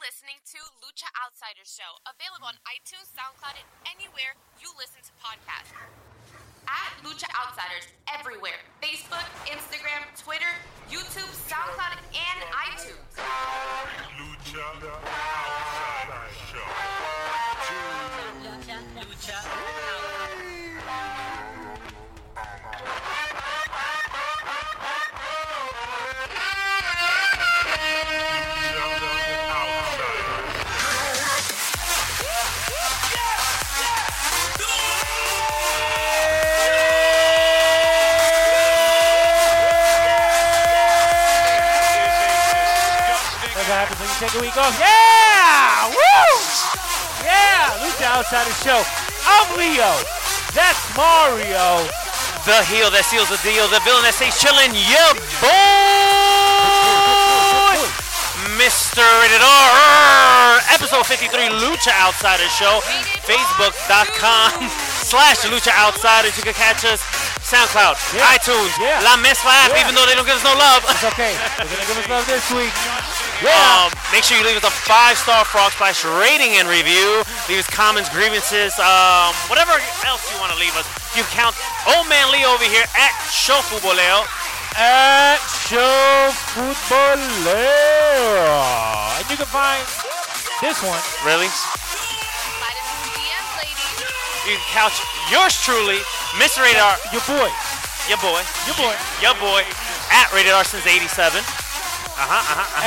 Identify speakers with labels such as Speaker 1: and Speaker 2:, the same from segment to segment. Speaker 1: listening to Lucha Outsiders Show, available on iTunes, SoundCloud, and anywhere you listen to podcasts. At Lucha Outsiders everywhere Facebook, Instagram, Twitter, YouTube, SoundCloud, and iTunes.
Speaker 2: Lucha Outsider Show. Lucha Outsider.
Speaker 3: That's what happens when you take a week off. Yeah! Woo! Yeah! Lucha Outsider Show. I'm Leo. That's Mario. The heel that seals the deal. The villain that stays chilling. Yeah, boy! Mr. Rated R. Episode 53 Lucha Outsider Show. Facebook.com slash Lucha Outsiders. You can catch us. SoundCloud,
Speaker 4: Yeah.
Speaker 3: iTunes,
Speaker 4: Yeah.
Speaker 3: La Mesla app,
Speaker 4: Yeah.
Speaker 3: even though they don't give us no love.
Speaker 4: It's okay. We're gonna give us love this week.
Speaker 3: Um, make sure you leave us a five-star Frog Splash rating and review. Leave us comments, grievances, um, whatever else you want to leave us. You can count old man Lee over here at Show Fuboleo.
Speaker 4: At Show Footballero. And you can find this one.
Speaker 3: Really?
Speaker 1: Vitamin DM, ladies.
Speaker 3: You can count yours truly, Mr. Radar,
Speaker 4: Your boy.
Speaker 3: your boy,
Speaker 4: Your boy.
Speaker 3: your boy, at Radar since 87. Uh-huh, uh-huh, uh-huh,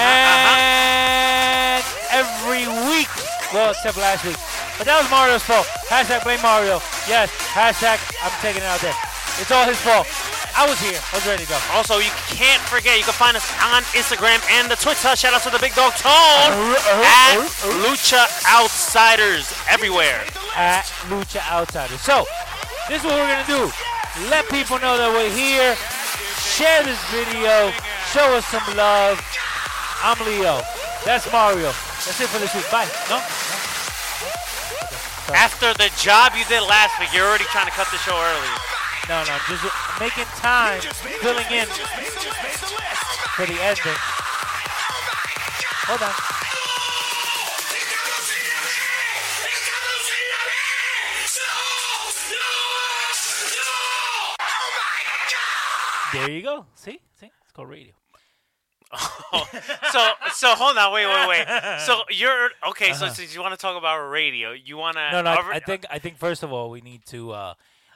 Speaker 3: uh-huh.
Speaker 4: And every week. Well, except last week. But that was Mario's fault. Hashtag blame Mario. Yes. Hashtag I'm taking it out there. It's all his fault. I was here. I was ready to go.
Speaker 3: Also, you can't forget, you can find us on Instagram and the Twitter. Shout out to the big dog Tone at Lucha Outsiders everywhere.
Speaker 4: at Lucha Outsiders. So, this is what we're gonna do. Let people know that we're here. Share this video. Show us some love. I'm Leo. That's Mario. That's it for this week. Bye. No.
Speaker 3: After the job you did last week, you're already trying to cut the show early.
Speaker 4: No, no, just making time, filling in for the ending. Hold on. There you go. See? See? It's called radio.
Speaker 3: So, so hold on, wait, wait, wait. So you're okay. So since you want to talk about radio, you want to
Speaker 4: Uh-huh. No, no. I, I think I think first of all we need to uh,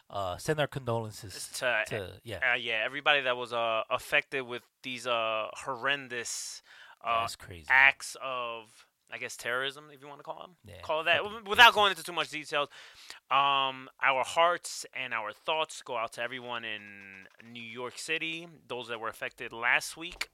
Speaker 4: uh, send our condolences
Speaker 3: to,
Speaker 4: to yeah.
Speaker 3: uh, yeah, everybody that was uh, affected with these uh, horrendous uh,
Speaker 4: That's crazy.
Speaker 3: acts of, I guess, terrorism, if you want to call them,
Speaker 4: Yeah,
Speaker 3: call it that,
Speaker 4: fucking
Speaker 3: without going into too much details. Um, our hearts and our thoughts go out to everyone in New York City, those that were affected last week.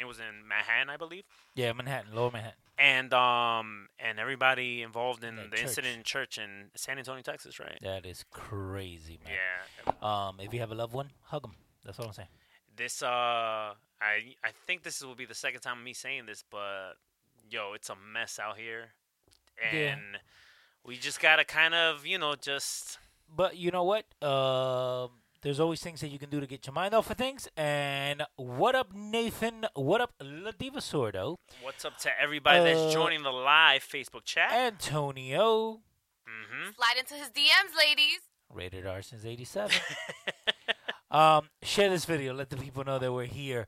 Speaker 3: It was in Manhattan, I believe.
Speaker 4: Yeah, Manhattan, Lower Manhattan.
Speaker 3: and um and everybody involved in
Speaker 4: That
Speaker 3: the incident
Speaker 4: church.
Speaker 3: in church in San Antonio, Texas, right?
Speaker 4: That is crazy, man.
Speaker 3: Yeah.
Speaker 4: Um, if you have a loved one, hug them. That's all I'm saying.
Speaker 3: This uh I I think this will be the second time me saying this, but yo, it's a mess out here.
Speaker 4: Yeah.
Speaker 3: And we just got to kind of, you know, just
Speaker 4: But you know what? Um, there's always things that you can do to get your mind off of things. And what up, Nathan? What up, La Diva Sordo?
Speaker 3: what's up to everybody
Speaker 4: Uh,
Speaker 3: that's joining the live Facebook chat.
Speaker 4: Antonio,
Speaker 3: Mhm.
Speaker 1: Slide into his DMs, ladies.
Speaker 4: rated R since '87. um, share this video. Let the people know that we're here.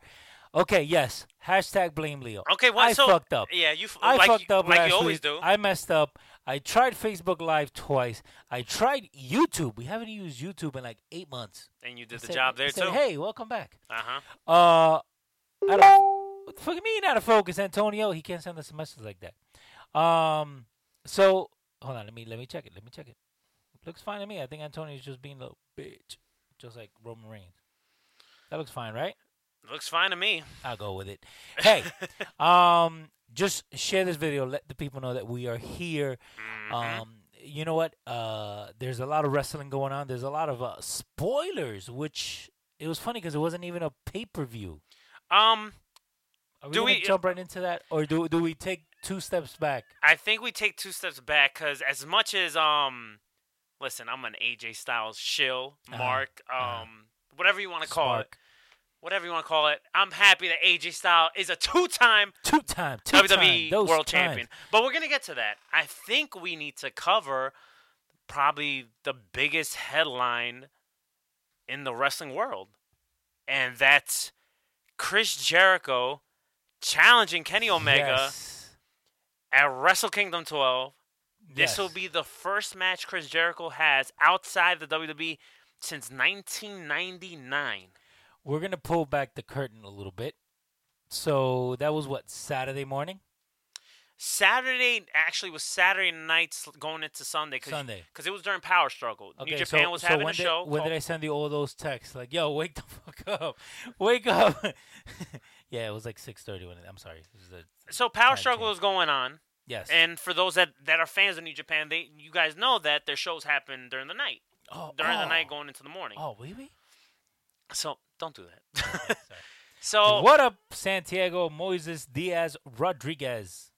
Speaker 4: Okay, yes. Hashtag blame Leo.
Speaker 3: Okay, well,
Speaker 4: I
Speaker 3: so
Speaker 4: fucked up.
Speaker 3: Yeah, you f-
Speaker 4: I
Speaker 3: like
Speaker 4: fucked
Speaker 3: you,
Speaker 4: up
Speaker 3: like
Speaker 4: last
Speaker 3: you always
Speaker 4: week.
Speaker 3: do.
Speaker 4: I messed up. I tried Facebook Live twice. I tried YouTube. We haven't used YouTube in like eight months.
Speaker 3: and you
Speaker 4: I
Speaker 3: did the
Speaker 4: said-
Speaker 3: job
Speaker 4: I
Speaker 3: there
Speaker 4: said,
Speaker 3: too.
Speaker 4: Hey, welcome back.
Speaker 3: Uh-huh.
Speaker 4: Uh, I don't. What the fuck you mean out of focus, Antonio? He can't send us a message like that. Um, so hold on. Let me let me check it. Let me check it. Looks fine to me. I think Antonio's just being a little bitch, just like Roman Reigns. That looks fine, right?
Speaker 3: Looks fine to me.
Speaker 4: I'll go with it. Hey, um, just share this video. Let the people know that we are here. Um, you know what? Uh, there's a lot of wrestling going on. There's a lot of uh, spoilers, which it was funny because it wasn't even a pay per view.
Speaker 3: Um
Speaker 4: Are we
Speaker 3: Do
Speaker 4: gonna
Speaker 3: we-
Speaker 4: jump right into that, or do do we take two steps back?
Speaker 3: I think we take two steps back because as much as um, listen, I'm an AJ Styles shill,
Speaker 4: Uh-huh,
Speaker 3: Mark, um, whatever you want to call it.
Speaker 4: Spark.
Speaker 3: whatever you want to call it. I'm happy that AJ Styles is a two-time
Speaker 4: Two time, two
Speaker 3: WWE
Speaker 4: time, those
Speaker 3: E World
Speaker 4: times.
Speaker 3: Champion. But we're gonna get to that. I think we need to cover probably the biggest headline in the wrestling world, and that's Chris Jericho challenging Kenny Omega
Speaker 4: Yes.
Speaker 3: at Wrestle Kingdom 12. This
Speaker 4: Yes.
Speaker 3: will be the first match Chris Jericho has outside the WWE since 1999.
Speaker 4: We're gonna pull back the curtain a little bit. So that was what Saturday morning.
Speaker 3: Saturday actually was Saturday nights going into Sunday. Cause,
Speaker 4: Sunday.
Speaker 3: because it was during Power Struggle. New Japan was having
Speaker 4: when
Speaker 3: a
Speaker 4: did-
Speaker 3: show.
Speaker 4: when did I
Speaker 3: called-
Speaker 4: send you all those texts? Like, yo, wake the fuck up, wake up. yeah, it was like six thirty when it, I'm sorry. It was the-
Speaker 3: so Power
Speaker 4: Tag
Speaker 3: Struggle
Speaker 4: team.
Speaker 3: was going on,
Speaker 4: yes.
Speaker 3: and for those that, that are fans of New Japan, they you guys know that their shows happen during the night,
Speaker 4: oh,
Speaker 3: during the
Speaker 4: oh.
Speaker 3: night going into the morning.
Speaker 4: Oh, wee wee.
Speaker 3: So don't do that. so
Speaker 4: What up, Santiago Moises Diaz Rodriguez?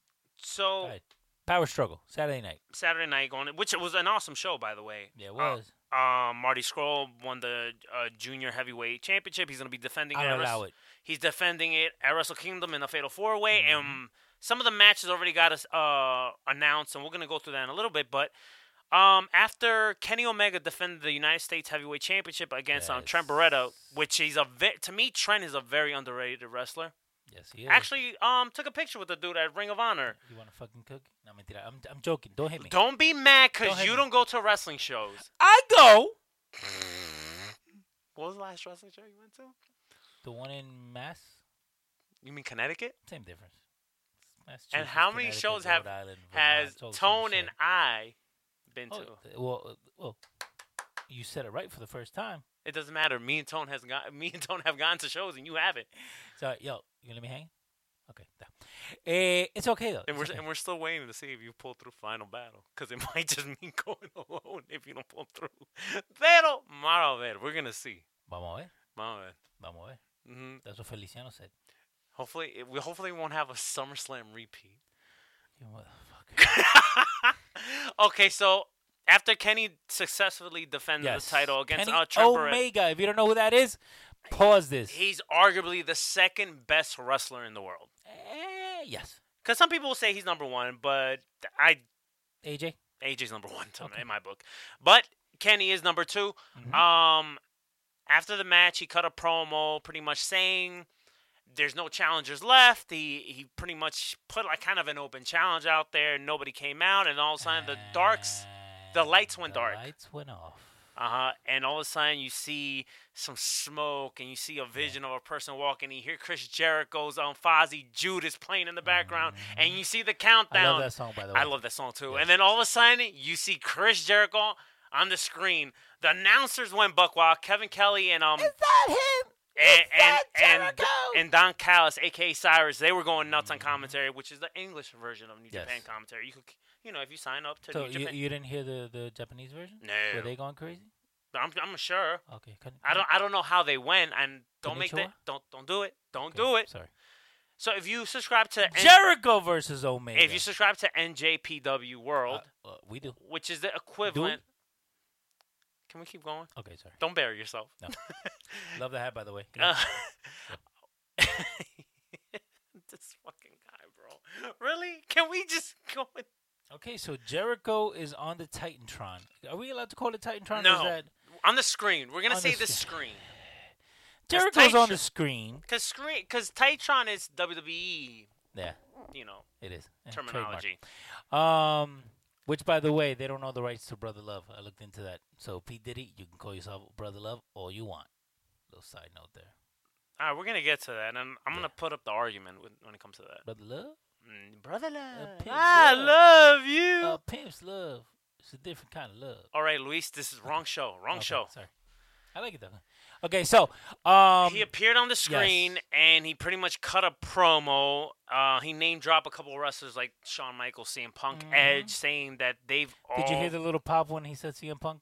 Speaker 3: so
Speaker 4: Right. Power struggle Saturday night.
Speaker 3: Saturday night going, which was an awesome show by the way.
Speaker 4: Yeah, it
Speaker 3: Uh,
Speaker 4: was.
Speaker 3: um, Marty Scroll won the uh, junior heavyweight championship. He's going to be defending
Speaker 4: I'll
Speaker 3: it. at
Speaker 4: allow
Speaker 3: Wrest-
Speaker 4: it.
Speaker 3: He's defending it at Wrestle Kingdom in the Fatal Four Way,
Speaker 4: Mm-hmm.
Speaker 3: and some of the matches already got us uh, announced, and we're going to go through that in a little bit. But um, after Kenny Omega defended the United States Heavyweight Championship against um, Trent Beretta, which he's a ve- to me Trent is a very underrated wrestler.
Speaker 4: Yes, he is.
Speaker 3: Actually, um, took a picture with the dude at Ring of Honor.
Speaker 4: you want a fucking cookie? No, mentira. I'm, I'm joking. Don't hit me.
Speaker 3: Don't be mad because
Speaker 4: Don't hit
Speaker 3: you
Speaker 4: me.
Speaker 3: don't go to wrestling shows.
Speaker 4: I go?
Speaker 3: What was the last wrestling show you went to?
Speaker 4: The one in Mass.
Speaker 3: You mean Connecticut?
Speaker 4: Same difference.
Speaker 3: And
Speaker 4: Massachusetts,
Speaker 3: how many
Speaker 4: Connecticut,
Speaker 3: shows
Speaker 4: Rhode
Speaker 3: have
Speaker 4: Island, Vermont,
Speaker 3: has
Speaker 4: it's all the same
Speaker 3: Tone
Speaker 4: shit.
Speaker 3: and I been to?
Speaker 4: Oh, th- well, uh, well, you said it right for the first time.
Speaker 3: It doesn't matter. Me and Tone has gone. Me and Tone have gone to shows, and you haven't.
Speaker 4: So, yo, you gonna let me hang? Okay, no. Eh, it's okay though. it's
Speaker 3: And we're
Speaker 4: okay.
Speaker 3: and we're still waiting to see if you pull through final battle, because it might just mean going alone if you don't pull through. Pero, vamos a ver. We're gonna see.
Speaker 4: Vamos a ver,
Speaker 3: Vamos a ver.
Speaker 4: vamos a ver.
Speaker 3: hmm
Speaker 4: That's what Feliciano said.
Speaker 3: Hopefully, it, we hopefully won't have a SummerSlam repeat.
Speaker 4: You motherfucker.
Speaker 3: okay, so after Kenny successfully defended
Speaker 4: yes.
Speaker 3: the title against
Speaker 4: Kenny
Speaker 3: uh, Trent Barrett,
Speaker 4: Omega. If you don't know who that is, pause this.
Speaker 3: he's arguably the second best wrestler in the world.
Speaker 4: Eh, yes,
Speaker 3: Because some people will say he's number one, but I
Speaker 4: AJ.
Speaker 3: AJ's number one to in my book. But Kenny is number 2
Speaker 4: Mm-hmm.
Speaker 3: Um, after the match, he cut a promo, pretty much saying there's no challengers left. He he pretty much put like kind of an open challenge out there. and Nobody came out, and all of a sudden the darks, the lights went
Speaker 4: The
Speaker 3: dark.
Speaker 4: Lights went off.
Speaker 3: Uh huh. And all of a sudden you see some smoke, and you see a vision of a person walking. And you hear Chris Jericho's um Fozzy Judas playing in the background, and you see the countdown.
Speaker 4: I love that song by the way.
Speaker 3: I love that song too. And then all of a sudden, you see Chris Jericho on the screen. The announcers went buck wild. Kevin Kelly and um
Speaker 4: that. Him.
Speaker 3: and and,
Speaker 4: that
Speaker 3: and
Speaker 4: Jericho?
Speaker 3: and Don Callis, aka Cyrus, they were going nuts on commentary, which is the English version of New
Speaker 4: Yes.
Speaker 3: Japan commentary. You could, you know, if you sign up to
Speaker 4: So
Speaker 3: New
Speaker 4: you,
Speaker 3: Japan,
Speaker 4: you didn't hear the, the Japanese version?
Speaker 3: No.
Speaker 4: Were they going crazy?
Speaker 3: I'm, I'm sure.
Speaker 4: Okay. couldn't-
Speaker 3: I don't I don't know how they went, and don't make that.
Speaker 4: Konnichiwa?
Speaker 3: Don't don't do it. Don't
Speaker 4: okay,
Speaker 3: do it.
Speaker 4: Sorry.
Speaker 3: So if you subscribe to N-
Speaker 4: Jericho versus Omega.
Speaker 3: if you subscribe to NJPW World,
Speaker 4: Uh, uh, we do.
Speaker 3: which is the equivalent. Can we keep going?
Speaker 4: Okay, sorry.
Speaker 3: Don't bury yourself.
Speaker 4: Love the hat, by the way.
Speaker 3: Uh, this fucking guy, bro. Really? Can we just go? With...
Speaker 4: Okay, so Jericho is on the Titantron. Are we allowed to call it Titantron? or is
Speaker 3: No.
Speaker 4: that-
Speaker 3: On the screen. We're gonna
Speaker 4: On
Speaker 3: say
Speaker 4: the
Speaker 3: the
Speaker 4: sc-
Speaker 3: screen. That's
Speaker 4: Jericho's on
Speaker 3: Titantron.
Speaker 4: the screen.
Speaker 3: Cause screen, cause Titron is WWE.
Speaker 4: Yeah,
Speaker 3: You know
Speaker 4: it is. Eh, trademark.
Speaker 3: terminology.
Speaker 4: Um, which, by the way, they don't know the rights to Brother Love. I looked into that. So, P. Diddy, you can call yourself Brother Love all you want. Little side note there.
Speaker 3: All right, we're gonna get to that, and I'm, I'm gonna put up the argument with, when it comes to that.
Speaker 4: Brother Love?
Speaker 3: Mm, brother love,
Speaker 4: pimp's
Speaker 3: I
Speaker 4: love.
Speaker 3: love you.
Speaker 4: Uh, pimp's love. It's a different kind of love.
Speaker 3: All right, Luis, this is wrong show. Wrong
Speaker 4: Okay,
Speaker 3: show.
Speaker 4: Sorry. I like it though. Okay, so um,
Speaker 3: he appeared on the screen and he pretty much cut a promo. Uh, he name dropped a couple of wrestlers like Shawn Michaels, CM Punk, Edge, saying that they've all.
Speaker 4: Mm-hmm. did you hear the little pop when he said CM Punk?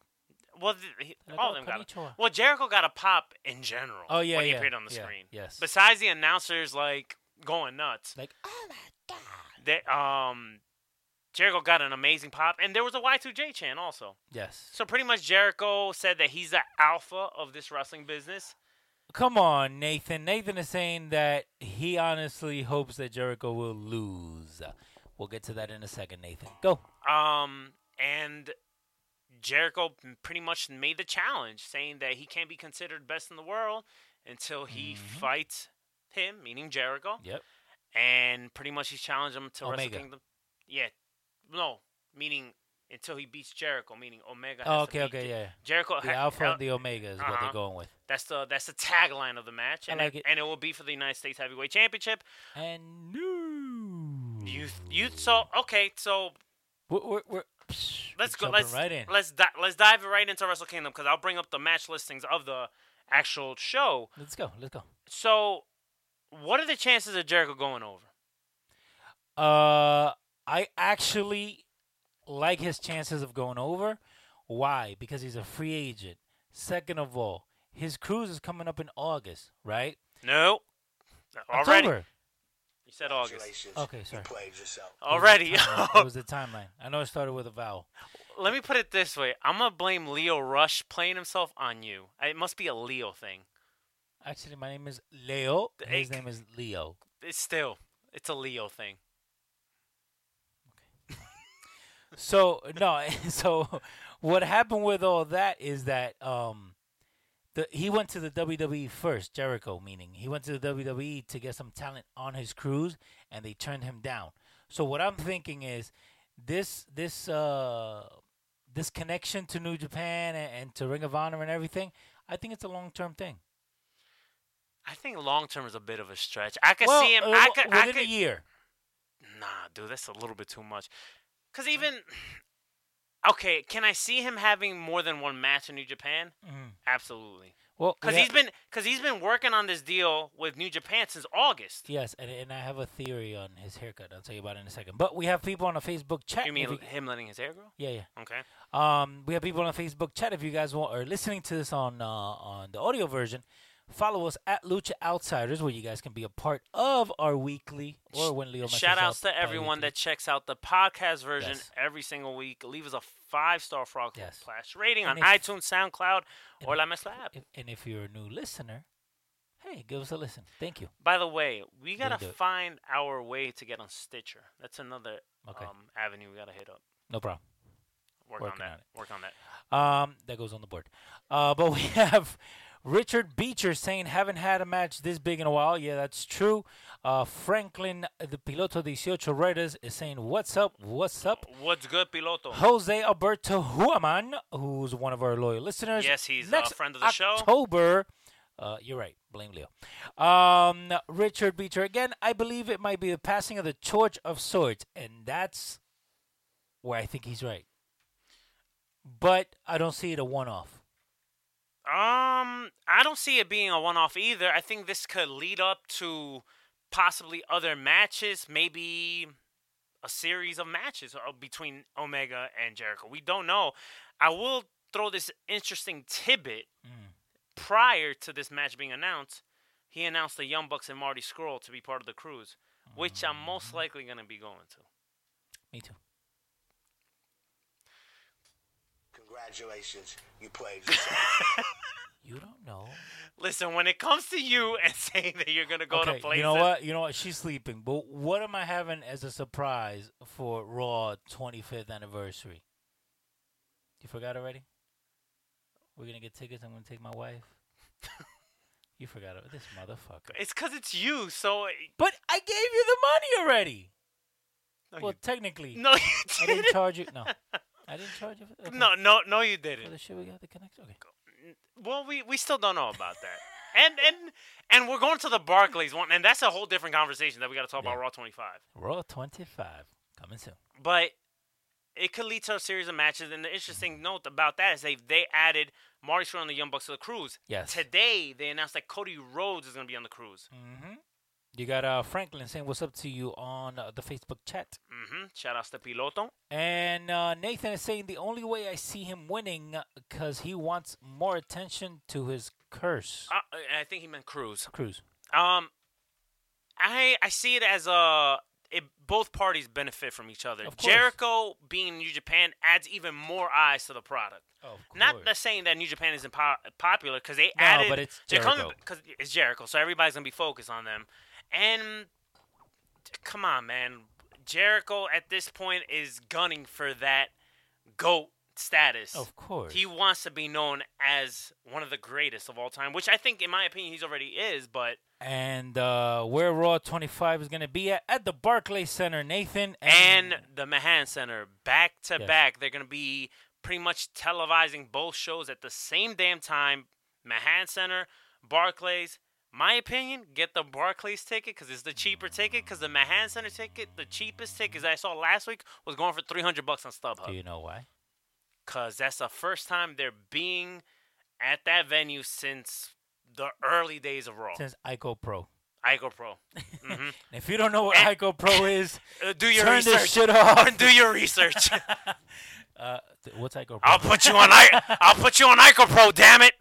Speaker 3: Well, th- he-
Speaker 4: Like, oh,
Speaker 3: all of them got a,
Speaker 4: konnichiwa.
Speaker 3: Well, Jericho got a pop in general.
Speaker 4: Oh, yeah,
Speaker 3: when he
Speaker 4: yeah,
Speaker 3: appeared on the
Speaker 4: yeah,
Speaker 3: screen.
Speaker 4: yes.
Speaker 3: Besides the announcers like going nuts,
Speaker 4: Like, oh my god.
Speaker 3: that um, Jericho got an amazing pop, and there was a Y2J chant also.
Speaker 4: Yes.
Speaker 3: So pretty much Jericho said that he's the alpha of this wrestling business.
Speaker 4: Come on, Nathan. Nathan is saying that he honestly hopes that Jericho will lose. We'll get to that in a second, Nathan. Go.
Speaker 3: Um, and Jericho pretty much made the challenge, saying that he can't be considered best in the world until he
Speaker 4: Mm-hmm.
Speaker 3: fights him, meaning Jericho.
Speaker 4: Yep.
Speaker 3: And pretty much he challenged him to Wrestle
Speaker 4: Omega.
Speaker 3: Kingdom. Yeah, no, meaning until he beats Jericho, meaning Omega.
Speaker 4: Oh,
Speaker 3: has
Speaker 4: okay,
Speaker 3: to beat
Speaker 4: okay,
Speaker 3: Jer-
Speaker 4: yeah.
Speaker 3: Jericho.
Speaker 4: The
Speaker 3: ha-
Speaker 4: Alpha
Speaker 3: hel-
Speaker 4: and the Omega is what
Speaker 3: uh-huh.
Speaker 4: they're going with.
Speaker 3: That's the that's the tagline of the match,
Speaker 4: I
Speaker 3: and
Speaker 4: like
Speaker 3: it,
Speaker 4: it.
Speaker 3: and it will be for the United States Heavyweight Championship.
Speaker 4: And no.
Speaker 3: You you so okay so
Speaker 4: We're, we're, we're, psh,
Speaker 3: let's
Speaker 4: we're
Speaker 3: go
Speaker 4: jumping
Speaker 3: let's
Speaker 4: right in.
Speaker 3: let's di- let's dive right into Wrestle Kingdom because I'll bring up the match listings of the actual show.
Speaker 4: Let's go. Let's go.
Speaker 3: So, what are the chances of Jericho going over?
Speaker 4: Uh, I actually like his chances of going over. Why? Because he's a free agent. Second of all, his cruise is coming up in August, right?
Speaker 3: No. Already.
Speaker 4: October.
Speaker 3: You said August.
Speaker 2: Congratulations.
Speaker 4: Okay, sorry.
Speaker 2: You played yourself.
Speaker 3: Already.
Speaker 4: it was the timeline. I know it started with a vowel.
Speaker 3: Let me put it this way. I'm going to blame Leo Rush playing himself on you. It must be a Leo thing.
Speaker 4: Actually, my name is Leo.
Speaker 3: The
Speaker 4: His
Speaker 3: ache.
Speaker 4: name is Leo.
Speaker 3: It's still, it's a Leo thing.
Speaker 4: So no, so what happened with all that is that um, the he went to the WWE first, Jericho, meaning he went to the WWE to get some talent on his cruise, and they turned him down. So what I'm thinking is this this uh this connection to New Japan and, and to Ring of Honor and everything. I think it's a long term thing.
Speaker 3: I think long term is a bit of a stretch. I could
Speaker 4: well,
Speaker 3: see him.
Speaker 4: uh,
Speaker 3: I could. I
Speaker 4: within
Speaker 3: could
Speaker 4: a year.
Speaker 3: Nah, dude, that's a little bit too much. Cause even okay, can I see him having more than one match in New Japan?
Speaker 4: Mhm.
Speaker 3: Absolutely.
Speaker 4: Well,
Speaker 3: Cause
Speaker 4: yeah,
Speaker 3: he's been cause he's been working on this deal with New Japan since August.
Speaker 4: Yes, and, and I have a theory on his haircut. I'll tell you about it in a second. But we have people on a Facebook chat.
Speaker 3: You
Speaker 4: if
Speaker 3: mean
Speaker 4: you-
Speaker 3: him letting his hair grow?
Speaker 4: yeah, yeah.
Speaker 3: Okay.
Speaker 4: Um, we have people on Facebook chat. If you guys want are listening to this on uh, on the audio version, follow us at Lucha Outsiders, where you guys can be a part of our weekly or when Leo. messes
Speaker 3: Shout outs
Speaker 4: up
Speaker 3: to everyone
Speaker 4: bi-weekly.
Speaker 3: that checks out the podcast version
Speaker 4: Yes.
Speaker 3: every single week. Leave us a five star frog
Speaker 4: Yes.
Speaker 3: flash rating on
Speaker 4: And if-
Speaker 3: iTunes, SoundCloud, or La Mesa app.
Speaker 4: If- and if you're a new listener, hey, give us a listen. Thank you.
Speaker 3: By the way, we
Speaker 4: Didn't
Speaker 3: gotta
Speaker 4: do it.
Speaker 3: find our way to get on Stitcher. That's another
Speaker 4: Okay.
Speaker 3: um, avenue we gotta hit up.
Speaker 4: No problem.
Speaker 3: Work
Speaker 4: Working
Speaker 3: on that.
Speaker 4: on
Speaker 3: Work on that.
Speaker 4: Um, that goes on the board. Uh, but we have Richard Beecher saying, haven't had a match this big in a while. Yeah, that's true. Uh, Franklin, the piloto 18 Reuters, is saying, what's up? What's up?
Speaker 3: What's good, piloto?
Speaker 4: Jose Alberto Huaman, who's one of our loyal listeners.
Speaker 3: Yes, he's a
Speaker 4: Next
Speaker 3: friend of the show.
Speaker 4: October. Uh, you're right. Blame Leo. Um, Richard Beecher again. I believe it might be the passing of the torch of sorts, and that's where I think he's right. But I don't see it a one-off.
Speaker 3: Um, I don't see it being a one-off either. I think this could lead up to possibly other matches, maybe a series of matches uh, between Omega and Jericho. We don't know. I will throw this interesting tidbit
Speaker 4: Mm.
Speaker 3: prior to this match being announced. He announced the Young Bucks and Marty Scroll to be part of the cruise, which I'm
Speaker 4: Mm.
Speaker 3: most likely going to be going to.
Speaker 4: Me too.
Speaker 2: Congratulations. You played yourself.
Speaker 4: You don't know.
Speaker 3: Listen, when it comes to you and saying that you're going to go
Speaker 4: okay,
Speaker 3: to places,
Speaker 4: you know what? You know what? She's sleeping. But what am I having as a surprise for Raw 25th anniversary? You forgot already? We're gonna get tickets. I'm gonna take my wife. you forgot it. This motherfucker.
Speaker 3: It's because it's you, so eh,
Speaker 4: But I gave you the money already.
Speaker 3: No,
Speaker 4: well,
Speaker 3: you-
Speaker 4: technically,
Speaker 3: no, you
Speaker 4: I
Speaker 3: didn't.
Speaker 4: didn't charge you. No, I didn't charge you. For okay.
Speaker 3: No, no, no, you
Speaker 4: For the
Speaker 3: didn't.
Speaker 4: shit we got the connection. Okay.
Speaker 3: Well, we, we still don't know about that. And and and we're going to the Barclays one, and that's a whole different conversation that we got to talk
Speaker 4: Yeah.
Speaker 3: about Raw 25.
Speaker 4: Raw 25 coming soon.
Speaker 3: But it could lead to a series of matches.
Speaker 4: Mm-hmm.
Speaker 3: And the interesting note about that is they they added Marty Scurll and the Young Bucks to the cruise.
Speaker 4: Yes.
Speaker 3: Today they announced that Cody Rhodes is going to be on the cruise.
Speaker 4: Mm-hmm. You got uh, Franklin saying what's up to you on uh, the Facebook chat.
Speaker 3: Mm-hmm. Shout out to Piloto.
Speaker 4: And uh, Nathan is saying the only way I see him winning because he wants more attention to his curse.
Speaker 3: Uh, Um, I think he meant cruise.
Speaker 4: Cruz.
Speaker 3: Um, I I see it as a it both parties benefit from each other.
Speaker 4: Of course.
Speaker 3: Jericho being in New Japan adds even more eyes to the product.
Speaker 4: Of
Speaker 3: Not
Speaker 4: course.
Speaker 3: that saying that New Japan isn't po- popular because they
Speaker 4: No,
Speaker 3: added.
Speaker 4: but it's
Speaker 3: they're coming
Speaker 4: Jericho.
Speaker 3: because it's Jericho, so everybody's gonna be focused on them. And come on, man, Jericho at this point is gunning for that goat status.
Speaker 4: Of course.
Speaker 3: He wants to be known as one of the greatest of all time, which I think, in my opinion, he's already is. But
Speaker 4: and uh, where Raw 25 is going to be at at the Barclays Center, Nathan.
Speaker 3: and the Mahan Center back to
Speaker 4: Mm. Yes.
Speaker 3: back. They're going to be pretty much televising both shows at the same damn time. Mahan Center, Barclays. My opinion, get the Barclays ticket because it's the cheaper ticket. Because the Mahan Center ticket, the cheapest tickets I saw last week was going for three hundred bucks on
Speaker 4: do
Speaker 3: StubHub.
Speaker 4: you know why?
Speaker 3: Because that's the first time they're being at that venue since the early days of Raw.
Speaker 4: Since Ico Pro.
Speaker 3: Ico Pro,
Speaker 4: And if you don't know what Ico Pro is,
Speaker 3: Uh, do your
Speaker 4: turn
Speaker 3: research.
Speaker 4: this shit off.
Speaker 3: do your research.
Speaker 4: Th- What's Ico Pro?
Speaker 3: I'll put you on I I'll put you on Ico Pro, damn it.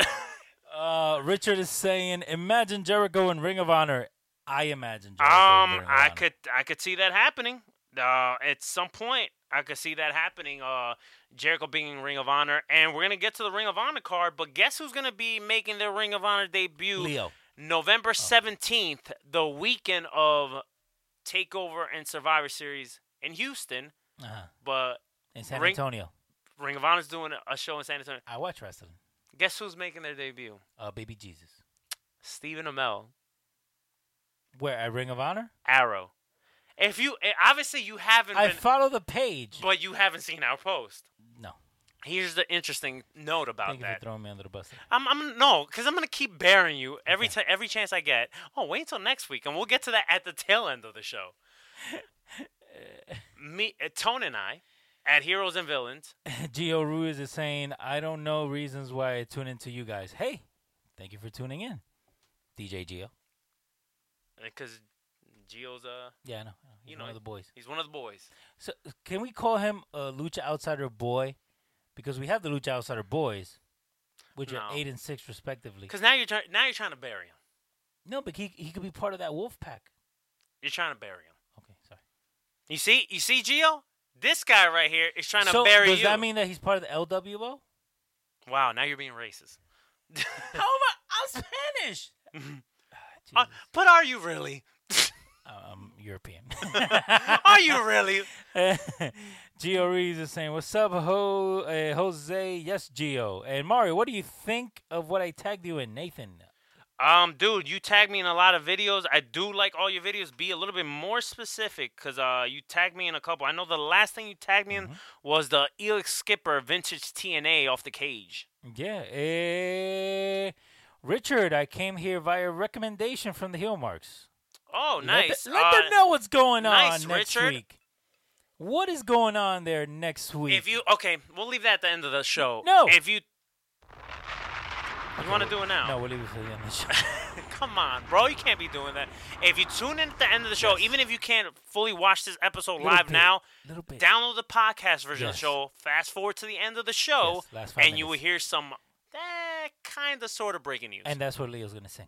Speaker 4: Uh, Richard is saying, imagine Jericho in Ring of Honor. I imagine Jericho. in
Speaker 3: Um
Speaker 4: Ring of
Speaker 3: I
Speaker 4: Honor.
Speaker 3: could I could see that happening. Uh at some point I could see that happening. Uh Jericho being in Ring of Honor and we're going to get to the Ring of Honor card, but guess who's going to be making their Ring of Honor debut
Speaker 4: Leo. Oh.
Speaker 3: November 17th, the weekend of Takeover and Survivor Series in Houston,
Speaker 4: Uh-huh.
Speaker 3: but
Speaker 4: In San
Speaker 3: Ring-
Speaker 4: Antonio.
Speaker 3: Ring of Honor's doing a show in San Antonio.
Speaker 4: I watch wrestling.
Speaker 3: Guess who's making their debut?
Speaker 4: Uh, Baby Jesus.
Speaker 3: Stephen Amell.
Speaker 4: Where? At Ring of Honor?
Speaker 3: Arrow. If you eh, obviously you haven't
Speaker 4: I
Speaker 3: been,
Speaker 4: follow the page.
Speaker 3: but you haven't seen our post.
Speaker 4: no.
Speaker 3: Here's the interesting note about
Speaker 4: Thank you for
Speaker 3: that.
Speaker 4: throwing me under the bus. there.
Speaker 3: I'm, I'm no, because I'm gonna keep bearing you every ti every chance I get. Oh, wait until next week, and we'll get to that at the tail end of the show. Me, uh, Tone, and I at Heroes and Villains. eh,
Speaker 4: Gio Ruiz is saying, I don't know reasons why I tune into you guys. Hey, thank you for tuning in. DJ Gio.
Speaker 3: Because Gio's uh,
Speaker 4: Yeah, I know. He's
Speaker 3: You
Speaker 4: one
Speaker 3: know-
Speaker 4: of the boys.
Speaker 3: he's one of the boys.
Speaker 4: So can we call him a Lucha Outsider boy? Because we have the Lucha Outsider boys, which are
Speaker 3: No.
Speaker 4: eight and six respectively.
Speaker 3: Because now you're trying now you're trying to bury him.
Speaker 4: No, but he he could be part of that wolf pack.
Speaker 3: You're trying to bury him.
Speaker 4: Okay, sorry.
Speaker 3: You see, you see, Gio, this guy right here is trying
Speaker 4: so
Speaker 3: to bury
Speaker 4: does
Speaker 3: you.
Speaker 4: that mean that he's part of the LWO?
Speaker 3: Wow, now you're being racist.
Speaker 4: How am I? I'm Spanish. Ah,
Speaker 3: Uh, but are you really?
Speaker 4: I'm um, European.
Speaker 3: Are you really?
Speaker 4: Gio Reeves is saying, "What's up, Ho- uh, Jose? Yes, Gio and Mario. What do you think of what I tagged you in, Nathan?
Speaker 3: um, dude, you tag me in a lot of videos. I do like all your videos. Be a little bit more specific, cause uh, you tagged me in a couple. I know the last thing you tagged me in was the Elix Skipper vintage TNA off the cage.
Speaker 4: Yeah. eh, Richard, I came here via recommendation from the heel marks.
Speaker 3: Oh,
Speaker 4: Let the-
Speaker 3: nice.
Speaker 4: Let,
Speaker 3: Uh,
Speaker 4: them know what's going on
Speaker 3: nice,
Speaker 4: next
Speaker 3: Richard.
Speaker 4: week. What is going on there next week?
Speaker 3: If you okay, we'll leave that at the end of the show.
Speaker 4: No.
Speaker 3: If you you want to do it now?
Speaker 4: no, we'll leave it for the end of the show.
Speaker 3: Come on, bro. You can't be doing that. If you tune in at the end of the show, even if you can't fully watch this episode
Speaker 4: Little
Speaker 3: live
Speaker 4: bit,
Speaker 3: now,
Speaker 4: little bit.
Speaker 3: download the podcast version of
Speaker 4: Yes.
Speaker 3: the show. Fast forward to the end of the show,
Speaker 4: Yes, last
Speaker 3: and
Speaker 4: five
Speaker 3: you will
Speaker 4: minutes.
Speaker 3: hear some that kind of sort of breaking news.
Speaker 4: and that's what Leo's gonna sing.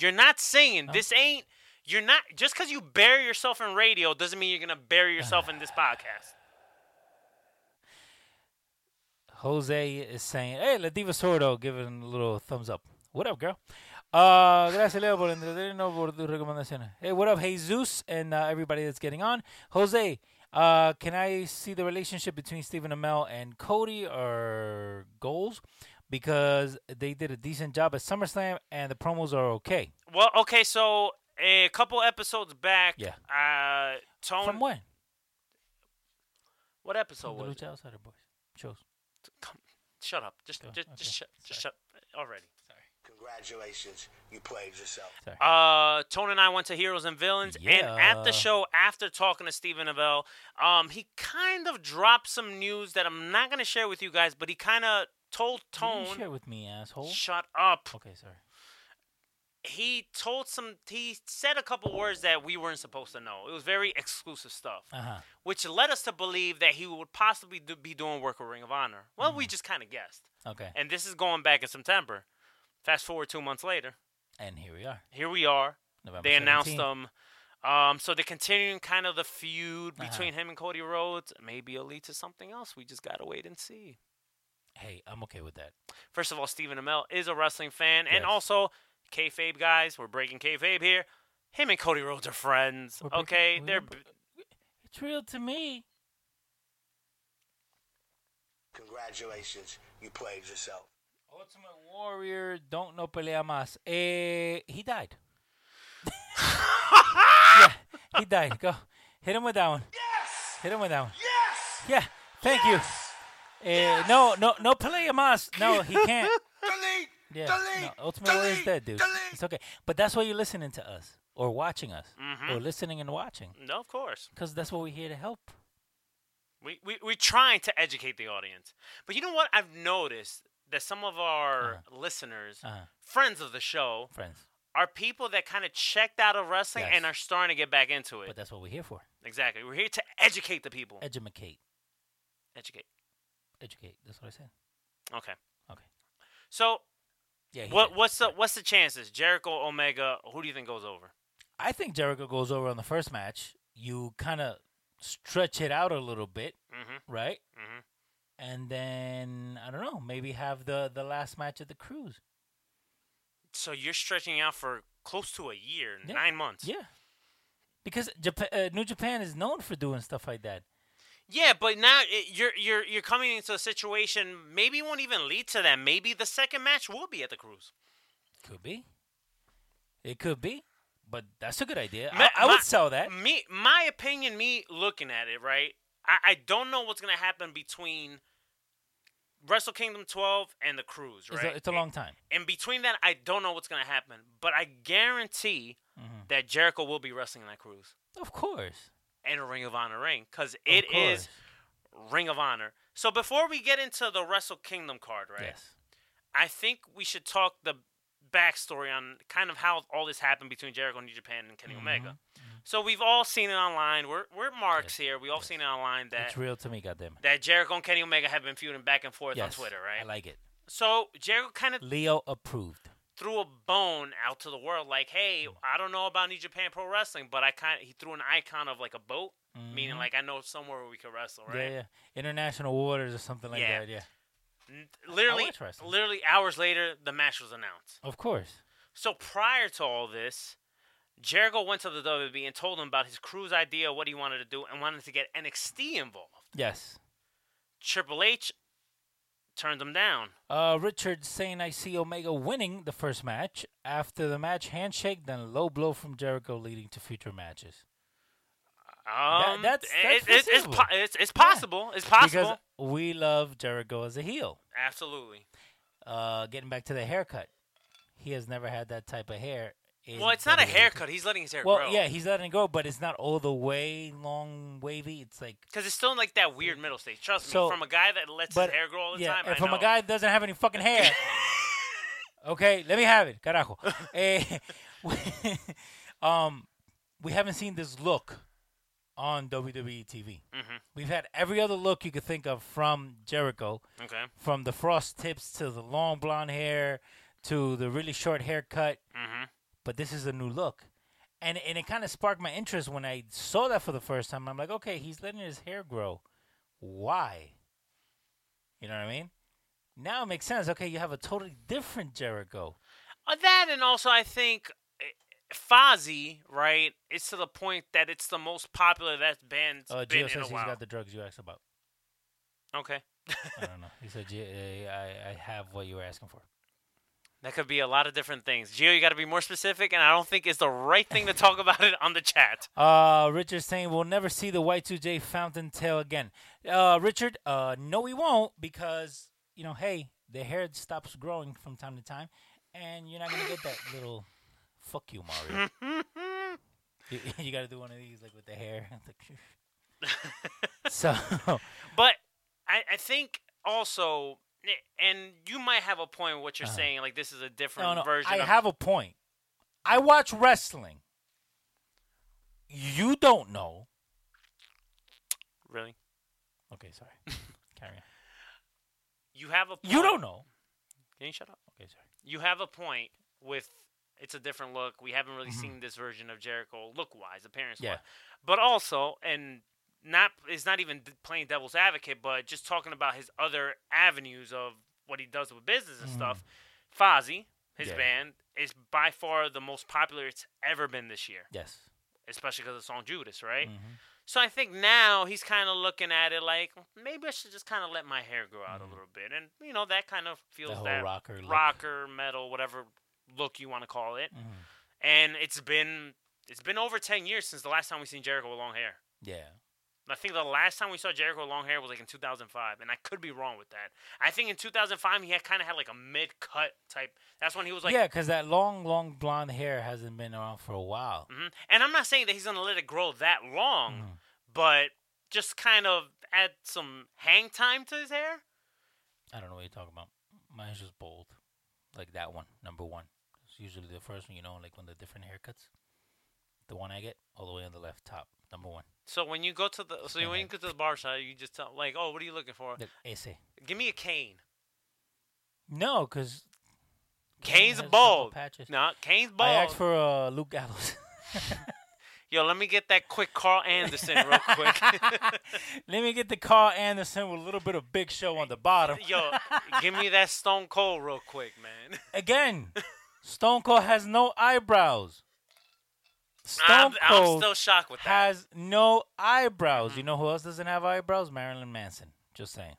Speaker 3: you're not singing. This ain't. You're not just because you bury yourself in radio doesn't mean you're gonna bury yourself in this podcast.
Speaker 4: Jose is saying, "Hey, La Diva Sordo, giving a little thumbs up. What up, girl? Uh, gracias, Leo, por entretenernos por tus recomendaciones. Hey, what up, Jesus, and uh, everybody that's getting on. Jose, uh, can I see the relationship between Stephen Amell and Cody or goals? Because they did a decent job at SummerSlam, and the promos are okay.
Speaker 3: Well, okay, so a couple episodes back,
Speaker 4: Yeah.
Speaker 3: Uh, Tone,
Speaker 4: From when?
Speaker 3: What episode
Speaker 4: The
Speaker 3: was it?
Speaker 4: Lucha Outsider Boys shows.
Speaker 3: Shut up. Just, just,
Speaker 4: Oh, okay.
Speaker 3: just shut, just shut already.
Speaker 2: Congratulations, you played yourself.
Speaker 3: Uh, Tone and I went to Heroes and Villains, and at
Speaker 4: Yeah.
Speaker 3: the show, after talking to Steven Abell, um, he kind of dropped some news that I'm not gonna share with you guys, but he kind of told
Speaker 4: Don't share
Speaker 3: Tone,
Speaker 4: with me, asshole.
Speaker 3: "Shut up."
Speaker 4: Okay, sorry.
Speaker 3: He told some, he said a couple words that we weren't supposed to know. It was very exclusive stuff,
Speaker 4: Uh huh.
Speaker 3: which led us to believe that he would possibly do, be doing work with Ring of Honor. Well,
Speaker 4: Mm.
Speaker 3: we just kind of guessed,
Speaker 4: Okay,
Speaker 3: and this is going back in September. Fast forward two months later,
Speaker 4: and here we are.
Speaker 3: here we are.
Speaker 4: November
Speaker 3: they announced
Speaker 4: 17th.
Speaker 3: them Um, so they're continuing kind of the feud
Speaker 4: Uh-huh.
Speaker 3: between him and Cody Rhodes. Maybe it'll lead to something else. We just gotta wait and see.
Speaker 4: Hey, I'm okay with that.
Speaker 3: First of all, Stephen Amell is a wrestling fan, and
Speaker 4: Yes.
Speaker 3: also kayfabe guys. We're breaking kayfabe here. Him and Cody Rhodes are friends.
Speaker 4: We're breaking-
Speaker 3: okay,
Speaker 4: we-
Speaker 3: they're
Speaker 4: we-
Speaker 3: b-
Speaker 4: It's real to me.
Speaker 2: Congratulations, you played yourself.
Speaker 4: Ultimate Warrior, don't no pelea más. Eh, he died. yeah, he died. Go. Hit him with that one. Yes. Hit him with that one. Yes. Yeah. Thank you. Eh, No, no, no pelea más. No, he can't. Yeah. no, Ultimate Warrior is dead, dude. It's okay. But that's why you're listening to us or watching us or listening and watching
Speaker 3: no, of course.
Speaker 4: because that's what we're here to help.
Speaker 3: We, we we're trying to educate the audience, but you know what? I've noticed that some of our listeners,
Speaker 4: Uh-huh.
Speaker 3: friends of the show,
Speaker 4: Friends.
Speaker 3: are people that kind of checked out of wrestling
Speaker 4: Yes.
Speaker 3: and are starting to get back into it.
Speaker 4: But that's what we're here for.
Speaker 3: exactly. We're here to educate the people.
Speaker 4: Educate.
Speaker 3: educate.
Speaker 4: Educate. That's what I said.
Speaker 3: Okay.
Speaker 4: Okay.
Speaker 3: So
Speaker 4: Yeah. he
Speaker 3: what
Speaker 4: did.
Speaker 3: what's the what's the chances? Jericho Omega, who do you think goes over?
Speaker 4: I think Jericho goes over on the first match. You kind of stretch it out a little bit,
Speaker 3: Mhm.
Speaker 4: right?
Speaker 3: Mhm.
Speaker 4: And then I don't know, maybe have the the last match of the cruise.
Speaker 3: So you're stretching out for close to a year,
Speaker 4: Yeah.
Speaker 3: nine months.
Speaker 4: Yeah, because Japan, uh, New Japan is known for doing stuff like that.
Speaker 3: Yeah, but now it, you're you're you're coming into a situation. Maybe it won't even lead to that. Maybe the second match will be at the cruise.
Speaker 4: Could be, it could be, but that's a good idea.
Speaker 3: Ma-
Speaker 4: I, I
Speaker 3: my-
Speaker 4: would sell that.
Speaker 3: Me, my opinion, me looking at it, right? I, I don't know what's gonna happen between Wrestle Kingdom 12 and the cruise,
Speaker 4: It's
Speaker 3: right?
Speaker 4: a, it's a long time.
Speaker 3: In between that, I don't know what's gonna happen, but I guarantee
Speaker 4: Mm-hmm.
Speaker 3: that Jericho will be wrestling that cruise
Speaker 4: Of course,
Speaker 3: and a Ring of Honor ring because it
Speaker 4: of
Speaker 3: is
Speaker 4: course.
Speaker 3: Ring of Honor. So before we get into the Wrestle Kingdom card, right?
Speaker 4: Yes.
Speaker 3: I think we should talk the backstory on kind of how all this happened between Jericho and New Japan and
Speaker 4: Mm-hmm.
Speaker 3: Kenny Omega. So we've all seen it online. We're we're marks here. We all seen it online that
Speaker 4: It's real to me, goddamn it.
Speaker 3: that Jericho and Kenny Omega have been feuding back and forth
Speaker 4: Yes,
Speaker 3: on Twitter,
Speaker 4: I
Speaker 3: right?
Speaker 4: like it.
Speaker 3: so Jericho kind of
Speaker 4: Leo approved.
Speaker 3: threw a bone out to the world, like, "Hey,
Speaker 4: Mm.
Speaker 3: I don't know about New Japan Pro Wrestling, but I kind of he threw an icon of like a boat, meaning like I know somewhere where we could wrestle, right?
Speaker 4: Mm-hmm. Yeah, yeah. International waters or something like
Speaker 3: Yeah.
Speaker 4: that. Yeah.
Speaker 3: N- Literally,
Speaker 4: watch wrestling.
Speaker 3: literally hours later, the match was announced.
Speaker 4: Of course.
Speaker 3: So prior to all this, Jericho went to the WWE and told him about his cruise idea, what he wanted to do, and wanted to get NXT involved.
Speaker 4: Yes.
Speaker 3: Triple H turned him down.
Speaker 4: Uh, Richard saying I see Omega winning the first match. After the match, handshake, then low blow from Jericho, leading to future matches.
Speaker 3: Um,
Speaker 4: that's-
Speaker 3: it-
Speaker 4: that's
Speaker 3: it- it's,
Speaker 4: foreseeable.
Speaker 3: po- it's, it's possible. It's possible.
Speaker 4: Because we love Jericho as a heel.
Speaker 3: Absolutely.
Speaker 4: Uh, getting back to the haircut, he has never had that type of hair. in
Speaker 3: Well, it's not a
Speaker 4: WWE.
Speaker 3: haircut. He's letting his hair
Speaker 4: E. Well,
Speaker 3: grow.
Speaker 4: yeah, he's letting it go, but it's not all the way long, wavy. It's like,
Speaker 3: Because it's still in, like that weird middle stage. Trust
Speaker 4: Mm. So-
Speaker 3: me, from a guy that lets
Speaker 4: but
Speaker 3: his hair grow all the
Speaker 4: yeah,
Speaker 3: time.
Speaker 4: and
Speaker 3: I
Speaker 4: from
Speaker 3: know.
Speaker 4: a guy that doesn't have any fucking hair. okay, let me have it, carajo. Eh, we- um, we haven't seen this look on WWE TV.
Speaker 3: Mm-hmm.
Speaker 4: We've had every other look you could think of from Jericho.
Speaker 3: Okay.
Speaker 4: from the frost tips to the long blonde hair to the really short haircut.
Speaker 3: Mhm.
Speaker 4: But this is a new look. And, and it kind of sparked my interest when I saw that for the first time. I'm like, okay, he's letting his hair grow. Why? You know what I mean? Now it makes sense. Okay, you have a totally different Jericho.
Speaker 3: Uh, that and also I think eh, Fozzy, right? It's to the point that it's the most popular that band's
Speaker 4: Uh,
Speaker 3: been
Speaker 4: Gio
Speaker 3: in a
Speaker 4: says he's
Speaker 3: while.
Speaker 4: got the drugs you asked about.
Speaker 3: okay,
Speaker 4: I don't know. He said, Gio, eh, I, I have what you were asking for.
Speaker 3: that could be a lot of different things. Gio, you got to be more specific, and I don't think it's the right thing to talk about it on the chat.
Speaker 4: Uh, Richard saying we'll never see the Y2J fountain tail again. Uh, Richard, uh, no, we won't because you know, hey, the hair stops growing from time to time, and you're not gonna get that little fuck you, Mario. you, you gotta do one of these like with the hair. so,
Speaker 3: But I, I think also, eh, and you might have a point with what you're saying. Like this is a different
Speaker 4: Uh-huh. no, no,
Speaker 3: version.
Speaker 4: I
Speaker 3: of,
Speaker 4: have a point. I watch wrestling. You don't know.
Speaker 3: really.
Speaker 4: Okay, sorry. Carry on.
Speaker 3: You have a. Point.
Speaker 4: You don't know.
Speaker 3: Can you shut up?
Speaker 4: Okay, sorry.
Speaker 3: You have a point with It's a different look. We haven't really seen this version of Jericho look wise, appearance wise.
Speaker 4: Mm-hmm. Yeah.
Speaker 3: But also, and not it's not even d- playing devil's advocate, but just talking about his other avenues of what he does with business and stuff. Fozzy, his
Speaker 4: Mm. Yeah.
Speaker 3: band, is by far the most popular it's ever been this year
Speaker 4: Yes. Mm-hmm,
Speaker 3: especially because of the song Judas, right? So I think now he's kind of looking at it like "Mm, maybe I should just kind of let my hair grow out a little bit, and you know that kind of feels
Speaker 4: Mm-hmm. whole
Speaker 3: that
Speaker 4: rocker look. Mm.
Speaker 3: rocker, metal, whatever look you want to call it.
Speaker 4: mm-hmm.
Speaker 3: And it's been it's been over ten years since the last time we seen Jericho with long hair.
Speaker 4: Yeah.
Speaker 3: I think the last time we saw Jericho with long hair was like in 2005, and I could be wrong with that. I think in 2005 he had kind of had like a mid cut type. That's when he was like
Speaker 4: yeah, because that long, long blonde hair hasn't been around for a while.
Speaker 3: hmm And I'm not saying that he's going to let it grow that long, but just kind of add some hang time to his hair.
Speaker 4: I don't know what you're talking about. Mine's just bold, like that one, number one. It's usually the first one, you know, like when the different haircuts. The one I get all the way on the left top, number one.
Speaker 3: So when you go to the so when you go to the bar side, you just tell like, oh, what are you looking for?
Speaker 4: The ese.
Speaker 3: Give me a cane.
Speaker 4: No, because
Speaker 3: Cane's
Speaker 4: has a couple
Speaker 3: bald.
Speaker 4: patches.
Speaker 3: No, Cane's
Speaker 4: I asked
Speaker 3: bald.
Speaker 4: for uh, Luke Gallows.
Speaker 3: Yo, let me get that quick Carl Anderson real quick.
Speaker 4: Let me get the Carl Anderson with a little bit of Big Show on the bottom.
Speaker 3: Yo, give me that Stone Cold real quick, man.
Speaker 4: Again, Stone Cold has no eyebrows. Stone
Speaker 3: I'm, I'm
Speaker 4: Cold
Speaker 3: still shocked with that.
Speaker 4: has no eyebrows. You know who else doesn't have eyebrows? Marilyn Manson. Just saying.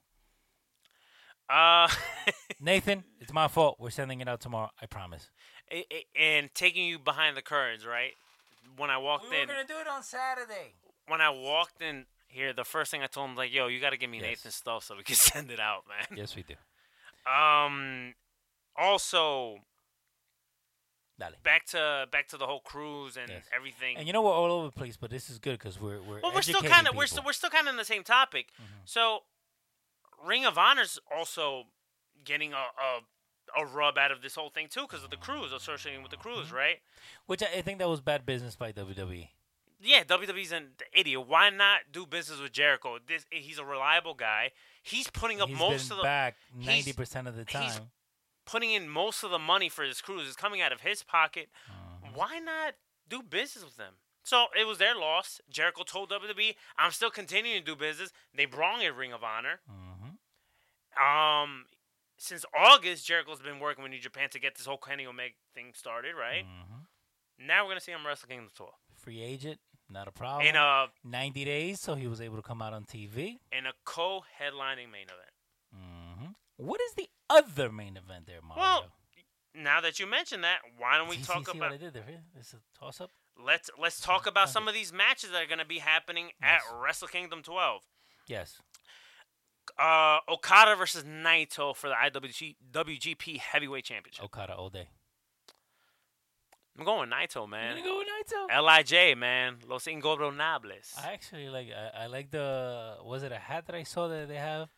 Speaker 3: Uh,
Speaker 4: Nathan, it's my fault. We're sending it out tomorrow. I promise.
Speaker 3: a- a- and taking you behind the curtains, right? When I walked in,
Speaker 4: do it on Saturday.
Speaker 3: when I walked in here, the first thing I told him like, "Yo, you got to give me
Speaker 4: Yes.
Speaker 3: Nathan's stuff so we can send it out, man."
Speaker 4: Yes, we do.
Speaker 3: Um, also
Speaker 4: Dale.
Speaker 3: back to back to the whole cruise and
Speaker 4: Yes.
Speaker 3: everything.
Speaker 4: And you know we're all over the place, but this is good because we're we're
Speaker 3: well, we're still kind of we're still, we're still kind of in the same topic.
Speaker 4: Mm-hmm.
Speaker 3: So, Ring of Honor's also getting a, a a rub out of this whole thing too because of the cruise associating with the cruise,
Speaker 4: Mm-hmm.
Speaker 3: right?
Speaker 4: which I, I think that was bad business by E. WWE.
Speaker 3: Yeah, WWE's an idiot. Why not do business with Jericho? This he's a reliable guy. He's putting up
Speaker 4: He's
Speaker 3: most
Speaker 4: been
Speaker 3: of the
Speaker 4: back
Speaker 3: he's-
Speaker 4: ninety percent of the time.
Speaker 3: he's- putting in most of the money for this cruise is coming out of his pocket.
Speaker 4: Uh-huh.
Speaker 3: Why not do business with them? So it was their loss. Jericho told WWE, "I'm still continuing to do business." They brought in Ring of Honor.
Speaker 4: Mm-hmm,
Speaker 3: Um, since August, Jericho's been working with New Japan to get this whole Kenny Omega thing started. Right now, we're gonna see him wrestle Kingdom Tour
Speaker 4: mm-hmm. Free agent, not a problem.
Speaker 3: in a
Speaker 4: ninety days, so he was able to come out on TV.
Speaker 3: in a co-headlining main event.
Speaker 4: Mm-hmm. What is the other main event there, Mario?
Speaker 3: Well, now that you mention that, why don't we
Speaker 4: see,
Speaker 3: talk
Speaker 4: see, see
Speaker 3: about
Speaker 4: what I did there? huh? It's a toss up.
Speaker 3: let's let's talk about some of these matches that are going to be happening
Speaker 4: Yes.
Speaker 3: at Wrestle Kingdom 12.
Speaker 4: Yes.
Speaker 3: Uh, Okada versus Naito for the IWG, WGP Heavyweight Championship.
Speaker 4: Okada Oh, all day.
Speaker 3: I'm going with Naito, man.
Speaker 4: Gonna go with Naito.
Speaker 3: Lij, man, Los Ingobernables.
Speaker 4: I actually like. I, I like the. Was it a hat that I saw that they have?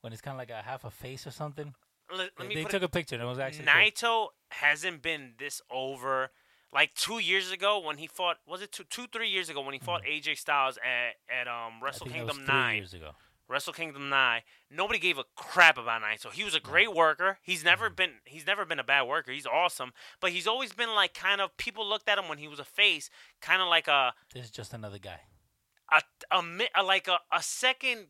Speaker 4: When it's kind of like a half a face or something.
Speaker 3: Let, let
Speaker 4: They-
Speaker 3: me
Speaker 4: they
Speaker 3: put
Speaker 4: took
Speaker 3: it,
Speaker 4: a picture. and It was actually cool.
Speaker 3: Naito hasn't been this over. Like two years ago when he fought, was it two, two three years ago when he fought AJ Styles at at um,
Speaker 4: Mm-hmm. I
Speaker 3: Wrestle
Speaker 4: think that was
Speaker 3: Kingdom
Speaker 4: three
Speaker 3: Nine?
Speaker 4: years ago.
Speaker 3: Wrestle Kingdom 9, nobody gave a crap about Naito. He was a great worker. He's never been he's never been a bad worker. He's awesome, but he's always been like kind of people looked at him when he was a face, kind of like a
Speaker 4: This is just another guy.
Speaker 3: a, a, mi- a like a, a second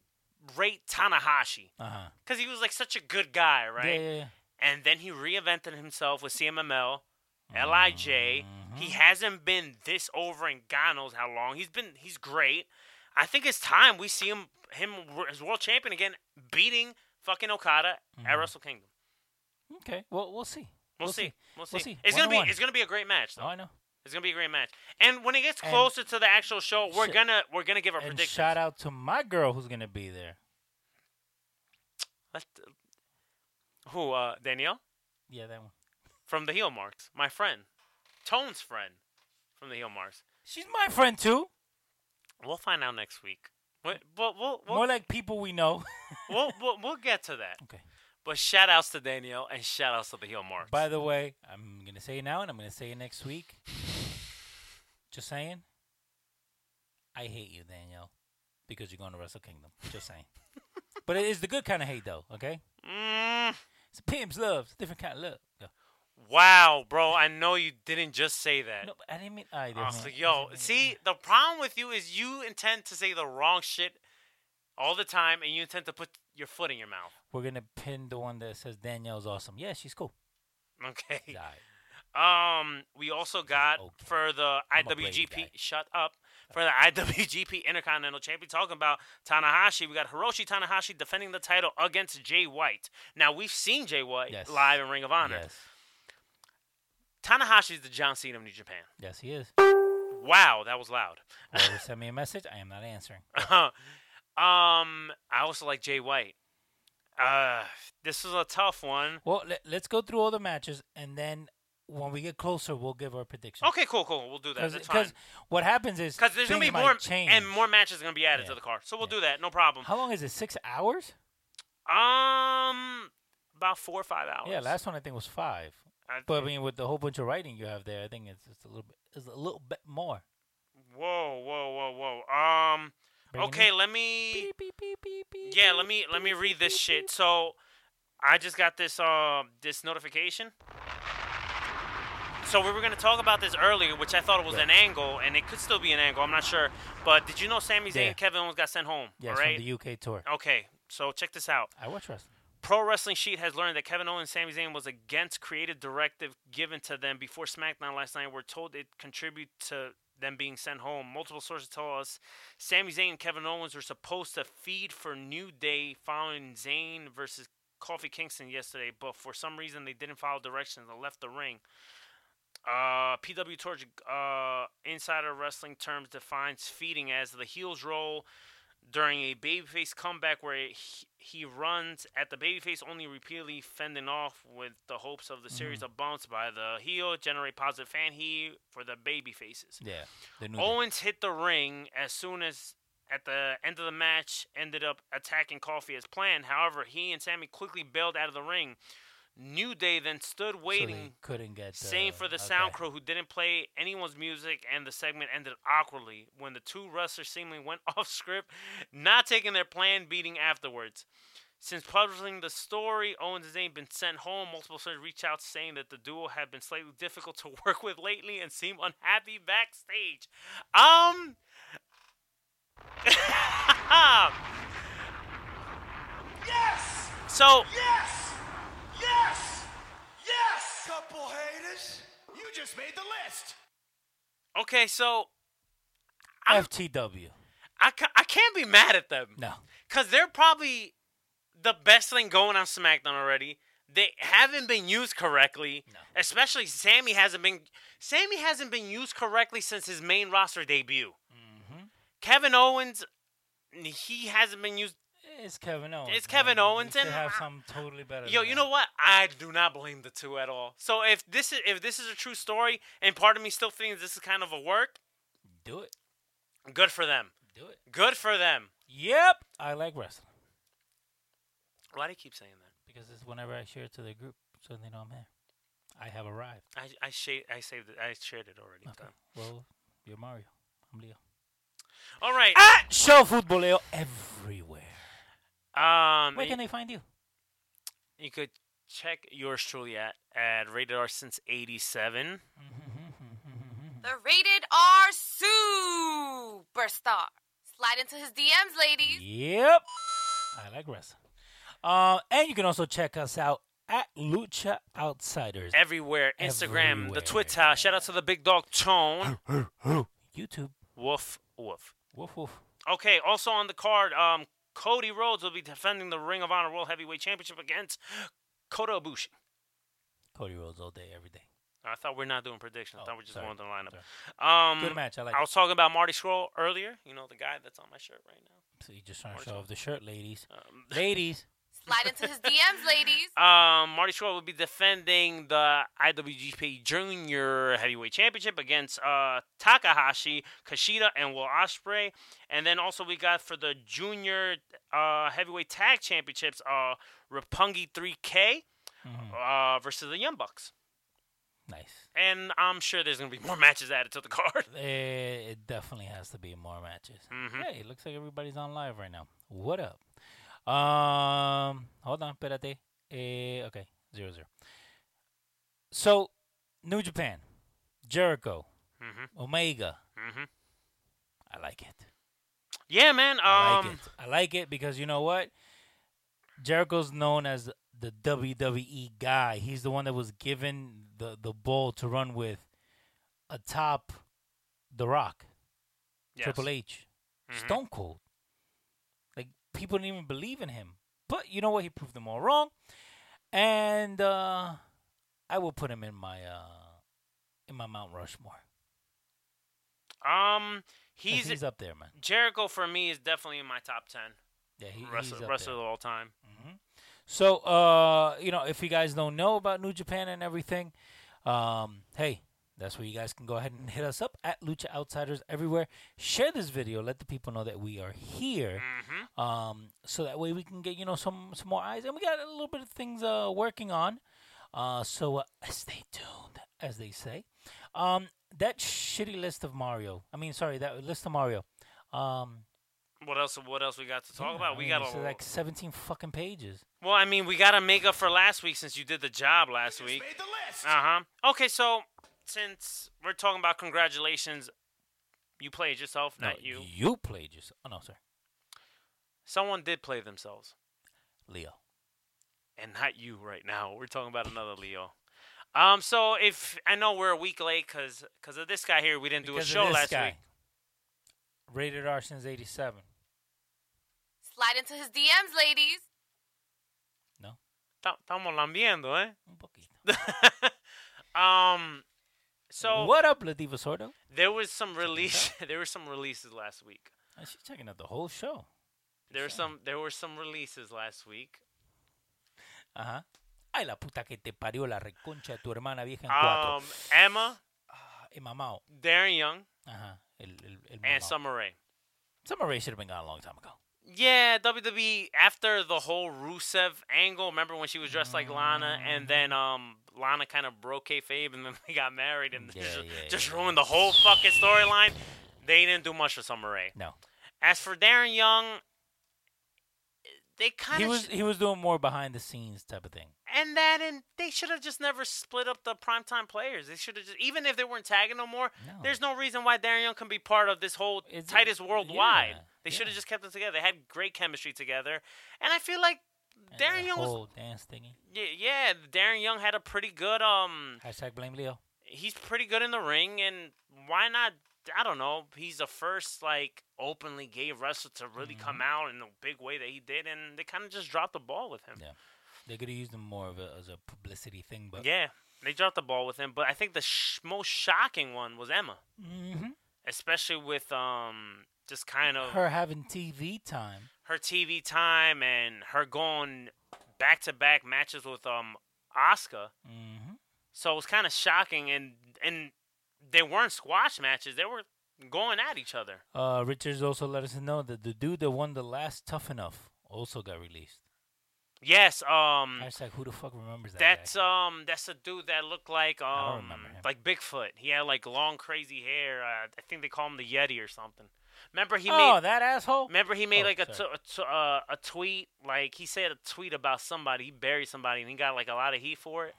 Speaker 3: rate Tanahashi
Speaker 4: Uh huh.
Speaker 3: cuz he was like such a good guy,
Speaker 4: Yeah,
Speaker 3: right?
Speaker 4: yeah, yeah.
Speaker 3: And then he reinvented himself with CMML, LIJ. He hasn't been this over in God knows how long. He's been he's great. I think it's time we see him him as world champion again, beating fucking Okada at Wrestle Kingdom.
Speaker 4: Okay. Well, we'll see.
Speaker 3: We'll, see. We'll see.
Speaker 4: One
Speaker 3: It's gonna
Speaker 4: on
Speaker 3: be
Speaker 4: one.
Speaker 3: it's gonna be a great match though.
Speaker 4: Oh, I know.
Speaker 3: It's gonna be a great match. And when it gets
Speaker 4: And-
Speaker 3: closer to the actual show, we're
Speaker 4: Shit.
Speaker 3: gonna we're gonna give our
Speaker 4: And
Speaker 3: predictions.
Speaker 4: shout out to my girl who's gonna be there.
Speaker 3: Let the- Who uh Danielle
Speaker 4: Yeah, that one.
Speaker 3: from the Heel Marks, my friend, Tone's friend from the Heel Marks.
Speaker 4: She's my friend too.
Speaker 3: We'll find out next week.
Speaker 4: Mm.
Speaker 3: But we'll we'll we'll,
Speaker 4: More like people we know.
Speaker 3: we'll, we'll, we'll get to that.
Speaker 4: okay.
Speaker 3: But shout outs to Danielle and shout outs to the heel marks.
Speaker 4: By the way, I'm gonna say it now, and I'm gonna say it next week. Just saying. I hate you, Danielle, because you're going to Wrestle Kingdom. Just saying. but it is the good kind of hate, though. Okay.
Speaker 3: mm,
Speaker 4: It's pimps love. It's a different kind of love. Go.
Speaker 3: Wow, bro, I know you didn't just say that.
Speaker 4: No, I didn't mean. I didn't.
Speaker 3: I was
Speaker 4: mean-
Speaker 3: like, yo,
Speaker 4: I didn't mean-
Speaker 3: see, the problem with you is you intend to say the wrong shit all the time, and you intend to put your foot in your mouth.
Speaker 4: We're gonna pin the one that says Danielle's awesome. Yeah, she's cool.
Speaker 3: Okay.
Speaker 4: All right.
Speaker 3: Um, we also got
Speaker 4: Okay.
Speaker 3: for the
Speaker 4: I'm a Brady guy.
Speaker 3: IWGP. Shut up. For the IWGP Intercontinental Champion, talking about Tanahashi, we got Hiroshi Tanahashi defending the title against Jay White. Now we've seen Jay White
Speaker 4: Yes.
Speaker 3: live in Ring of Honor.
Speaker 4: Yes.
Speaker 3: Tanahashi's the John Cena of New Japan.
Speaker 4: Yes, he is.
Speaker 3: Wow, that was loud.
Speaker 4: Whoever sent me a message, I am not answering.
Speaker 3: um, I also like Jay White. Uh, this is a tough one.
Speaker 4: Well, let, let's go through all the matches, and then when we get closer, we'll give our predictions.
Speaker 3: Okay, cool, cool. We'll do that. That's fine.
Speaker 4: Because what happens is
Speaker 3: Because there's gonna
Speaker 4: things
Speaker 3: be
Speaker 4: might
Speaker 3: more
Speaker 4: change.
Speaker 3: and more matches are gonna be added
Speaker 4: Yeah.
Speaker 3: to the card, so we'll
Speaker 4: Yeah.
Speaker 3: do that. No problem.
Speaker 4: How long is it? Six hours?
Speaker 3: Um, about four or five hours.
Speaker 4: Yeah, last one I think was five.
Speaker 3: I
Speaker 4: But I mean, with the whole bunch of writing you have there, I think it's just a little bit. It's a little bit more.
Speaker 3: Whoa, whoa, whoa, whoa. Um.
Speaker 4: Bring it
Speaker 3: okay,
Speaker 4: in.
Speaker 3: let me.
Speaker 4: Beep, beep, beep, beep, beep,
Speaker 3: Yeah,
Speaker 4: beep,
Speaker 3: let me let me
Speaker 4: beep,
Speaker 3: read this
Speaker 4: beep,
Speaker 3: shit.
Speaker 4: beep.
Speaker 3: So, I just got this uh this notification. So we were gonna talk about this earlier, which I thought it was
Speaker 4: Yeah.
Speaker 3: an angle, and it could still be an angle. I'm not sure. But did you know Sami Zayn
Speaker 4: Yeah.
Speaker 3: and Kevin Owens got sent home?
Speaker 4: Yes,
Speaker 3: all right.
Speaker 4: from the UK tour.
Speaker 3: okay. So check this out.
Speaker 4: I watch wrestling.
Speaker 3: Pro Wrestling Sheet has learned that Kevin Owens and Sami Zayn was against creative directive given to them before SmackDown last night. We're told it contributed to them being sent home. Multiple sources tell us Sami Zayn and Kevin Owens were supposed to feed for New Day following Zayn versus Kofi Kingston yesterday, but for some reason they didn't follow directions and left the ring. Uh, PW Torch uh, Insider Wrestling Terms defines feeding as the heels roll during a babyface comeback where he, he runs at the babyface only repeatedly fending off with the hopes of the series of bumps by the heel generate positive fan heat for the babyfaces.
Speaker 4: Yeah. The new
Speaker 3: Owens hit the ring as soon as at the end of the match ended up attacking Coffee as planned. However, he and Sammy quickly bailed out of the ring. New Day then stood
Speaker 4: so they
Speaker 3: waiting
Speaker 4: couldn't get.
Speaker 3: same
Speaker 4: uh,
Speaker 3: for the
Speaker 4: okay.
Speaker 3: sound crew who didn't play anyone's music, and the segment ended awkwardly when the two wrestlers seemingly went off script, not taking their planned beating afterwards. Since publishing the story, Owens and Zayn have been sent home. Multiple sources reached out saying that the duo have been slightly difficult to work with lately and seem unhappy backstage. Um. yes. So
Speaker 5: Yes! Yes! Yes! Couple haters, you just made the list.
Speaker 3: okay, so I'm-
Speaker 4: FTW.
Speaker 3: I, ca- I can't be mad at them.
Speaker 4: No.
Speaker 3: Because they're probably the best thing going on SmackDown already. They haven't been used correctly. Especially Sammy hasn't been Sammy hasn't been used correctly since his main roster debut. Mm-hmm. Kevin Owens he hasn't been used
Speaker 4: It's Kevin Owens.
Speaker 3: It's
Speaker 4: man.
Speaker 3: Kevin
Speaker 4: You
Speaker 3: Owens
Speaker 4: should
Speaker 3: and-
Speaker 4: have some totally better.
Speaker 3: Yo,
Speaker 4: than
Speaker 3: you
Speaker 4: that.
Speaker 3: know what? I do not blame the two at all. So if this is if this is a true story and part of me still thinks this is kind of a work,
Speaker 4: Do it.
Speaker 3: good for them.
Speaker 4: Do it.
Speaker 3: Good for them.
Speaker 4: Yep. I like wrestling
Speaker 3: Why do you keep saying that?
Speaker 4: because it's whenever I share it to the group, so they know I'm here. I have arrived.
Speaker 3: I I, sha- I saved it. I shared it already.
Speaker 4: Okay. Well, you're Mario. I'm Leo.
Speaker 3: All right.
Speaker 4: At Show Football Leo everywhere.
Speaker 3: Um,
Speaker 4: Where
Speaker 3: y-
Speaker 4: can they find you?
Speaker 3: you could check yours truly at, at Rated R since 87.
Speaker 1: The rated R superstar. Slide into his DMs, ladies.
Speaker 4: Yep. I like wrestling. Uh, and you can also check us out at Lucha Outsiders.
Speaker 3: Everywhere. Instagram,
Speaker 4: Everywhere.
Speaker 3: the Twitter. Shout out to the big dog Tone.
Speaker 4: YouTube.
Speaker 3: woof, woof.
Speaker 4: Woof woof.
Speaker 3: Okay, also on the card, um, Cody Rhodes will be defending the Ring of Honor World Heavyweight Championship against Kota Ibushi.
Speaker 4: Cody Rhodes all day, every day.
Speaker 3: I thought we're not doing predictions. I
Speaker 4: Oh,
Speaker 3: thought we are just
Speaker 4: sorry,
Speaker 3: going to the lineup. Um,
Speaker 4: Good match. I like
Speaker 3: I
Speaker 4: it.
Speaker 3: was talking about Marty Scroll earlier. You know, the guy that's on my shirt right now.
Speaker 4: So you just trying to show off the shirt, ladies.
Speaker 3: Um,
Speaker 4: Ladies.
Speaker 1: Slide into his DMs, ladies.
Speaker 3: Um, Marty Scurll will be defending the IWGP Junior Heavyweight Championship against uh, Takahashi, Kushida, and Will Ospreay. And then also we got for the Junior uh, Heavyweight Tag Championships, uh, Rapungi 3K uh, versus the Young Bucks.
Speaker 4: Mm-hmm. Nice.
Speaker 3: And I'm sure there's gonna be more matches added to the card. Mm-hmm,
Speaker 4: Eh, It definitely has to be more matches. Hey, it looks like everybody's on live right now. What up? Um, hold on, espérate. Eh, okay, zero zero. So, New Japan, Jericho,
Speaker 3: mm-hmm,
Speaker 4: Omega.
Speaker 3: Mhm.
Speaker 4: I like it.
Speaker 3: Yeah, man. Um,
Speaker 4: I like it. I like it because you know what? Jericho's known as the WWE guy. He's the one that was given the the ball to run with atop The Rock,
Speaker 3: yes. Mm-hmm.
Speaker 4: Triple H, Stone Cold. Like people didn't even believe in him. But you know what? He proved them all wrong. And uh I will put him in my uh in my Mount Rushmore. 'Cause
Speaker 3: Um, he's,
Speaker 4: he's up there, man.
Speaker 3: Jericho for me is definitely in my top ten
Speaker 4: Yeah, he,
Speaker 3: wrestler
Speaker 4: he's up
Speaker 3: wrestler
Speaker 4: there.
Speaker 3: of all time.
Speaker 4: Mm-hmm. So, uh, you know, if you guys don't know about New Japan and everything, um, hey, that's where you guys can go ahead and hit us up at Lucha Outsiders everywhere. Share this video, let the people know that we are here,
Speaker 3: Mm-hmm.
Speaker 4: um, so that way we can get you know some some more eyes, and we got a little bit of things uh, working on. Uh, so uh, stay tuned, as they say. Um, that shitty list of Mario. I mean, sorry, that list of Mario. Um,
Speaker 3: What else? What else we got to talk
Speaker 4: yeah,
Speaker 3: about?
Speaker 4: I
Speaker 3: We
Speaker 4: mean,
Speaker 3: got
Speaker 4: it's
Speaker 3: a
Speaker 4: like seventeen fucking pages.
Speaker 3: well. I mean, we got to make up for last week since you did the job last week.
Speaker 5: Made the list.
Speaker 3: Uh huh. Okay, so since we're talking about congratulations, you played yourself, not you.
Speaker 4: Oh, You played yourself. Oh no, sir.
Speaker 3: Someone did play themselves,
Speaker 4: Leo.
Speaker 3: and not you right now. We're talking about another Leo. Um, so if I know we're a week late because of this guy here, we didn't do a
Speaker 4: Because of
Speaker 3: show
Speaker 4: this
Speaker 3: last
Speaker 4: guy.
Speaker 3: week.
Speaker 4: Rated R since '87.
Speaker 1: Slide into his DMs, ladies.
Speaker 4: No,
Speaker 3: Ta- Estamos lambiendo, eh?
Speaker 4: un poquito.
Speaker 3: Um, so
Speaker 4: what up, La Diva Sordo?
Speaker 3: there was some release. there were some releases last week.
Speaker 4: Uh, She's checking out the whole show.
Speaker 3: There were some. There were some releases last week.
Speaker 4: Uh
Speaker 3: Uh-huh.
Speaker 4: huh. Ay, la puta que te parió la reconcha de tu hermana vieja en cuatro.
Speaker 3: Um, Emma,
Speaker 4: Ah, el mamao.
Speaker 3: Darren Young,
Speaker 4: Ajá. El, el, el
Speaker 3: and
Speaker 4: mamao.
Speaker 3: Summer Rae.
Speaker 4: Summer Rae should have been gone a long time ago.
Speaker 3: Yeah, WWE after the whole Rusev angle. Remember when she was dressed like Lana, and then um Lana kind of broke kayfabe, and then they got married, and
Speaker 4: Yeah,
Speaker 3: just,
Speaker 4: yeah,
Speaker 3: just
Speaker 4: yeah.
Speaker 3: ruined the whole fucking storyline. They didn't do much for Summer Rae.
Speaker 4: No,
Speaker 3: As for Darren Young, they kind
Speaker 4: he
Speaker 3: of
Speaker 4: was he was doing more behind the scenes type of thing.
Speaker 3: And that, and they should have just never split up the primetime players. They should have just, even if they weren't tagging no more,
Speaker 4: No.
Speaker 3: there's no reason why Darren Young can be part of this whole
Speaker 4: It's-
Speaker 3: Titus worldwide.
Speaker 4: yeah,
Speaker 3: they should
Speaker 4: yeah.
Speaker 3: have just kept them together. They had great chemistry together. And I feel like
Speaker 4: And
Speaker 3: Darren
Speaker 4: the
Speaker 3: Young was,
Speaker 4: whole dance thingy.
Speaker 3: yeah, yeah, Darren Young had a pretty good, um,
Speaker 4: Hashtag blame Leo.
Speaker 3: he's pretty good in the ring. And why not? I don't know. He's the first, like, openly gay wrestler to really
Speaker 4: Mm-hmm.
Speaker 3: come out in the big way that he did. And they kind of just dropped the ball with him.
Speaker 4: Yeah. They could have used him more of a, as a publicity thing, but
Speaker 3: Yeah, they dropped the ball with him, but I think the sh- most shocking one was Emma,
Speaker 4: Mhm.
Speaker 3: especially with um just kind of her,
Speaker 4: her having TV time.
Speaker 3: TV time and her going back to back matches with um Oscar.
Speaker 4: hmm
Speaker 3: So it was kind of shocking, and and they weren't squash matches; they were going at each other.
Speaker 4: Uh, Richards also let us know that the dude that won the last Tough Enough also got released.
Speaker 3: Yes, um,
Speaker 4: Hashtag who the fuck remembers that? guy?
Speaker 3: that's um that's a dude that looked like
Speaker 4: don't
Speaker 3: um
Speaker 4: remember him.
Speaker 3: like Bigfoot. He had like long crazy hair. Uh, I think they call him the Yeti or something. Remember he
Speaker 4: oh,
Speaker 3: made
Speaker 4: that asshole.
Speaker 3: Remember, he made
Speaker 4: Oh,
Speaker 3: like a, t-
Speaker 4: sorry.
Speaker 3: a, t- uh, a tweet. Like he said a tweet about somebody. He buried somebody, and he got like a lot of heat for it.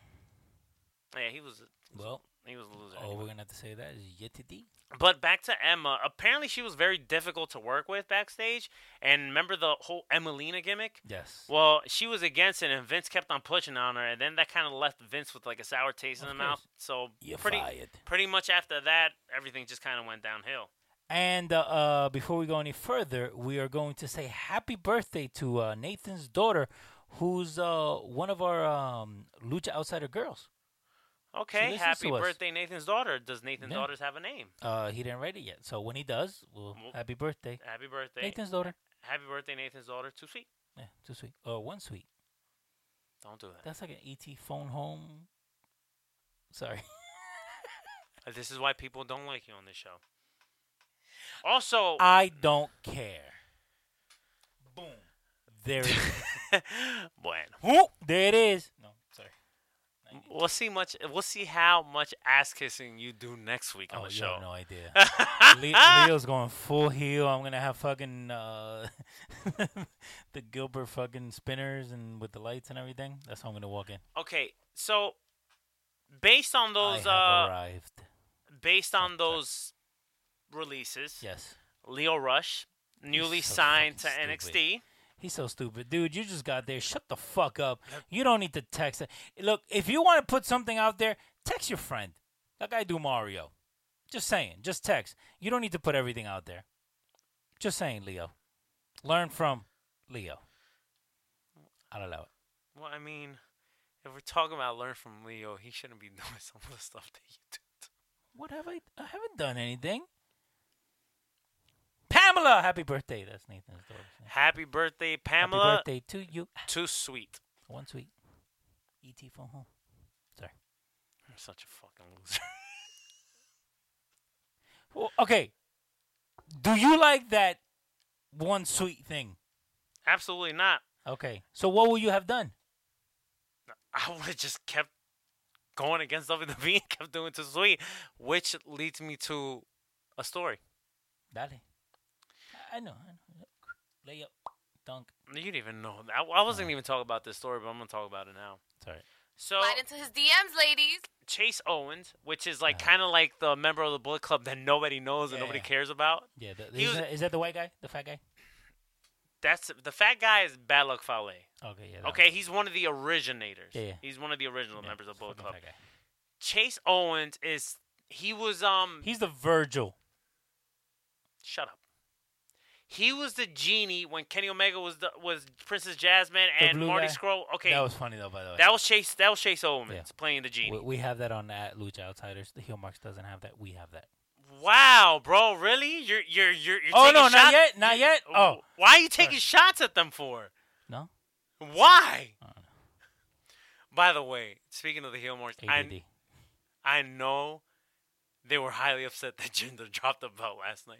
Speaker 3: Yeah, he was
Speaker 4: Well,
Speaker 3: he was a loser.
Speaker 4: all we're gonna have to say that is Yeti D.
Speaker 3: But back to Emma. Apparently, she was very difficult to work with backstage. And remember the whole Emelina gimmick.
Speaker 4: Yes.
Speaker 3: Well, she was against it, and Vince kept on pushing on her, and then that kind of left Vince with like a sour taste in
Speaker 4: Of
Speaker 3: the mouth.
Speaker 4: course.
Speaker 3: So
Speaker 4: You're
Speaker 3: pretty
Speaker 4: fired.
Speaker 3: pretty much after that, everything just kind of went downhill.
Speaker 4: And uh, uh, before we go any further, we are going to say happy birthday to uh, Nathan's daughter, who's uh, one of our um, Lucha Outsider girls.
Speaker 3: Okay,
Speaker 4: listens
Speaker 3: happy
Speaker 4: to us.
Speaker 3: birthday, Nathan's daughter. Does Nathan's
Speaker 4: Yeah.
Speaker 3: daughters have a name?
Speaker 4: Uh, he didn't write it yet, so when he does, well,
Speaker 3: Well,
Speaker 4: happy birthday,
Speaker 3: Happy birthday,
Speaker 4: Nathan's daughter.
Speaker 3: Happy birthday, Nathan's daughter. Too sweet.
Speaker 4: Yeah, too sweet. Uh, one sweet.
Speaker 3: Don't do that.
Speaker 4: That's like an ET phone home. Sorry.
Speaker 3: This is why people don't like you on this show. Also,
Speaker 4: I don't care. Boom. There it is.
Speaker 3: bueno,
Speaker 4: Whoop, there it is. No, sorry.
Speaker 3: we'll see much. We'll see how much ass kissing you do next week on
Speaker 4: Oh,
Speaker 3: the
Speaker 4: you
Speaker 3: show.
Speaker 4: have no idea. Le- Leo's going full heel. I'm gonna have fucking uh, the Gilbert fucking spinners and with the lights and everything. That's how I'm gonna walk in.
Speaker 3: Okay, so based on those
Speaker 4: I have
Speaker 3: uh,
Speaker 4: arrived.
Speaker 3: based on those releases,
Speaker 4: Yes.
Speaker 3: Leo Rush newly
Speaker 4: so
Speaker 3: signed to
Speaker 4: fucking stupid.
Speaker 3: NXT.
Speaker 4: He's so stupid, dude. You just got there. Shut the fuck up. You don't need to text. it. Look, if you want to put something out there, text your friend, like I do Mario. Just saying, just text. You don't need to put everything out there. Just saying, Leo. Learn from Leo. I'll allow it.
Speaker 3: Well, I mean, if we're talking about learn from Leo, he shouldn't be doing some of the stuff that you do.
Speaker 4: What have I? I haven't done anything. Pamela, happy birthday. That's Nathan's daughter.
Speaker 3: Happy birthday, Pamela.
Speaker 4: Happy birthday to you.
Speaker 3: Too sweet.
Speaker 4: One sweet. ET phone home. Sorry.
Speaker 3: I'm such a fucking loser.
Speaker 4: Well, okay. Do you like that one sweet thing?
Speaker 3: Absolutely not.
Speaker 4: Okay. So what would you have done?
Speaker 3: I would have just kept going against WWE and kept doing too sweet, which leads me to a story.
Speaker 4: Dale. I- I know. I know. Lay up. Dunk.
Speaker 3: You didn't even know. I, I wasn't even talking about this story, but I'm gonna talk about it now.
Speaker 4: Sorry.
Speaker 3: So
Speaker 1: Slide into his DMs, ladies.
Speaker 3: Chase Owens, which is like kind of like the member of the Bullet Club that nobody knows and
Speaker 4: Yeah,
Speaker 3: nobody
Speaker 4: yeah.
Speaker 3: cares about.
Speaker 4: Yeah. The,
Speaker 3: He
Speaker 4: is,
Speaker 3: was-
Speaker 4: that, is that the white guy? The fat guy?
Speaker 3: That's the fat guy is Bad Luck Fale.
Speaker 4: Okay. Yeah. that
Speaker 3: Okay, he's one of the originators.
Speaker 4: Yeah, yeah.
Speaker 3: He's one of the original
Speaker 4: one. Yeah,
Speaker 3: members of Bullet
Speaker 4: fucking
Speaker 3: Club.
Speaker 4: fat guy.
Speaker 3: Chase Owens is he was um
Speaker 4: He's the Virgil.
Speaker 3: shut up. He was the genie when Kenny Omega was the, was Princess Jasmine and
Speaker 4: blue
Speaker 3: Marty
Speaker 4: guy?
Speaker 3: Scroll. Okay,
Speaker 4: That was funny though, by the way.
Speaker 3: Chase that was Chase Owens
Speaker 4: Yeah.
Speaker 3: playing the genie.
Speaker 4: we, we have that on at Lucha Outsiders. The heel marks doesn't have that. We have that.
Speaker 3: Wow, bro, really? You're you're you're, you're
Speaker 4: Oh,
Speaker 3: taking
Speaker 4: no, not
Speaker 3: shots?
Speaker 4: yet, not
Speaker 3: You-
Speaker 4: yet? Oh.
Speaker 3: why are you taking shots at them for?
Speaker 4: No.
Speaker 3: Why? By the way, speaking of the heel marks, I
Speaker 4: ADD.
Speaker 3: I know they were highly upset that Jinder dropped the belt last night.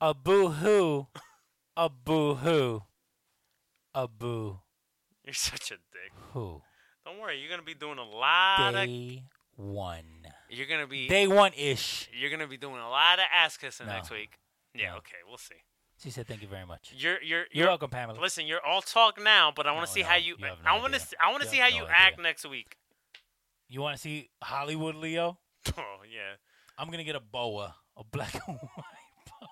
Speaker 4: A boo hoo. A boo hoo. A boo
Speaker 3: You're such a dick.
Speaker 4: hoo.
Speaker 3: Don't worry, you're gonna be doing a lot of
Speaker 4: Day one.
Speaker 3: you're gonna be
Speaker 4: Day one ish.
Speaker 3: you're gonna be doing a lot of ass kissing
Speaker 4: No.
Speaker 3: next week. Yeah,
Speaker 4: No.
Speaker 3: okay, we'll see.
Speaker 4: She said, "Thank you very much."
Speaker 3: You're you're
Speaker 4: You're welcome, Pamela.
Speaker 3: Listen, you're all talk now, but I want
Speaker 4: No,
Speaker 3: to see
Speaker 4: no,
Speaker 3: how you.
Speaker 4: you have no
Speaker 3: I want
Speaker 4: idea.
Speaker 3: to. I want
Speaker 4: You
Speaker 3: to see how
Speaker 4: have
Speaker 3: you
Speaker 4: no
Speaker 3: act
Speaker 4: idea.
Speaker 3: next week.
Speaker 4: You want to see Hollywood Leo?
Speaker 3: Oh yeah,
Speaker 4: I'm gonna get a boa, a black and white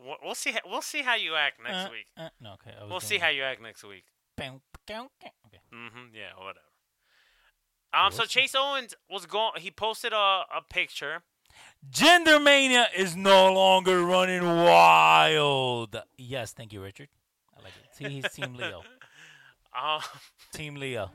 Speaker 3: we'll, we'll see. How, we'll see how you act
Speaker 4: boa.
Speaker 3: next
Speaker 4: Uh,
Speaker 3: week.
Speaker 4: uh, no, okay. I was
Speaker 3: We'll
Speaker 4: doing
Speaker 3: see how you act next week.
Speaker 4: Bam, bam, bam. Okay.
Speaker 3: Mm-hmm. Yeah, whatever. Um. So
Speaker 4: We'll see.
Speaker 3: Chase Owens was going. He posted a a picture.
Speaker 4: Gender mania is no longer running wild. Yes, thank you, Richard. I like it. See, he's Team Leo.
Speaker 3: Um.
Speaker 4: Team Leo.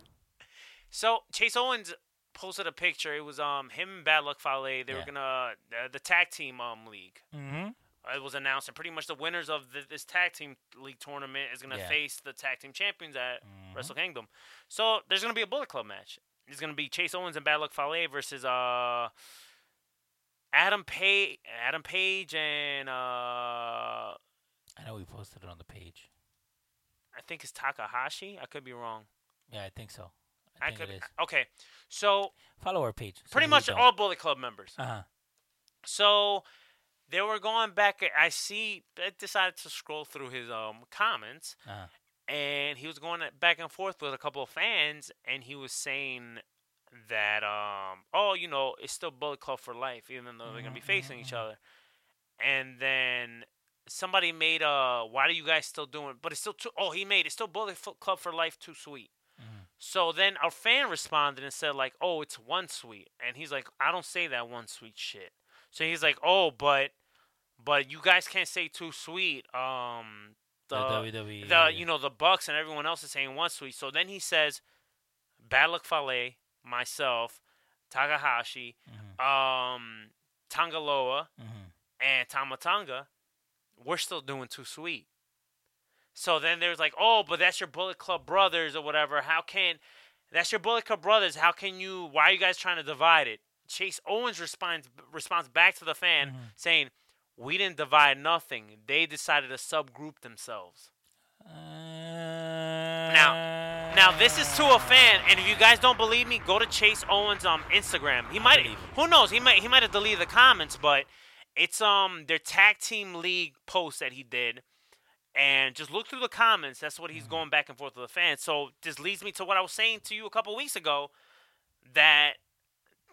Speaker 3: So Chase Owens posted a picture. It was um him and Bad Luck Fale. They were
Speaker 4: Yeah.
Speaker 3: gonna uh, the tag team um league.
Speaker 4: Mm-hmm.
Speaker 3: uh, It was announced, and pretty much the winners of th this tag team league tournament is gonna
Speaker 4: Yeah. Mm-hmm.
Speaker 3: face the tag team champions at Wrestle Kingdom. So there's gonna be a Bullet Club match. It's gonna be Chase Owens and Bad Luck Fale versus uh Adam Page, Adam Page, and uh
Speaker 4: I know we posted it on the page.
Speaker 3: I think it's Takahashi. I could be wrong.
Speaker 4: Yeah, I think so. I,
Speaker 3: I,
Speaker 4: think
Speaker 3: could.
Speaker 4: it is.
Speaker 3: Okay, so
Speaker 4: Follow our page.
Speaker 3: pretty much all Bullet Club members.
Speaker 4: Uh huh.
Speaker 3: So they were going back. I see. I decided to scroll through his um comments,
Speaker 4: Uh-huh.
Speaker 3: and he was going back and forth with a couple of fans, and he was saying that um oh you know it's still Bullet Club for life, even though they're gonna be facing each other. And then somebody made a why do you guys still doing? But it's still too. Oh, he made it's still Bullet Fo- Club for life too sweet.
Speaker 4: Mm-hmm.
Speaker 3: So then our fan responded and said like, "Oh, it's one sweet," and he's like, "I don't say that one sweet shit." So he's like, "Oh, but, but you guys can't say too sweet." Um,
Speaker 4: The E,
Speaker 3: the,
Speaker 4: WWE.
Speaker 3: the you know the Bucks and everyone else is saying one sweet. So then he says, "Bad luck, Fale, myself, Takahashi, um, Tangaloa,
Speaker 4: Mm-hmm.
Speaker 3: and Tamatanga, we're still doing too sweet. So then there's like, oh, but that's your Bullet Club brothers or whatever. How can that's your Bullet Club brothers? How can you? Why are you guys trying to divide it? Chase Owens responds responds back to the fan saying, "We didn't divide nothing. They decided to subgroup themselves."
Speaker 4: Mm-hmm. now,
Speaker 3: Now this is to a fan, and if you guys don't believe me, go to Chase Owens um Instagram. He might,
Speaker 4: believe you.
Speaker 3: who knows? He might, he might have deleted the comments, but it's um their tag team league post that he did, and just look through the comments. That's what
Speaker 4: Mm-hmm.
Speaker 3: he's going back and forth with the fans. So this leads me to what I was saying to you a couple weeks ago, that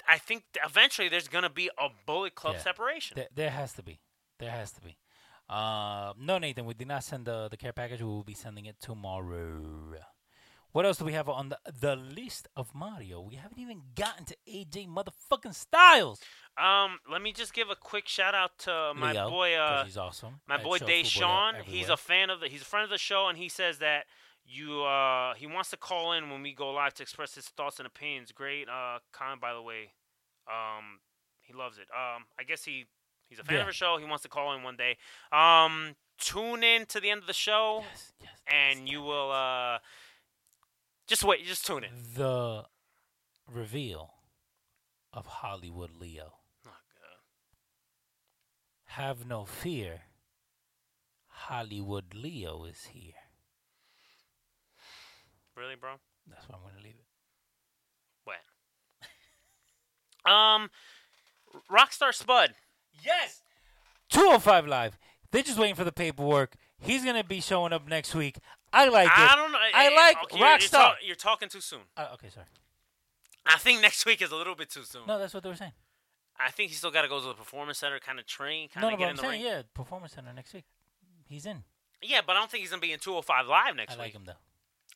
Speaker 3: I think th- eventually there's gonna be a Bullet Club
Speaker 4: Yeah.
Speaker 3: separation.
Speaker 4: There, there has to be. There has to be. Uh, no, Nathan, we did not send the, the care package. We will be sending it tomorrow. What else do we have on the, the list of Mario? We haven't even gotten to AJ motherfucking Styles.
Speaker 3: Um, let me just give a quick shout out to my
Speaker 4: Leo,
Speaker 3: boy.
Speaker 4: 'cause
Speaker 3: Uh,
Speaker 4: he's awesome.
Speaker 3: my
Speaker 4: At
Speaker 3: boy
Speaker 4: Show
Speaker 3: Deshaun.
Speaker 4: Football
Speaker 3: He's
Speaker 4: everywhere.
Speaker 3: a fan of the. He's a friend of the show, and he says that you. Uh, he wants to call in when we go live to express his thoughts and opinions. Great uh, comment, by the way. Um, he loves it. Um, I guess he he's a fan
Speaker 4: Yeah.
Speaker 3: of our show. He wants to call in one day. Um, tune in to the end of the show,
Speaker 4: Yes, yes.
Speaker 3: and you will. Uh, just wait. Just tune in.
Speaker 4: The reveal of Hollywood Leo.
Speaker 3: Oh, God.
Speaker 4: Have no fear. Hollywood Leo is here.
Speaker 3: Really, bro?
Speaker 4: That's where I'm going to leave it.
Speaker 3: What? um, Rockstar Spud.
Speaker 4: Yes! 205 Live. They're just waiting for the paperwork. He's going to be showing up next week. I like it.
Speaker 3: I don't know.
Speaker 4: I
Speaker 3: eh,
Speaker 4: like
Speaker 3: okay, you're- You're,
Speaker 4: Rockstar.
Speaker 3: talk- you're talking too soon.
Speaker 4: Uh, okay, sorry.
Speaker 3: I think next week is a little bit too soon.
Speaker 4: No, that's what they were saying.
Speaker 3: I think he's still got to go to the performance center, kind of train, kind
Speaker 4: No,
Speaker 3: of
Speaker 4: no, but
Speaker 3: get in
Speaker 4: I'm
Speaker 3: the
Speaker 4: saying,
Speaker 3: ring.
Speaker 4: yeah, Performance Center next week. He's in.
Speaker 3: Yeah, but I don't think he's gonna be in 205 live next
Speaker 4: I like
Speaker 3: week.
Speaker 4: him, though.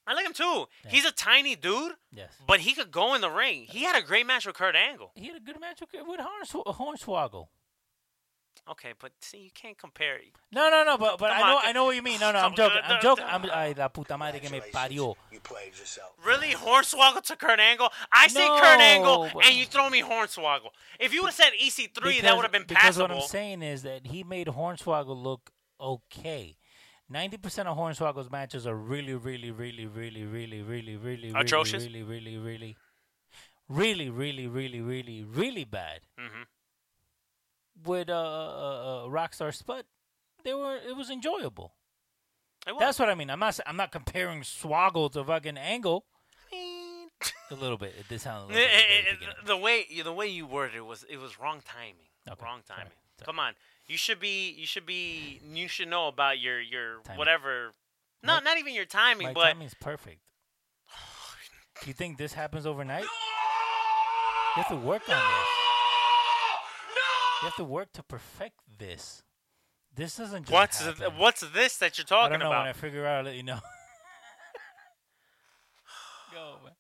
Speaker 3: I like him too. He's a tiny dude,
Speaker 4: Yes.
Speaker 3: but he could go in the ring. He had a great match with Kurt Angle.
Speaker 4: He had a good match with, with Hornsw- Hornswoggle.
Speaker 3: Okay, but see, you can't compare. it.
Speaker 4: No, no, no, but, but I
Speaker 3: Come on,
Speaker 4: know
Speaker 3: c-
Speaker 4: I know what you mean. No, no, I'm
Speaker 3: come on,
Speaker 4: joking.
Speaker 3: uh,
Speaker 4: I'm joking.
Speaker 3: uh,
Speaker 4: I'm, ay, la puta madre que me parió.
Speaker 2: Congratulations, You played yourself.
Speaker 3: Really, Hornswoggle to Kurt Angle? I say Kurt Angle,
Speaker 4: No, but-
Speaker 3: and you throw me Hornswoggle. If you would have said EC3, that
Speaker 4: Because-
Speaker 3: would have been
Speaker 4: Because
Speaker 3: passable.
Speaker 4: what I'm saying is that he made Hornswoggle look okay. Ninety percent of Hornswoggle's matches are really, really, really, really, really, really, really, really,
Speaker 3: Atrocious?
Speaker 4: really, really, really, really, really, really, really, really bad.
Speaker 3: Mhm.
Speaker 4: With uh, uh, uh, Rockstar Spud, they were. It was enjoyable.
Speaker 3: It was.
Speaker 4: That's what I mean. I'm not. s- I'm not comparing Swoggle to fucking Angle. A little bit. It did sound a
Speaker 3: Eh,
Speaker 4: little bit.
Speaker 3: eh,
Speaker 4: at the
Speaker 3: eh,
Speaker 4: beginning.
Speaker 3: the way the way you worded it was it was wrong timing.
Speaker 4: Okay,
Speaker 3: Wrong
Speaker 4: sorry,
Speaker 3: timing.
Speaker 4: sorry.
Speaker 3: Come on, you should be you should be you should know about your your
Speaker 4: Timing.
Speaker 3: whatever. No, not even your timing,
Speaker 4: My
Speaker 3: but
Speaker 4: timing's perfect. Do you think this happens overnight? You have to work on this. You have to work to perfect this. This doesn't just
Speaker 3: what's th-
Speaker 4: happen.
Speaker 3: what's this that you're
Speaker 4: I
Speaker 3: talking
Speaker 4: don't know. When I
Speaker 3: about?
Speaker 4: figure out, I'll let you know. Go, man.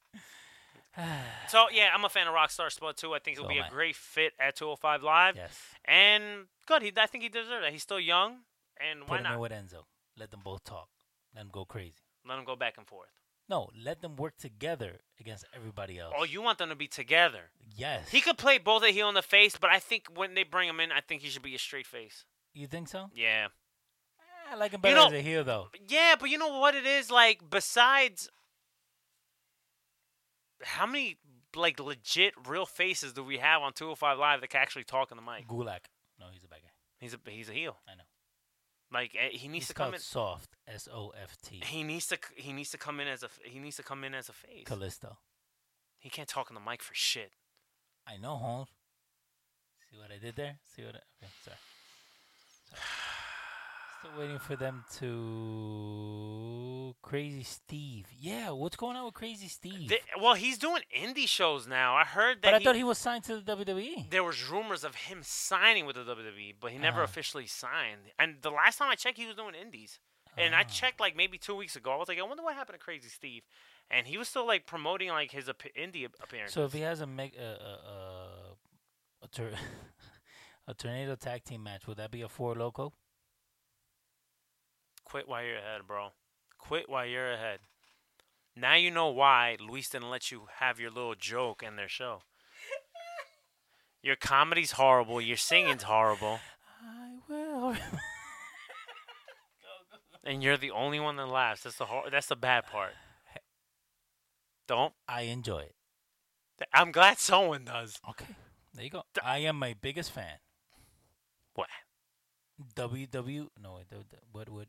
Speaker 3: So yeah, I'm a fan of Rockstar Spud too. I think it'll
Speaker 4: So
Speaker 3: be
Speaker 4: am
Speaker 3: a
Speaker 4: I.
Speaker 3: great fit at 205 Live.
Speaker 4: Yes.
Speaker 3: And good, he I think he deserves that. He's still young, and
Speaker 4: Put
Speaker 3: why
Speaker 4: him in
Speaker 3: not?
Speaker 4: with Enzo. Let them both talk. Let them go crazy.
Speaker 3: Let him go back and forth.
Speaker 4: No, let them work together against everybody else.
Speaker 3: Oh, you want them to be together?
Speaker 4: yes.
Speaker 3: He could play both a heel and the face, but I think when they bring him in, I think he should be a straight face.
Speaker 4: You think so?
Speaker 3: Yeah.
Speaker 4: I like him better
Speaker 3: know-
Speaker 4: as a heel, though.
Speaker 3: Yeah, but you know what it is like. Besides, how many like legit real faces do we have on 205 Live that can actually talk on the mic?
Speaker 4: Gulak. No, he's a bad guy.
Speaker 3: He's a he's a heel.
Speaker 4: I know.
Speaker 3: Like eh, he needs
Speaker 4: He's
Speaker 3: to come
Speaker 4: called
Speaker 3: in.
Speaker 4: Soft. S O F T.
Speaker 3: He needs to c- he needs to come in as a f- he needs to come in as a face.
Speaker 4: Callisto.
Speaker 3: He can't talk on the mic for shit.
Speaker 4: I know, Holmes. See what I did there? See what I. Okay, sorry. Sorry. Still waiting for them to. Crazy Steve. Yeah, what's going on with Crazy Steve?
Speaker 3: Th- well, he's doing indie shows now. I heard that.
Speaker 4: but I
Speaker 3: he-
Speaker 4: thought he was signed to the E. WWE.
Speaker 3: there was rumors of him signing with the WWE, but he never
Speaker 4: Uh-huh.
Speaker 3: officially signed. And the last time I checked, he was doing indies. And
Speaker 4: Oh.
Speaker 3: I checked like maybe two weeks ago. I was like, I wonder what happened to Crazy Steve. And he was still like promoting like his ap- indie ap- appearance.
Speaker 4: So if he has a make a a a, a, tor- a tornado tag team match, would that be a four loco?
Speaker 3: Quit while you're ahead, bro. Quit while you're ahead. Now you know why Luis didn't let you have your little joke in their show. Your comedy's horrible. Your singing's horrible.
Speaker 4: I will.
Speaker 3: And you're the only one that laughs. That's the hor- that's the bad part. Don't.
Speaker 4: I enjoy it.
Speaker 3: I'm glad someone does.
Speaker 4: Okay, there you go. I am my biggest fan.
Speaker 3: What?
Speaker 4: WW no wait, the- the- what would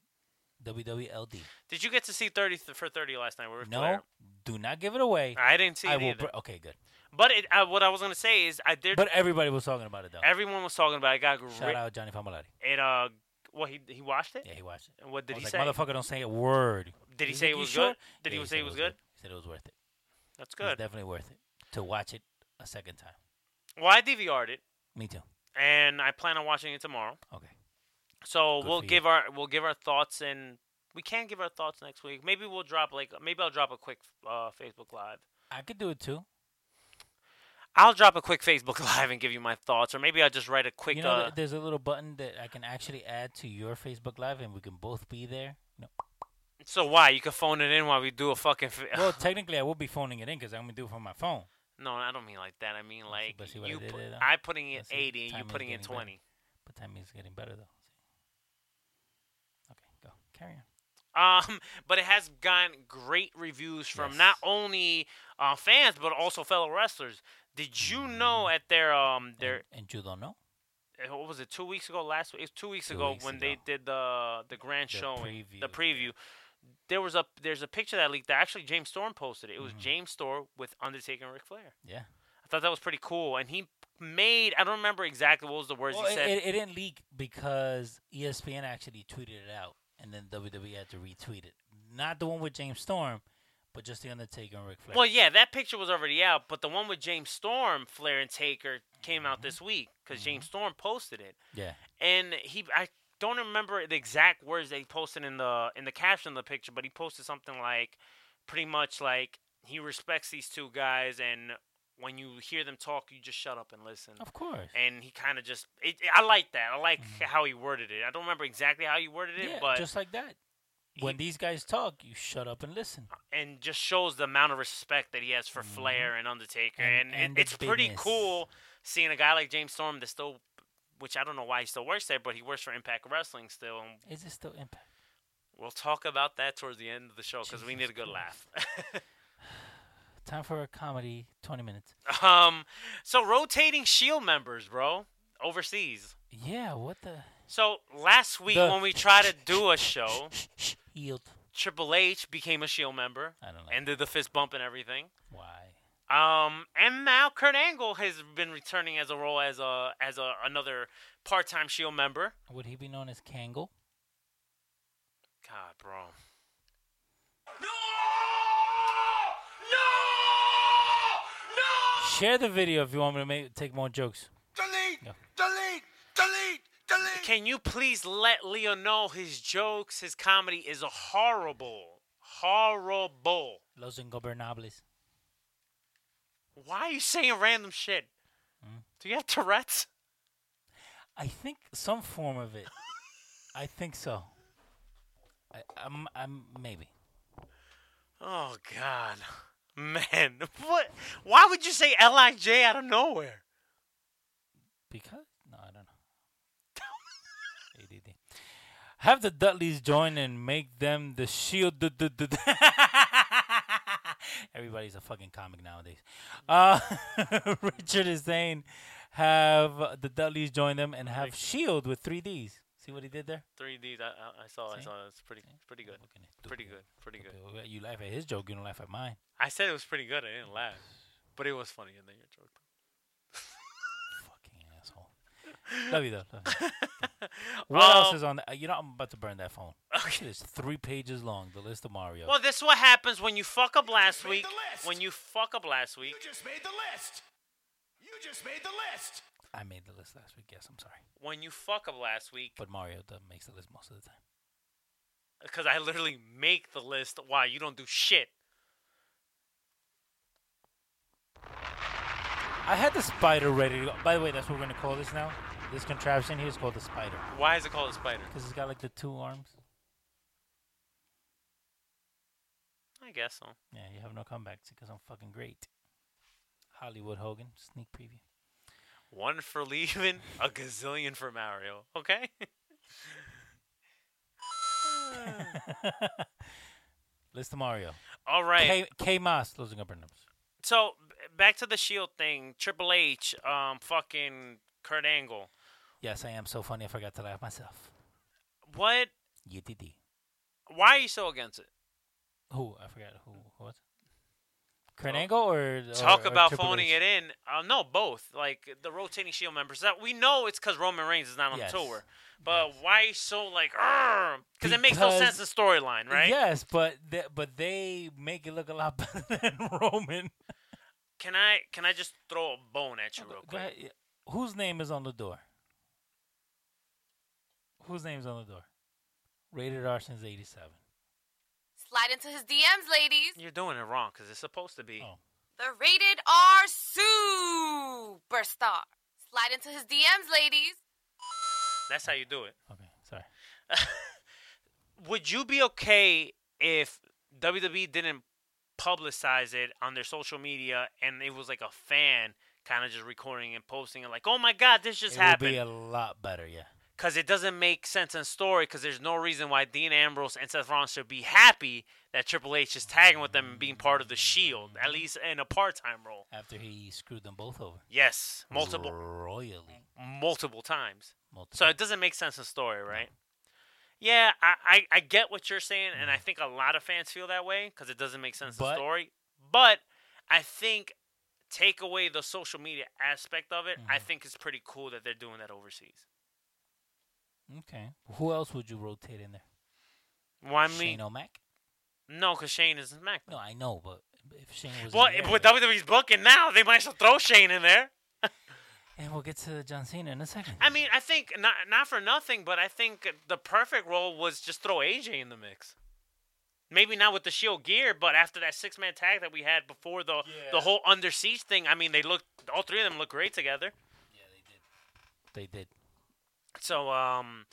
Speaker 4: WWLD?
Speaker 3: Did you get to see 30 th- for 30 last night? We were
Speaker 4: No,
Speaker 3: Flair.
Speaker 4: do not give it away.
Speaker 3: I didn't see
Speaker 4: I
Speaker 3: it
Speaker 4: will.
Speaker 3: either.
Speaker 4: br- okay, good.
Speaker 3: but it, uh, what I was gonna say is I did.
Speaker 4: But everybody was talking about it though.
Speaker 3: everyone was talking about. It, I got
Speaker 4: Shout
Speaker 3: ri-
Speaker 4: out Johnny Famolari.
Speaker 3: It uh, well he he watched it.
Speaker 4: Yeah, he watched it.
Speaker 3: And What did
Speaker 4: I was
Speaker 3: he
Speaker 4: like,
Speaker 3: say?
Speaker 4: Motherfucker, don't say a word.
Speaker 3: Did he
Speaker 4: He's
Speaker 3: say
Speaker 4: like,
Speaker 3: it
Speaker 4: "You
Speaker 3: was
Speaker 4: sure?"
Speaker 3: good? Did he say
Speaker 4: said
Speaker 3: it was good?
Speaker 4: He said it was worth it.
Speaker 3: That's
Speaker 4: It was
Speaker 3: good.
Speaker 4: definitely worth it to watch it a second time.
Speaker 3: Well, I DVR'd it,
Speaker 4: Me too.
Speaker 3: and I plan on watching it tomorrow.
Speaker 4: Okay.
Speaker 3: So
Speaker 4: Good
Speaker 3: we'll
Speaker 4: for you.
Speaker 3: give our we'll give our thoughts, and we can give our thoughts next week. Maybe we'll drop like maybe I'll drop a quick uh, Facebook live.
Speaker 4: I could do it too.
Speaker 3: I'll drop a quick Facebook live and give you my thoughts, or maybe I'll just write a quick.
Speaker 4: You know,
Speaker 3: uh,
Speaker 4: th- there's a little button that I can actually add to your Facebook Live, and we can both be there. No.
Speaker 3: so why you can phone it in while we do a fucking. Fa-
Speaker 4: Well, technically, I will be phoning it in because I'm gonna do it from my phone.
Speaker 3: no, I don't mean like that. I mean like
Speaker 4: but see what I
Speaker 3: you.
Speaker 4: did
Speaker 3: pu-
Speaker 4: there, though?
Speaker 3: I putting in
Speaker 4: Let's see,
Speaker 3: eighty, you
Speaker 4: timing is
Speaker 3: putting in
Speaker 4: getting better.
Speaker 3: twenty.
Speaker 4: But timing is getting better though. Okay, go carry on.
Speaker 3: Um, but it has gotten great reviews from
Speaker 4: Yes.
Speaker 3: not only uh, fans but also fellow wrestlers. Did you know
Speaker 4: Mm-hmm.
Speaker 3: at their um their
Speaker 4: And, and you don't know
Speaker 3: eh, what was it two weeks ago last week? It was two weeks
Speaker 4: Two
Speaker 3: ago
Speaker 4: weeks
Speaker 3: when they
Speaker 4: ago.
Speaker 3: did the the grand
Speaker 4: The
Speaker 3: showing, the
Speaker 4: preview.
Speaker 3: preview. There was a there's a picture that leaked. That actually James Storm posted it. It was James Storm with Undertaker and Ric Flair.
Speaker 4: Mm-hmm. Yeah.
Speaker 3: I thought that was pretty cool, and he made I don't remember exactly what was the words
Speaker 4: Well,
Speaker 3: he
Speaker 4: it,
Speaker 3: said.
Speaker 4: it, it didn't leak because E ESPN actually tweeted it out, and then WWE had to retweet it. Not the one with James Storm, but just the Undertaker and Ric Flair.
Speaker 3: Well, yeah, that picture was already out, but the one with James Storm, Flair, and Taker came
Speaker 4: Mm-hmm.
Speaker 3: out this week because James Storm posted it,
Speaker 4: yeah.
Speaker 3: and he I don't remember the exact words they posted in the in the caption of the picture, but he posted something like, pretty much like he respects these two guys, and when you hear them talk, you just shut up and listen.
Speaker 4: Of course.
Speaker 3: And he kind of just, it, I like that. I like how he worded it. I don't remember exactly how he worded it,
Speaker 4: yeah,
Speaker 3: but
Speaker 4: just like that. When these guys talk, you shut up and listen.
Speaker 3: and just shows the amount of respect that he has for Flair and Undertaker,
Speaker 4: Mm-hmm. And-
Speaker 3: and,
Speaker 4: and the
Speaker 3: it, it's pretty
Speaker 4: business.
Speaker 3: cool seeing a guy like James Storm that still, which I don't know why he still works there, but he works for Impact Wrestling still. And
Speaker 4: Is it still impact?
Speaker 3: we'll talk about that towards the end of the show because we
Speaker 4: Jesus
Speaker 3: need a good laugh.
Speaker 4: Time for a comedy. Twenty minutes.
Speaker 3: um, so rotating Shield members, bro, overseas.
Speaker 4: Yeah. What the?
Speaker 3: So last week
Speaker 4: The-
Speaker 3: when we tried to do a show,
Speaker 4: Healed.
Speaker 3: Triple H became a Shield member
Speaker 4: I don't like
Speaker 3: and did the fist bump and everything.
Speaker 4: Why?
Speaker 3: Um, and now Kurt Angle has been returning as a role as a as a another part time Shield member.
Speaker 4: Would he be known as Kangle?
Speaker 3: God, bro.
Speaker 5: No! No! No!
Speaker 4: Share the video if you want me to make take more jokes.
Speaker 5: Delete!
Speaker 4: No.
Speaker 5: Delete! Delete! Delete!
Speaker 3: Can you please let Leo know his jokes, his comedy is a horrible, horrible.
Speaker 4: Los Ingobernables.
Speaker 3: Why are you saying random shit?
Speaker 4: Hmm?
Speaker 3: Do you have Tourette's?
Speaker 4: I think some form of it. I think so. I, I'm, I'm maybe.
Speaker 3: Oh God, man, what? Why would you say Lij out of nowhere?
Speaker 4: Because no, I don't know. ADD. Have the Dudleys join and make them the shield. Du- du- du- du- Everybody's a fucking comic nowadays. Uh, Richard is saying, have the Dudleys join them and have Shield with three Ds. See what he did there?
Speaker 3: Three Ds. I, I, I saw. I
Speaker 4: See?
Speaker 3: saw. It's pretty, pretty good.
Speaker 4: Fucking
Speaker 3: Pretty
Speaker 4: stupid.
Speaker 3: good. Pretty good.
Speaker 4: Stupid. You laugh at his joke, you don't laugh at mine.
Speaker 3: I said it was pretty good. I didn't laugh, but it was funnier than your joke.
Speaker 4: Fucking asshole. Love you though. Love you. What else
Speaker 3: Um,
Speaker 4: is on? The, uh, you know, I'm about to burn that phone.
Speaker 3: Okay.
Speaker 4: It's three pages long. The list of Mario.
Speaker 3: Well, this is what happens when you fuck up last
Speaker 5: made
Speaker 3: week.
Speaker 5: the list.
Speaker 3: When you fuck up last week,
Speaker 5: You just made the list! You just made the list!
Speaker 4: I made the list last week. Yes, I'm sorry,
Speaker 3: when you fuck up last week,
Speaker 4: but Mario does makes the list most of the time.
Speaker 3: because I literally make the list. Why you don't do shit?
Speaker 4: I had the spider ready to go. By the way, that's what we're gonna call this now. This contraption here is called the spider
Speaker 3: Why is it called a spider?
Speaker 4: because it's got like the two arms.
Speaker 3: I guess so.
Speaker 4: Yeah, you have no comebacks because I'm fucking great. Hollywood Hogan sneak preview.
Speaker 3: One for leaving, a gazillion for Mario. Okay.
Speaker 4: List of Mario.
Speaker 3: All right.
Speaker 4: K, K Moss losing up her numbers.
Speaker 3: So b- back to the Shield thing. Triple H, um, fucking Kurt Angle.
Speaker 4: Yes, I am so funny. I forgot to laugh myself.
Speaker 3: What?
Speaker 4: Yididi.
Speaker 3: Why are you so against it?
Speaker 4: Who? I forgot who. Who was it? Kurt Angle or, or
Speaker 3: Oh, Talk
Speaker 4: or
Speaker 3: about
Speaker 4: Uh, Triple
Speaker 3: phoning
Speaker 4: H?
Speaker 3: it in. Uh, no, both. Like the rotating Shield members. That we know it's because Roman Reigns is not on
Speaker 4: Yes.
Speaker 3: tour. But why so like? Because it makes no
Speaker 4: Because-
Speaker 3: sense in storyline, right?
Speaker 4: Yes, but they, but they make it look a lot better than Roman.
Speaker 3: Can I can I just throw a bone at you real
Speaker 4: Oh, Go
Speaker 3: quick?
Speaker 4: ahead. yeah. Whose name is on the door? Whose name's on the door? Rated R since '87.
Speaker 1: Slide into his DMs, ladies.
Speaker 3: You're doing it wrong because it's supposed to be.
Speaker 4: Oh.
Speaker 1: The rated R superstar. Slide into his DMs, ladies.
Speaker 3: That's how you do it.
Speaker 4: Okay, sorry.
Speaker 3: Would you be okay if WWE didn't publicize it on their social media and it was like a fan kind of just recording and posting it, like, "Oh my God, this just
Speaker 4: it would be
Speaker 3: happened,"
Speaker 4: a lot better, yeah.
Speaker 3: because it doesn't make sense in story. Because there's no reason why Dean Ambrose and Seth Rollins should be happy that Triple H is tagging with them and being part of the Shield, at least in a part-time role.
Speaker 4: After he screwed them both over.
Speaker 3: Yes, multiple,
Speaker 4: Royally.
Speaker 3: multiple times.
Speaker 4: Multiple.
Speaker 3: So it doesn't make sense in story, right? Yeah, I, I, I get what you're saying, and I think a lot of fans feel that way because it doesn't make sense
Speaker 4: Mm-hmm. But-
Speaker 3: in story. But I think take away the social media aspect of it.
Speaker 4: Mm-hmm.
Speaker 3: I think it's pretty cool that they're doing that overseas.
Speaker 4: Okay. Who else would you rotate in there?
Speaker 3: Why me?
Speaker 4: Shane O'Mac?
Speaker 3: No, because Shane isn't Mac.
Speaker 4: No, I know, but if Shane was. in
Speaker 3: Well,
Speaker 4: there,
Speaker 3: with WWE's booking now, they might as well throw Shane in there.
Speaker 4: and we'll get to John Cena in a second.
Speaker 3: I mean, I think not not for nothing, but I think the perfect role was just throw AJ in the mix. Maybe not with the Shield gear, but after that six man tag that we had before the the whole under siege thing, I mean, they looked all three of them look great together.
Speaker 4: they did.
Speaker 3: So um,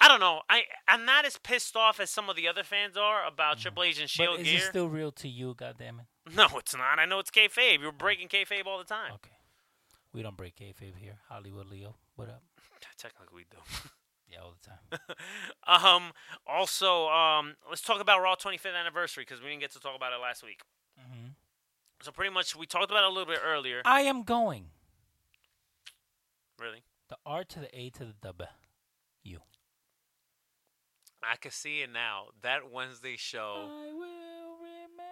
Speaker 3: I don't know. I I'm not as pissed off as some of the other fans are about Triple H and Shield
Speaker 4: But is
Speaker 3: gear.
Speaker 4: it still real to you, goddammit?
Speaker 3: no, it's not. I know it's kayfabe. You're breaking kayfabe all the time.
Speaker 4: Okay. We don't break kayfabe here. Hollywood Leo, what up?
Speaker 3: Technically, we do.
Speaker 4: Yeah, all the time.
Speaker 3: Um. Also, um, let's talk about Raw 25th anniversary because we didn't get to talk about it last week. So pretty much, we talked about it a little bit earlier.
Speaker 4: I am going.
Speaker 3: Really,
Speaker 4: The R to the A to the W. You.
Speaker 3: I can see it now. That Wednesday show,
Speaker 4: I will remember.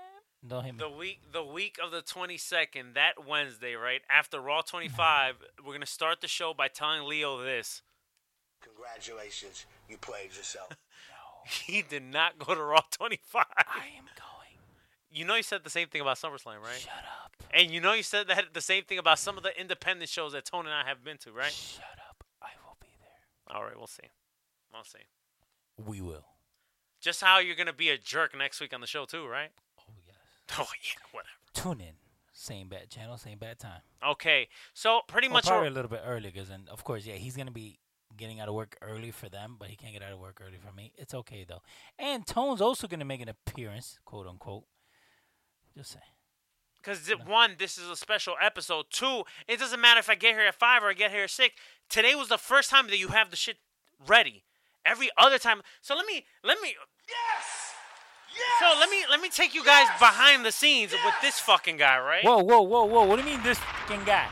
Speaker 4: Don't hit me.
Speaker 3: Oh. the week, the week of the 22nd, that Wednesday, right after Raw 25, we're gonna start the show by telling Leo this.
Speaker 2: Congratulations, you played yourself.
Speaker 3: He did not go to Raw 25.
Speaker 4: I am going.
Speaker 3: You know, you said the same thing about SummerSlam, right?
Speaker 4: Shut up.
Speaker 3: And you know, you said that the same thing about some of the independent shows that Tony and I have been to, right?
Speaker 4: Shut up. I will be there.
Speaker 3: All right, we'll see. We'll see.
Speaker 4: We will.
Speaker 3: Just how you're gonna be a jerk next week on the show too, right?
Speaker 4: Oh, yes.
Speaker 3: Oh yeah, whatever.
Speaker 4: Tune in. Same bad channel, same bad time.
Speaker 3: Okay, so pretty
Speaker 4: Well,
Speaker 3: much
Speaker 4: probably
Speaker 3: we're-
Speaker 4: a little bit earlier, because, and of course, yeah, he's going to be getting out of work early for them, but he can't get out of work early for me. It's okay, though. And Tone's also going to make an appearance, quote unquote. Just saying.
Speaker 3: Because th- one, this is a special episode. Two, it doesn't matter if I get here at five or I get here at six. Today was the first time that you have the shit ready. Every other time, so let me let me
Speaker 5: Yes! Yes!
Speaker 3: so let me let me take you guys behind the scenes with this fucking guy, right?
Speaker 4: Whoa, whoa, whoa, whoa. What do you mean this fucking guy?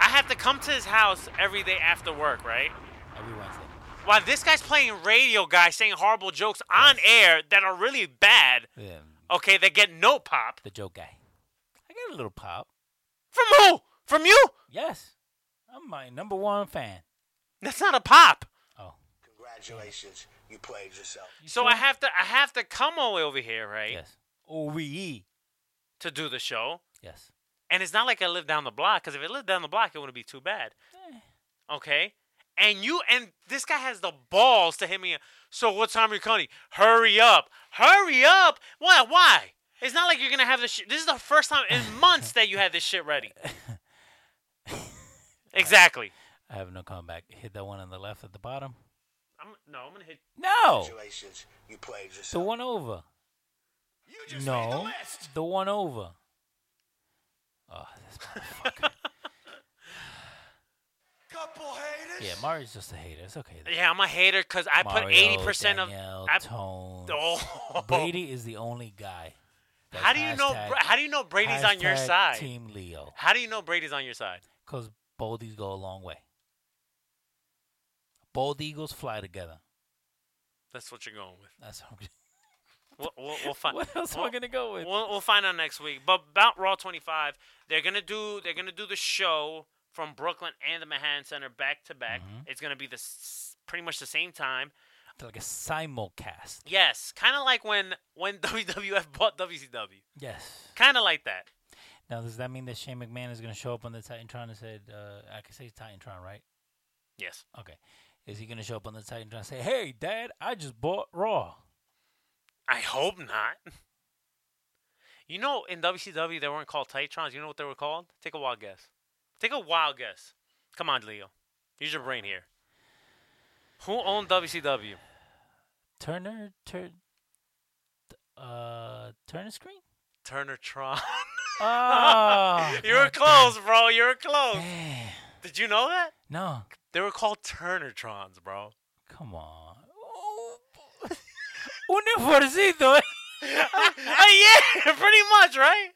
Speaker 3: I have to come to his house every day after work, right?
Speaker 4: Every Wednesday.
Speaker 3: While this guy's playing radio guy saying horrible jokes on air that are really bad.
Speaker 4: Yeah,
Speaker 3: Okay, they get no pop
Speaker 4: the joke guy. I got a little pop.
Speaker 3: from who? From you?
Speaker 4: Yes. I'm my number one fan.
Speaker 3: That's not a pop.
Speaker 4: Oh.
Speaker 2: Congratulations, you played yourself.
Speaker 3: So I have to I have to come all the way over here, right?
Speaker 4: Yes. OVE.
Speaker 3: To do the show.
Speaker 4: Yes.
Speaker 3: And it's not like I live down the block, because if I lived down the block, it wouldn't be too bad.
Speaker 4: Eh.
Speaker 3: Okay? And you and this guy has the balls to hit me. So what time are you coming? Hurry up. Hurry up. Why? Why? It's not like you're gonna have this shit. This is the first time in months that you had this shit ready. exactly.
Speaker 4: I have no comeback. Hit that one on the left at the bottom.
Speaker 3: I'm, no, I'm gonna hit
Speaker 4: No.
Speaker 2: Congratulations, you played
Speaker 4: The
Speaker 2: yourself.
Speaker 4: one over.
Speaker 5: You just made the
Speaker 4: no.
Speaker 5: list!
Speaker 4: The one over. Oh, this motherfucker.
Speaker 5: Couple haters!
Speaker 4: yeah, Mario's just a hater. It's okay. Though.
Speaker 3: Yeah, I'm a hater because I put eighty
Speaker 4: Mario,
Speaker 3: percent of.
Speaker 4: Danielle,
Speaker 3: I,
Speaker 4: Tone.
Speaker 3: oh,
Speaker 4: Brady is the only guy. that
Speaker 3: how do you know?
Speaker 4: hashtag-
Speaker 3: Bra- How do you know Brady's on your
Speaker 4: hashtag
Speaker 3: side?
Speaker 4: Team Leo.
Speaker 3: How do you know Brady's on your side?
Speaker 4: Because bald eagles go a long way. Bald eagles fly together.
Speaker 3: That's what you're going with.
Speaker 4: That's what I'm gonna-
Speaker 3: We'll, we'll, we'll find.
Speaker 4: What else am I
Speaker 3: we'll-
Speaker 4: gonna go with?
Speaker 3: We'll, we'll find out next week. But about Raw 25, they're gonna do they're gonna do the show from Brooklyn and the Manhattan Center back to back.
Speaker 4: Mm-hmm.
Speaker 3: It's gonna be the s- pretty much the same time.
Speaker 4: like a simulcast.
Speaker 3: Yes, kind of like when when WWF bought WCW.
Speaker 4: Yes.
Speaker 3: Kind of like that.
Speaker 4: Now, does that mean that Shane McMahon is going to show up on the Titantron and said, uh, I can say Titantron, right?
Speaker 3: Yes.
Speaker 4: Okay. Is he going to show up on the Titantron and say, hey, Dad, I just bought Raw?
Speaker 3: I hope not. You know, in WCW, they weren't called Titrons. You know what they were called? Take a wild guess. Take a wild guess. Come on, Leo. Use your brain here. Who owned WCW?
Speaker 4: Turner, tur- uh, Turner screen?
Speaker 3: Turner Tron.
Speaker 4: Oh,
Speaker 3: you were close, bro. You were close.
Speaker 4: man.
Speaker 3: Did you know that?
Speaker 4: no,
Speaker 3: They were called Turnertrons, bro.
Speaker 4: come on. Oh, Un esfuercito. eh?
Speaker 3: Oh Uh, yeah, pretty much, right?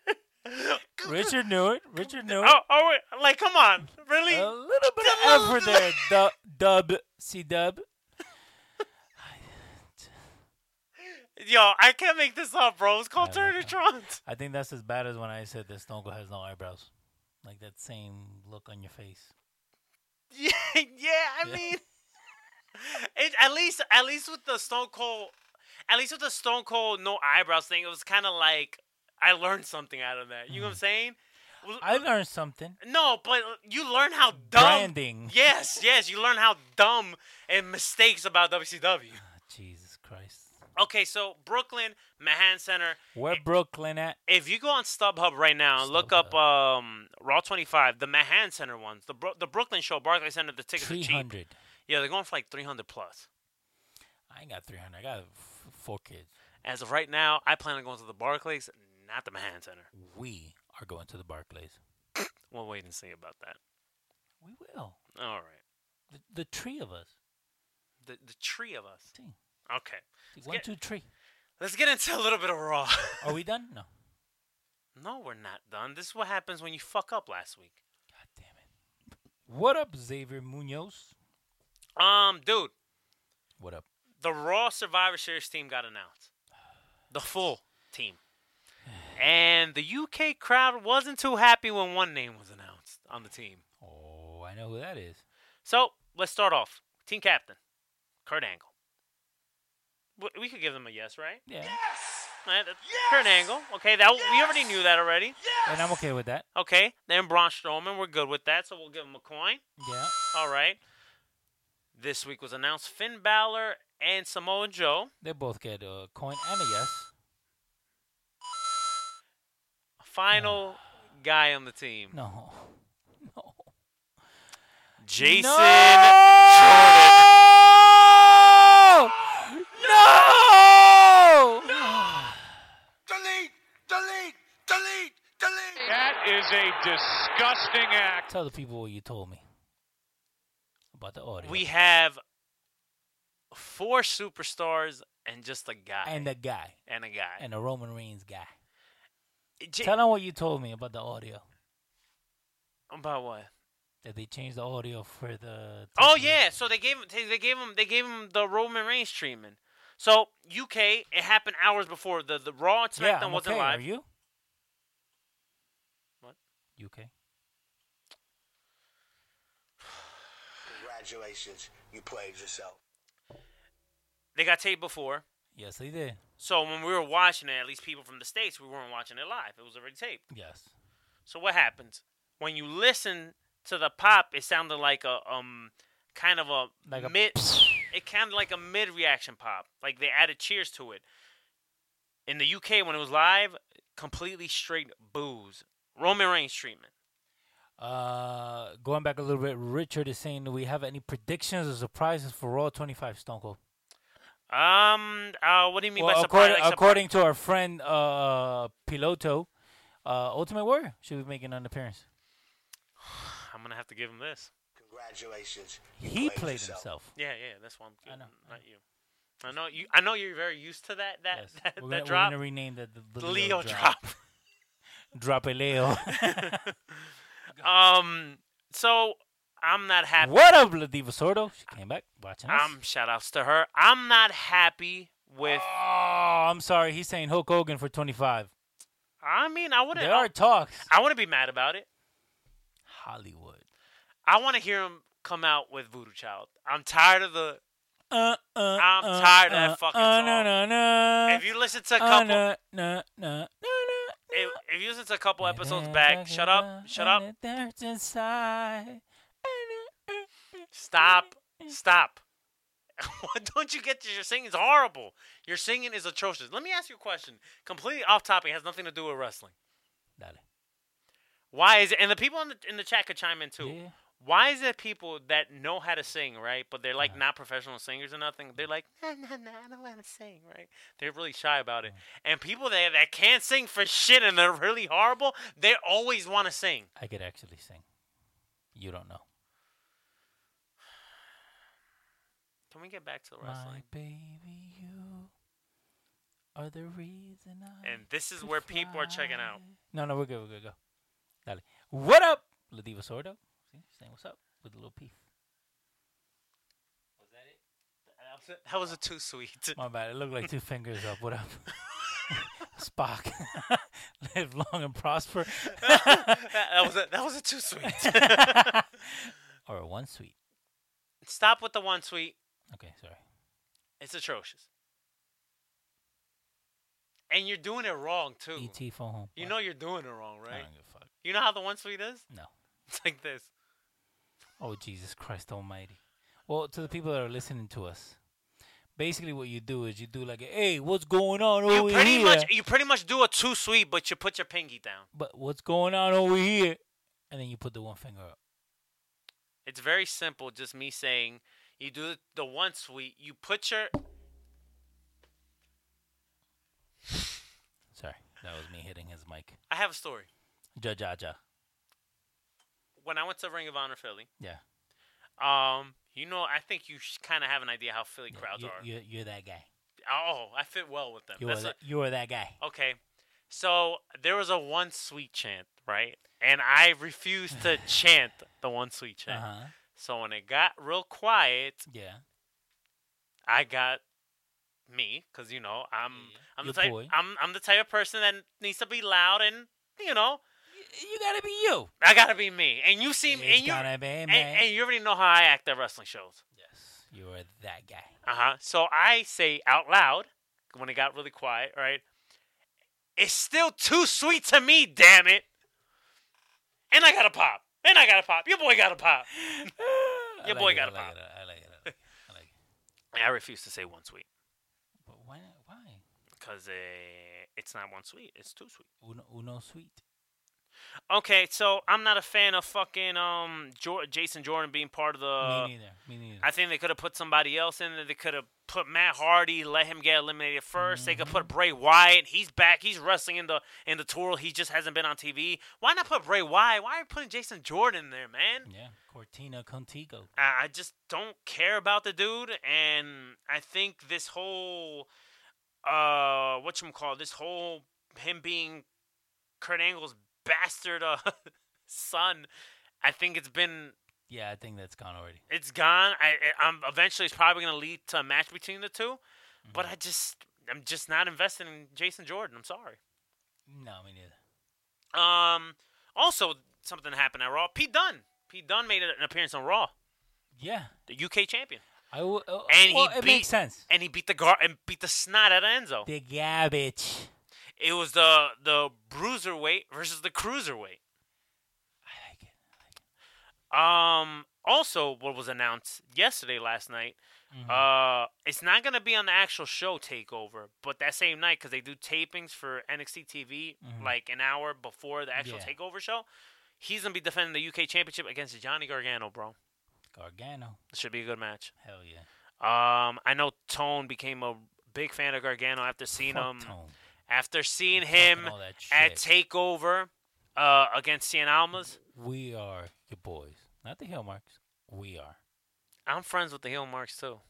Speaker 4: Richard knew it. Richard knew it.
Speaker 3: Oh, oh wait, like, come on, really?
Speaker 4: A little bit of effort there, dub, dub, C dub.
Speaker 3: Yo, I can't make this up, bro. It's called
Speaker 4: I like
Speaker 3: Turnertrons.
Speaker 4: I think that's as bad as when I said that Stone Cold has no eyebrows. Like that same look on your face.
Speaker 3: Yeah, yeah. I
Speaker 4: Yeah.
Speaker 3: mean, it, at least, at least with the Stone Cold, at least with the Stone Cold no eyebrows thing, it was kind of like I learned something out of that. You
Speaker 4: Mm-hmm.
Speaker 3: know what I'm saying? Well,
Speaker 4: I learned something.
Speaker 3: no, but uh, you learn how dumb.
Speaker 4: Branding.
Speaker 3: Yes, yes. You learn how dumb and mistakes about WCW.
Speaker 4: Jesus Christ.
Speaker 3: Okay, so Brooklyn Manhattan Center.
Speaker 4: Where Brooklyn at?
Speaker 3: If you go on StubHub right now and look up um, Raw 25, the Manhattan Center ones, the Bro- the Brooklyn show, Barclays Center, the tickets are cheap.
Speaker 4: 300.
Speaker 3: Yeah, they're going for like 300 plus.
Speaker 4: I ain't got 300. I got f- four kids.
Speaker 3: As of right now, I plan on going to the Barclays, not the Manhattan Center.
Speaker 4: We are going to the Barclays.
Speaker 3: We'll wait and see about that.
Speaker 4: We will.
Speaker 3: All right.
Speaker 4: The, the three of us.
Speaker 3: The, the three of us.
Speaker 4: Team.
Speaker 3: Okay.
Speaker 4: One,
Speaker 3: get-
Speaker 4: two, three.
Speaker 3: Let's get into a little bit of Raw.
Speaker 4: Are we done? No.
Speaker 3: no, we're not done. This is what happens when you fuck up last week.
Speaker 4: God damn it. What up, Xavier Munoz?
Speaker 3: Um, dude,
Speaker 4: What up?
Speaker 3: the Raw Survivor Series team got announced. The full team. And the UK crowd wasn't too happy when one name was announced on the team.
Speaker 4: Oh, I know who that is.
Speaker 3: So let's start off. Team captain, Kurt Angle. W- We could give them a yes, right?
Speaker 4: Yeah.
Speaker 3: Eh, that- Kurt Angle. Okay, that we already knew that already.
Speaker 4: And I'm okay with that.
Speaker 3: Okay, then Braun Strowman. We're good with that, so we'll give him a coin.
Speaker 4: Yeah.
Speaker 3: All right. This week was announced Finn Balor and Samoa Joe.
Speaker 4: They both get a coin and a yes.
Speaker 3: Final guy on the team.
Speaker 4: No. No.
Speaker 3: Jason
Speaker 4: No! No!
Speaker 5: Delete! Delete! Delete! Delete!
Speaker 6: That is a disgusting act.
Speaker 4: Tell the people what you told me about the audio.
Speaker 3: Jordan. We have four superstars and just a guy.
Speaker 4: and a guy.
Speaker 3: and a guy.
Speaker 4: And a Roman Reigns guy.
Speaker 3: J-
Speaker 4: Tell them what you told me about the audio.
Speaker 3: about what?
Speaker 4: That they changed the audio for the.
Speaker 3: Oh yeah, so they gave him they they gave him they gave him the Roman Reigns treatment. So UK, it happened hours before the the Raw and SmackDown
Speaker 4: Yeah, I'm
Speaker 3: wasn't
Speaker 4: okay.
Speaker 3: live.
Speaker 4: Are you?
Speaker 3: What?
Speaker 4: You okay?
Speaker 2: Congratulations, you played yourself.
Speaker 3: They got taped before,
Speaker 4: Yes, they did.
Speaker 3: so when we were watching it, at least people from the states, we weren't watching it live. It was already taped.
Speaker 4: Yes.
Speaker 3: So what happens when you listen to the pop? It sounded like a um kind of a
Speaker 4: Like a
Speaker 3: mid. it kind of like a mid reaction pop. Like they added cheers to it. In the UK, when it was live, completely straight booze. Roman Reigns treatment.
Speaker 4: Uh, going back a little bit, Richard is saying, do we have any predictions or surprises for Raw 25 Stone Cold?
Speaker 3: Um. Uh. What do you mean by
Speaker 4: Well,
Speaker 3: surprise?
Speaker 4: according,
Speaker 3: Like, surpri-
Speaker 4: according to our friend uh, Piloto, uh, Ultimate Warrior should be making an appearance.
Speaker 3: I'm gonna have to give him this.
Speaker 2: Congratulations, you
Speaker 4: He
Speaker 2: played,
Speaker 4: played
Speaker 2: yourself.
Speaker 4: himself.
Speaker 3: Yeah. Yeah. That's why I'm. Giving,
Speaker 4: know,
Speaker 3: him,
Speaker 4: I
Speaker 3: Not you. I know you. I know you're very used to that. That.
Speaker 4: Yes.
Speaker 3: That,
Speaker 4: we're, gonna,
Speaker 3: that
Speaker 4: we're
Speaker 3: drop.
Speaker 4: gonna rename that the, the
Speaker 3: The Leo
Speaker 4: drop.
Speaker 3: drop.
Speaker 4: Drop a Leo.
Speaker 3: um. So I'm not happy.
Speaker 4: what up, La Diva Sordo? She came back watching us.
Speaker 3: I'm shout outs to her. I'm not happy with.
Speaker 4: oh, I'm sorry. He's saying Hulk Hogan for 25.
Speaker 3: I mean, I wouldn't.
Speaker 4: There are talks.
Speaker 3: I wouldn't be mad about it.
Speaker 4: Hollywood.
Speaker 3: I want to hear him come out with Voodoo Child. I'm tired of the.
Speaker 4: Uh, uh,
Speaker 3: I'm
Speaker 4: uh,
Speaker 3: tired of
Speaker 4: uh,
Speaker 3: that fucking
Speaker 4: uh,
Speaker 3: song.
Speaker 4: No, no, no.
Speaker 3: If you listen to a
Speaker 4: Uh,
Speaker 3: couple,
Speaker 4: no, no, no, no, no, no.
Speaker 3: if, if you listen to a couple episodes back, shut up, shut up,
Speaker 4: And it hurts inside. uh.
Speaker 3: stop,
Speaker 4: Eh.
Speaker 3: stop. Why don't you get your singing's horrible? Your singing is atrocious. Let me ask you a question. Completely off topic, has nothing to do with wrestling.
Speaker 4: Dale.
Speaker 3: Why is it? And the people in the in the chat could chime in too.
Speaker 4: Yeah.
Speaker 3: Why is it people that know how to sing, right? But they're like not professional singers or nothing. They're like, nah, nah, nah, I don't know how to sing, right? They're really shy about it.
Speaker 4: Mm.
Speaker 3: And people that that can't sing for shit and they're really horrible, they always want to sing.
Speaker 4: I could actually sing. You don't know.
Speaker 3: Can we get back to
Speaker 4: My
Speaker 3: wrestling?
Speaker 4: baby, you are the reason I.
Speaker 3: And this is where people are checking out.
Speaker 4: No, no, we're good, we're good, go. Dale. What up, La Diva Sordo? See, saying what's up with a little peef.
Speaker 3: That was a too sweet.
Speaker 4: My bad. It looked like two fingers up. What up? Spock. Live long and prosper.
Speaker 3: That was a, that was a too sweet.
Speaker 4: or one sweet.
Speaker 3: Stop with the one sweet.
Speaker 4: Okay, sorry.
Speaker 3: It's atrocious. And you're doing it wrong too.
Speaker 4: E.T. E phone home.
Speaker 3: You know you're doing it wrong,
Speaker 4: I
Speaker 3: right?
Speaker 4: don't give a fuck.
Speaker 3: You know how the one sweet is?
Speaker 4: No.
Speaker 3: It's like this.
Speaker 4: Oh, Jesus Christ Almighty. Well, to the people that are listening to us, basically what you do is you do like, a, hey, what's going on
Speaker 3: You
Speaker 4: over
Speaker 3: pretty
Speaker 4: here?
Speaker 3: much you pretty much do a too sweet, but you put your pinky down.
Speaker 4: but what's going on over here? And then you put the one finger up.
Speaker 3: It's very simple. Just me saying, you do the- the one sweet. You put your
Speaker 4: Sorry. That was me hitting his mic.
Speaker 3: I have a story.
Speaker 4: Ja, ja, ja.
Speaker 3: When I went to Ring of Honor Philly,
Speaker 4: Yeah.
Speaker 3: um, you know, I think you kind of have an idea how Philly crowds
Speaker 4: you,
Speaker 3: are.
Speaker 4: You're, you're that guy.
Speaker 3: Oh, I fit well with them.
Speaker 4: You are
Speaker 3: That's Oh,
Speaker 4: that, you are that guy.
Speaker 3: a- okay. So there was a one sweet chant, right? And I refused to chant the one sweet
Speaker 4: Uh
Speaker 3: chant.
Speaker 4: huh.
Speaker 3: So when it got real quiet,
Speaker 4: Yeah.
Speaker 3: I got me because you know I'm I'm
Speaker 4: Your
Speaker 3: the type
Speaker 4: boy.
Speaker 3: I'm I'm the type of person that needs to be loud and you know
Speaker 4: You gotta be you.
Speaker 3: I gotta be me. And you seem
Speaker 4: It's
Speaker 3: and you
Speaker 4: gotta be
Speaker 3: and,
Speaker 4: me.
Speaker 3: and you already know how I act at wrestling shows.
Speaker 4: Yes. You are that guy.
Speaker 3: Uh huh. So I say out loud when it got really quiet. Right? It's still too sweet to me. Damn it! And I gotta pop. And I gotta pop. Your boy gotta pop.
Speaker 4: I
Speaker 3: Your
Speaker 4: like
Speaker 3: boy
Speaker 4: it,
Speaker 3: gotta
Speaker 4: I like
Speaker 3: pop.
Speaker 4: It, I like it. I like it. I like it.
Speaker 3: I refuse to say one sweet
Speaker 4: But why? not- Why?
Speaker 3: because eh, it's not one sweet. It's too sweet.
Speaker 4: Uno, uno sweet.
Speaker 3: Okay, so I'm not a fan of fucking um Jor- Jason Jordan being part of the.
Speaker 4: Me neither. Me neither.
Speaker 3: Uh, I think they could have put somebody else in there. They could have put Matt Hardy, let him get eliminated 1st They could put Bray Wyatt. He's back. He's wrestling in the in the tour. He just hasn't been on TV. Why not put Bray Wyatt? Why are you putting Jason Jordan in there, man?
Speaker 4: yeah. Cortina Contigo.
Speaker 3: I, I just don't care about the dude, and I think this whole uh what you call this whole him being Kurt Angle's bastard uh, son. I think it's been
Speaker 4: Yeah, I think that's gone already.
Speaker 3: it's gone. I I- I'm eventually it's probably gonna lead to a match between the 2 but I just I'm just not invested in Jason Jordan. I'm sorry.
Speaker 4: Mm-hmm. No, me neither.
Speaker 3: Um, also something happened at Raw. Pete Dunne. Pete Dunne made an appearance on Raw,
Speaker 4: Yeah.
Speaker 3: the UK champion.
Speaker 4: I w- uh,
Speaker 3: And he
Speaker 4: well, it
Speaker 3: beat-
Speaker 4: makes sense.
Speaker 3: and he beat the gar and beat the snot out of Enzo.
Speaker 4: The garbage.
Speaker 3: It was the the bruiserweight versus the cruiserweight.
Speaker 4: I like it.
Speaker 3: Um. Also, what was announced yesterday last night,
Speaker 4: Mm-hmm.
Speaker 3: uh, it's not gonna be on the actual show takeover, but that same night because they do tapings for NXT TV like an hour before the actual
Speaker 4: Mm-hmm. Yeah.
Speaker 3: takeover show. He's gonna be defending the UK Championship against Johnny Gargano, bro.
Speaker 4: Gargano.
Speaker 3: It should be a good match.
Speaker 4: Hell yeah.
Speaker 3: Um, I know Tone became a big fan of Gargano after seeing
Speaker 4: Fuck
Speaker 3: him.
Speaker 4: Tone.
Speaker 3: after seeing
Speaker 4: Fucking
Speaker 3: him
Speaker 4: all that
Speaker 3: at
Speaker 4: shit.
Speaker 3: Takeover uh, against Cien Almas.
Speaker 4: We are your boys. Not the Hill Marks. We are.
Speaker 3: I'm friends with the heel marks too.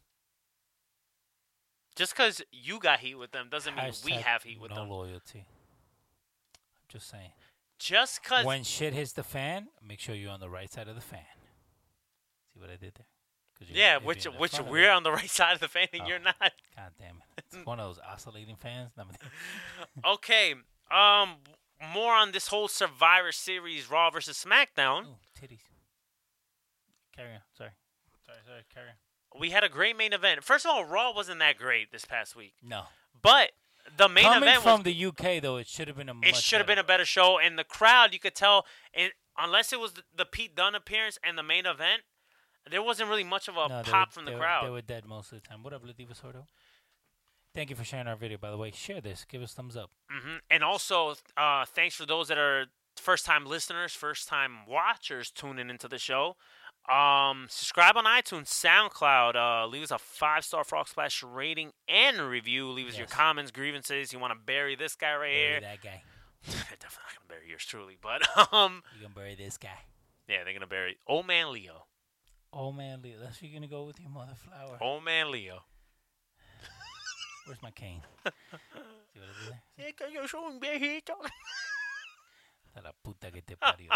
Speaker 3: Just because you got heat with them doesn't mean we
Speaker 4: Hashtag
Speaker 3: have heat with
Speaker 4: no
Speaker 3: them.
Speaker 4: loyalty. I'm just saying.
Speaker 3: Just because
Speaker 4: when shit hits the fan, make sure you're on the right side of the fan. See what I did there? 'Cause you're-
Speaker 3: yeah,
Speaker 4: if
Speaker 3: which
Speaker 4: you're in the
Speaker 3: which
Speaker 4: front of
Speaker 3: we're
Speaker 4: it-
Speaker 3: on the right side of the fan and
Speaker 4: Oh.
Speaker 3: you're not.
Speaker 4: God damn it! It's one of those oscillating fans. No, I'm-
Speaker 3: Okay, um, more on this whole Survivor Series Raw versus SmackDown.
Speaker 4: Ooh, titties. Carry on. Sorry. Sorry. Sorry. Carry on.
Speaker 3: We had a great main event. First of all, Raw wasn't that great this past week,
Speaker 4: No.
Speaker 3: but The main
Speaker 4: Coming
Speaker 3: event was
Speaker 4: from the UK though, it should have been a.
Speaker 3: it should have been a better show and the crowd you could tell and unless it was the, the pete dunn appearance and the main event there wasn't really much of a pop from the crowd
Speaker 4: They were dead most of the time. What up, Latifa Sordo? Thank you for sharing our video. By the way, share this. Give us thumbs up.
Speaker 3: Mhm. and also uh, thanks for those that are first time listeners first time watchers tuning into the show um, subscribe on itunes soundcloud uh, leave us a five star frog splash rating and review leave us your
Speaker 4: Yes.
Speaker 3: comments grievances you want to bury this guy right
Speaker 4: Bury
Speaker 3: here
Speaker 4: that guy.
Speaker 3: definitely not gonna bury yours truly but um
Speaker 4: You can bury this guy.
Speaker 3: yeah they're gonna bury old man leo
Speaker 4: Oh man, Leo, that's what you're gonna go with your mother flower.
Speaker 3: Old Oh man Leo.
Speaker 4: Where's my cane? See what I did there? A la puta que te parió.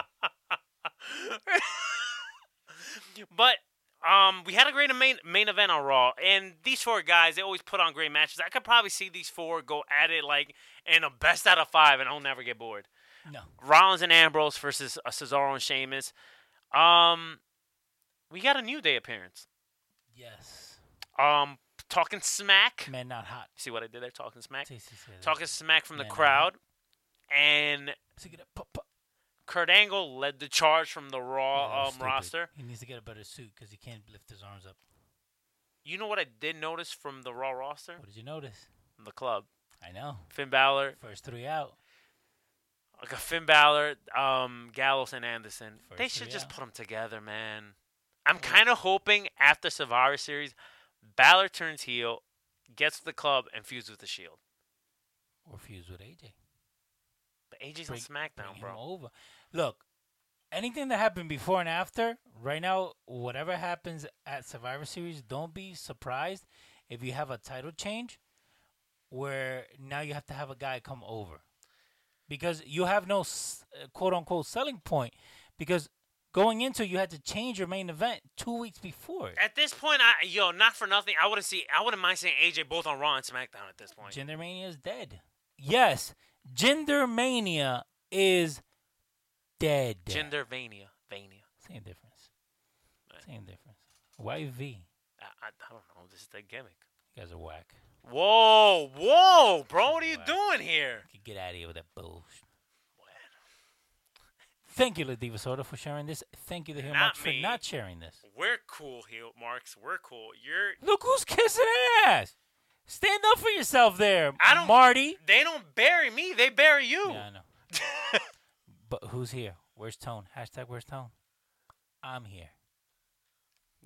Speaker 3: but um, we had a great main main event on Raw, and these four guys they always put on great matches. I could probably see these four go at it like in a best out of five, and I'll never get bored.
Speaker 4: No.
Speaker 3: Rollins and Ambrose versus uh, Cesaro and Sheamus. Um, we got a New Day appearance.
Speaker 4: Yes.
Speaker 3: Um, talking smack.
Speaker 4: Man, not hot.
Speaker 3: See what I did there? Talking smack.
Speaker 4: Sí, sí, sí, sí.
Speaker 3: Talking smack from the
Speaker 4: Man, I-
Speaker 3: crowd, and
Speaker 4: He needs to get a pop, pop.
Speaker 3: Kurt Angle led the charge from the
Speaker 4: Yeah,
Speaker 3: Raw um,
Speaker 4: stupid.
Speaker 3: roster.
Speaker 4: He needs to get a better suit because he can't lift his arms up.
Speaker 3: You know what I did notice from the Raw roster?
Speaker 4: What did you notice?
Speaker 3: The club.
Speaker 4: I know.
Speaker 3: Finn Balor,
Speaker 4: First three out.
Speaker 3: okay, Finn Balor, um, Gallows, and Anderson. they
Speaker 4: First
Speaker 3: should
Speaker 4: three
Speaker 3: just
Speaker 4: out.
Speaker 3: put them together, man. I'm kind of hoping after Survivor Series, Balor turns heel, gets the club, and feuds with the Shield.
Speaker 4: Or fuse with AJ.
Speaker 3: But AJ's
Speaker 4: Bring-
Speaker 3: on SmackDown,
Speaker 4: bring
Speaker 3: bro.
Speaker 4: him over. Look, anything that happened before and after, right now, whatever happens at Survivor Series, don't be surprised if you have a title change where now you have to have a guy come over. Because you have no s- uh, quote unquote selling point. Because going into it, you had to change your main event two weeks before. it.
Speaker 3: At this point, I yo, not for nothing, I wouldn't see, I wouldn't mind seeing AJ both on Raw and SmackDown at this point.
Speaker 4: Gendermania is dead. Yes, Gendermania is dead.
Speaker 3: Gendervania, Vania.
Speaker 4: Same difference. Same difference. YV. You
Speaker 3: I, I, I don't know. This is the gimmick.
Speaker 4: guys are whack.
Speaker 3: Whoa, whoa, bro! What are you doing here?
Speaker 4: You get out of here with that bullshit. Thank you, La Diva Soda, for sharing this. Thank you, The Heel
Speaker 3: Not
Speaker 4: Marks, for
Speaker 3: me.
Speaker 4: not sharing this.
Speaker 3: We're cool, heel marks. We're cool. You're.
Speaker 4: Look who's kissing ass. Stand up for yourself there,
Speaker 3: I don't-
Speaker 4: Marty.
Speaker 3: They don't bury me. They bury you.
Speaker 4: Yeah, I know. but who's here? Where's Tone? Hashtag Where's Tone? I'm here.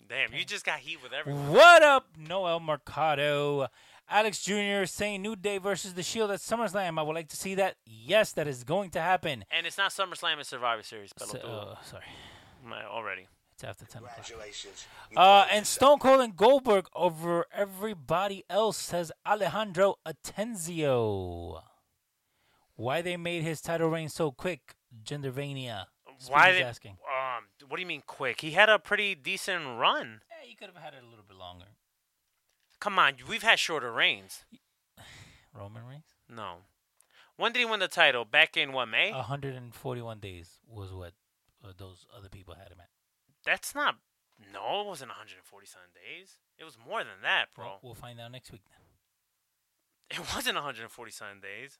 Speaker 3: Damn, you just got heat with everyone.
Speaker 4: What up, Noel Mercado? Alex Jr. saying New Day versus The Shield at SummerSlam. I would like to see that. Yes, that is going to happen.
Speaker 3: And it's not SummerSlam and Survivor Series, but
Speaker 4: So,
Speaker 3: I'll
Speaker 4: oh, sorry,
Speaker 3: do it my- already.
Speaker 4: it's after 10 o'clock.
Speaker 2: Congratulations. You
Speaker 4: Uh,
Speaker 2: played
Speaker 4: and
Speaker 2: yourself.
Speaker 4: Stone Cold and Goldberg over everybody else, says Alejandro Atenzio. Why they made his title reign so quick, Gendervania.
Speaker 3: Why?
Speaker 4: Speedy's
Speaker 3: Did,
Speaker 4: asking?
Speaker 3: Um, what do you mean quick? He had a pretty decent run.
Speaker 4: Yeah, you could have Eh, had it a little bit longer.
Speaker 3: Come on, we've had shorter reigns.
Speaker 4: Roman Reigns?
Speaker 3: No. When did he win the title? Back in what May?
Speaker 4: Uh. 141 days was what uh, those other people had him at.
Speaker 3: That's not. No, it wasn't 140 some days. It was more than that,
Speaker 4: Well,
Speaker 3: bro.
Speaker 4: we'll find out next week. Then.
Speaker 3: It wasn't 140 some days.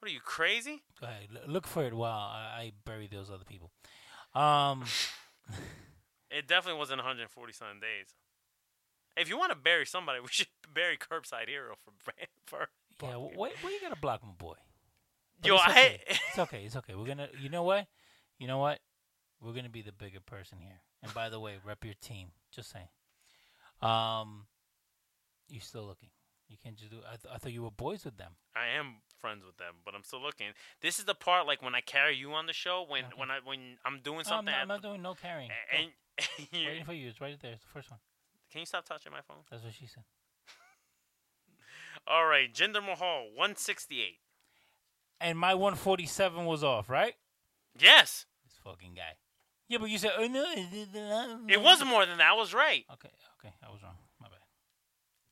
Speaker 3: What are you crazy?
Speaker 4: Go ahead. L- look for it while I, I bury those other people. Um,
Speaker 3: It definitely wasn't 140 some days. If you want to bury somebody, we should bury Curbside Hero for for.
Speaker 4: yeah, wh- why, why you gotta block my boy? But
Speaker 3: Yo,
Speaker 4: it's okay.
Speaker 3: I
Speaker 4: it's okay. It's okay. We're gonna. You know what? You know what? We're gonna be the bigger person here. And by the way, rep your team. Just saying. Um, you're still looking. You can't just do. I, th- I thought you were boys with them.
Speaker 3: I am friends with them, but I'm still looking. This is the part like when I carry you on the show when
Speaker 4: Okay.
Speaker 3: when I when I'm doing
Speaker 4: No, Uh-huh. Oh, I'm
Speaker 3: something.
Speaker 4: not, I'm
Speaker 3: I-
Speaker 4: not doing no carrying. Go.
Speaker 3: and, you-
Speaker 4: Waiting for you. It's right there. It's the first one.
Speaker 3: can you stop touching my phone?
Speaker 4: That's what she said.
Speaker 3: All right, Jinder Mahal, 168.
Speaker 4: And my 147 was off, right?
Speaker 3: Yes,
Speaker 4: This fucking guy. Yeah, but you said oh no.
Speaker 3: it was more than that. I was right.
Speaker 4: Okay, okay, I was wrong. My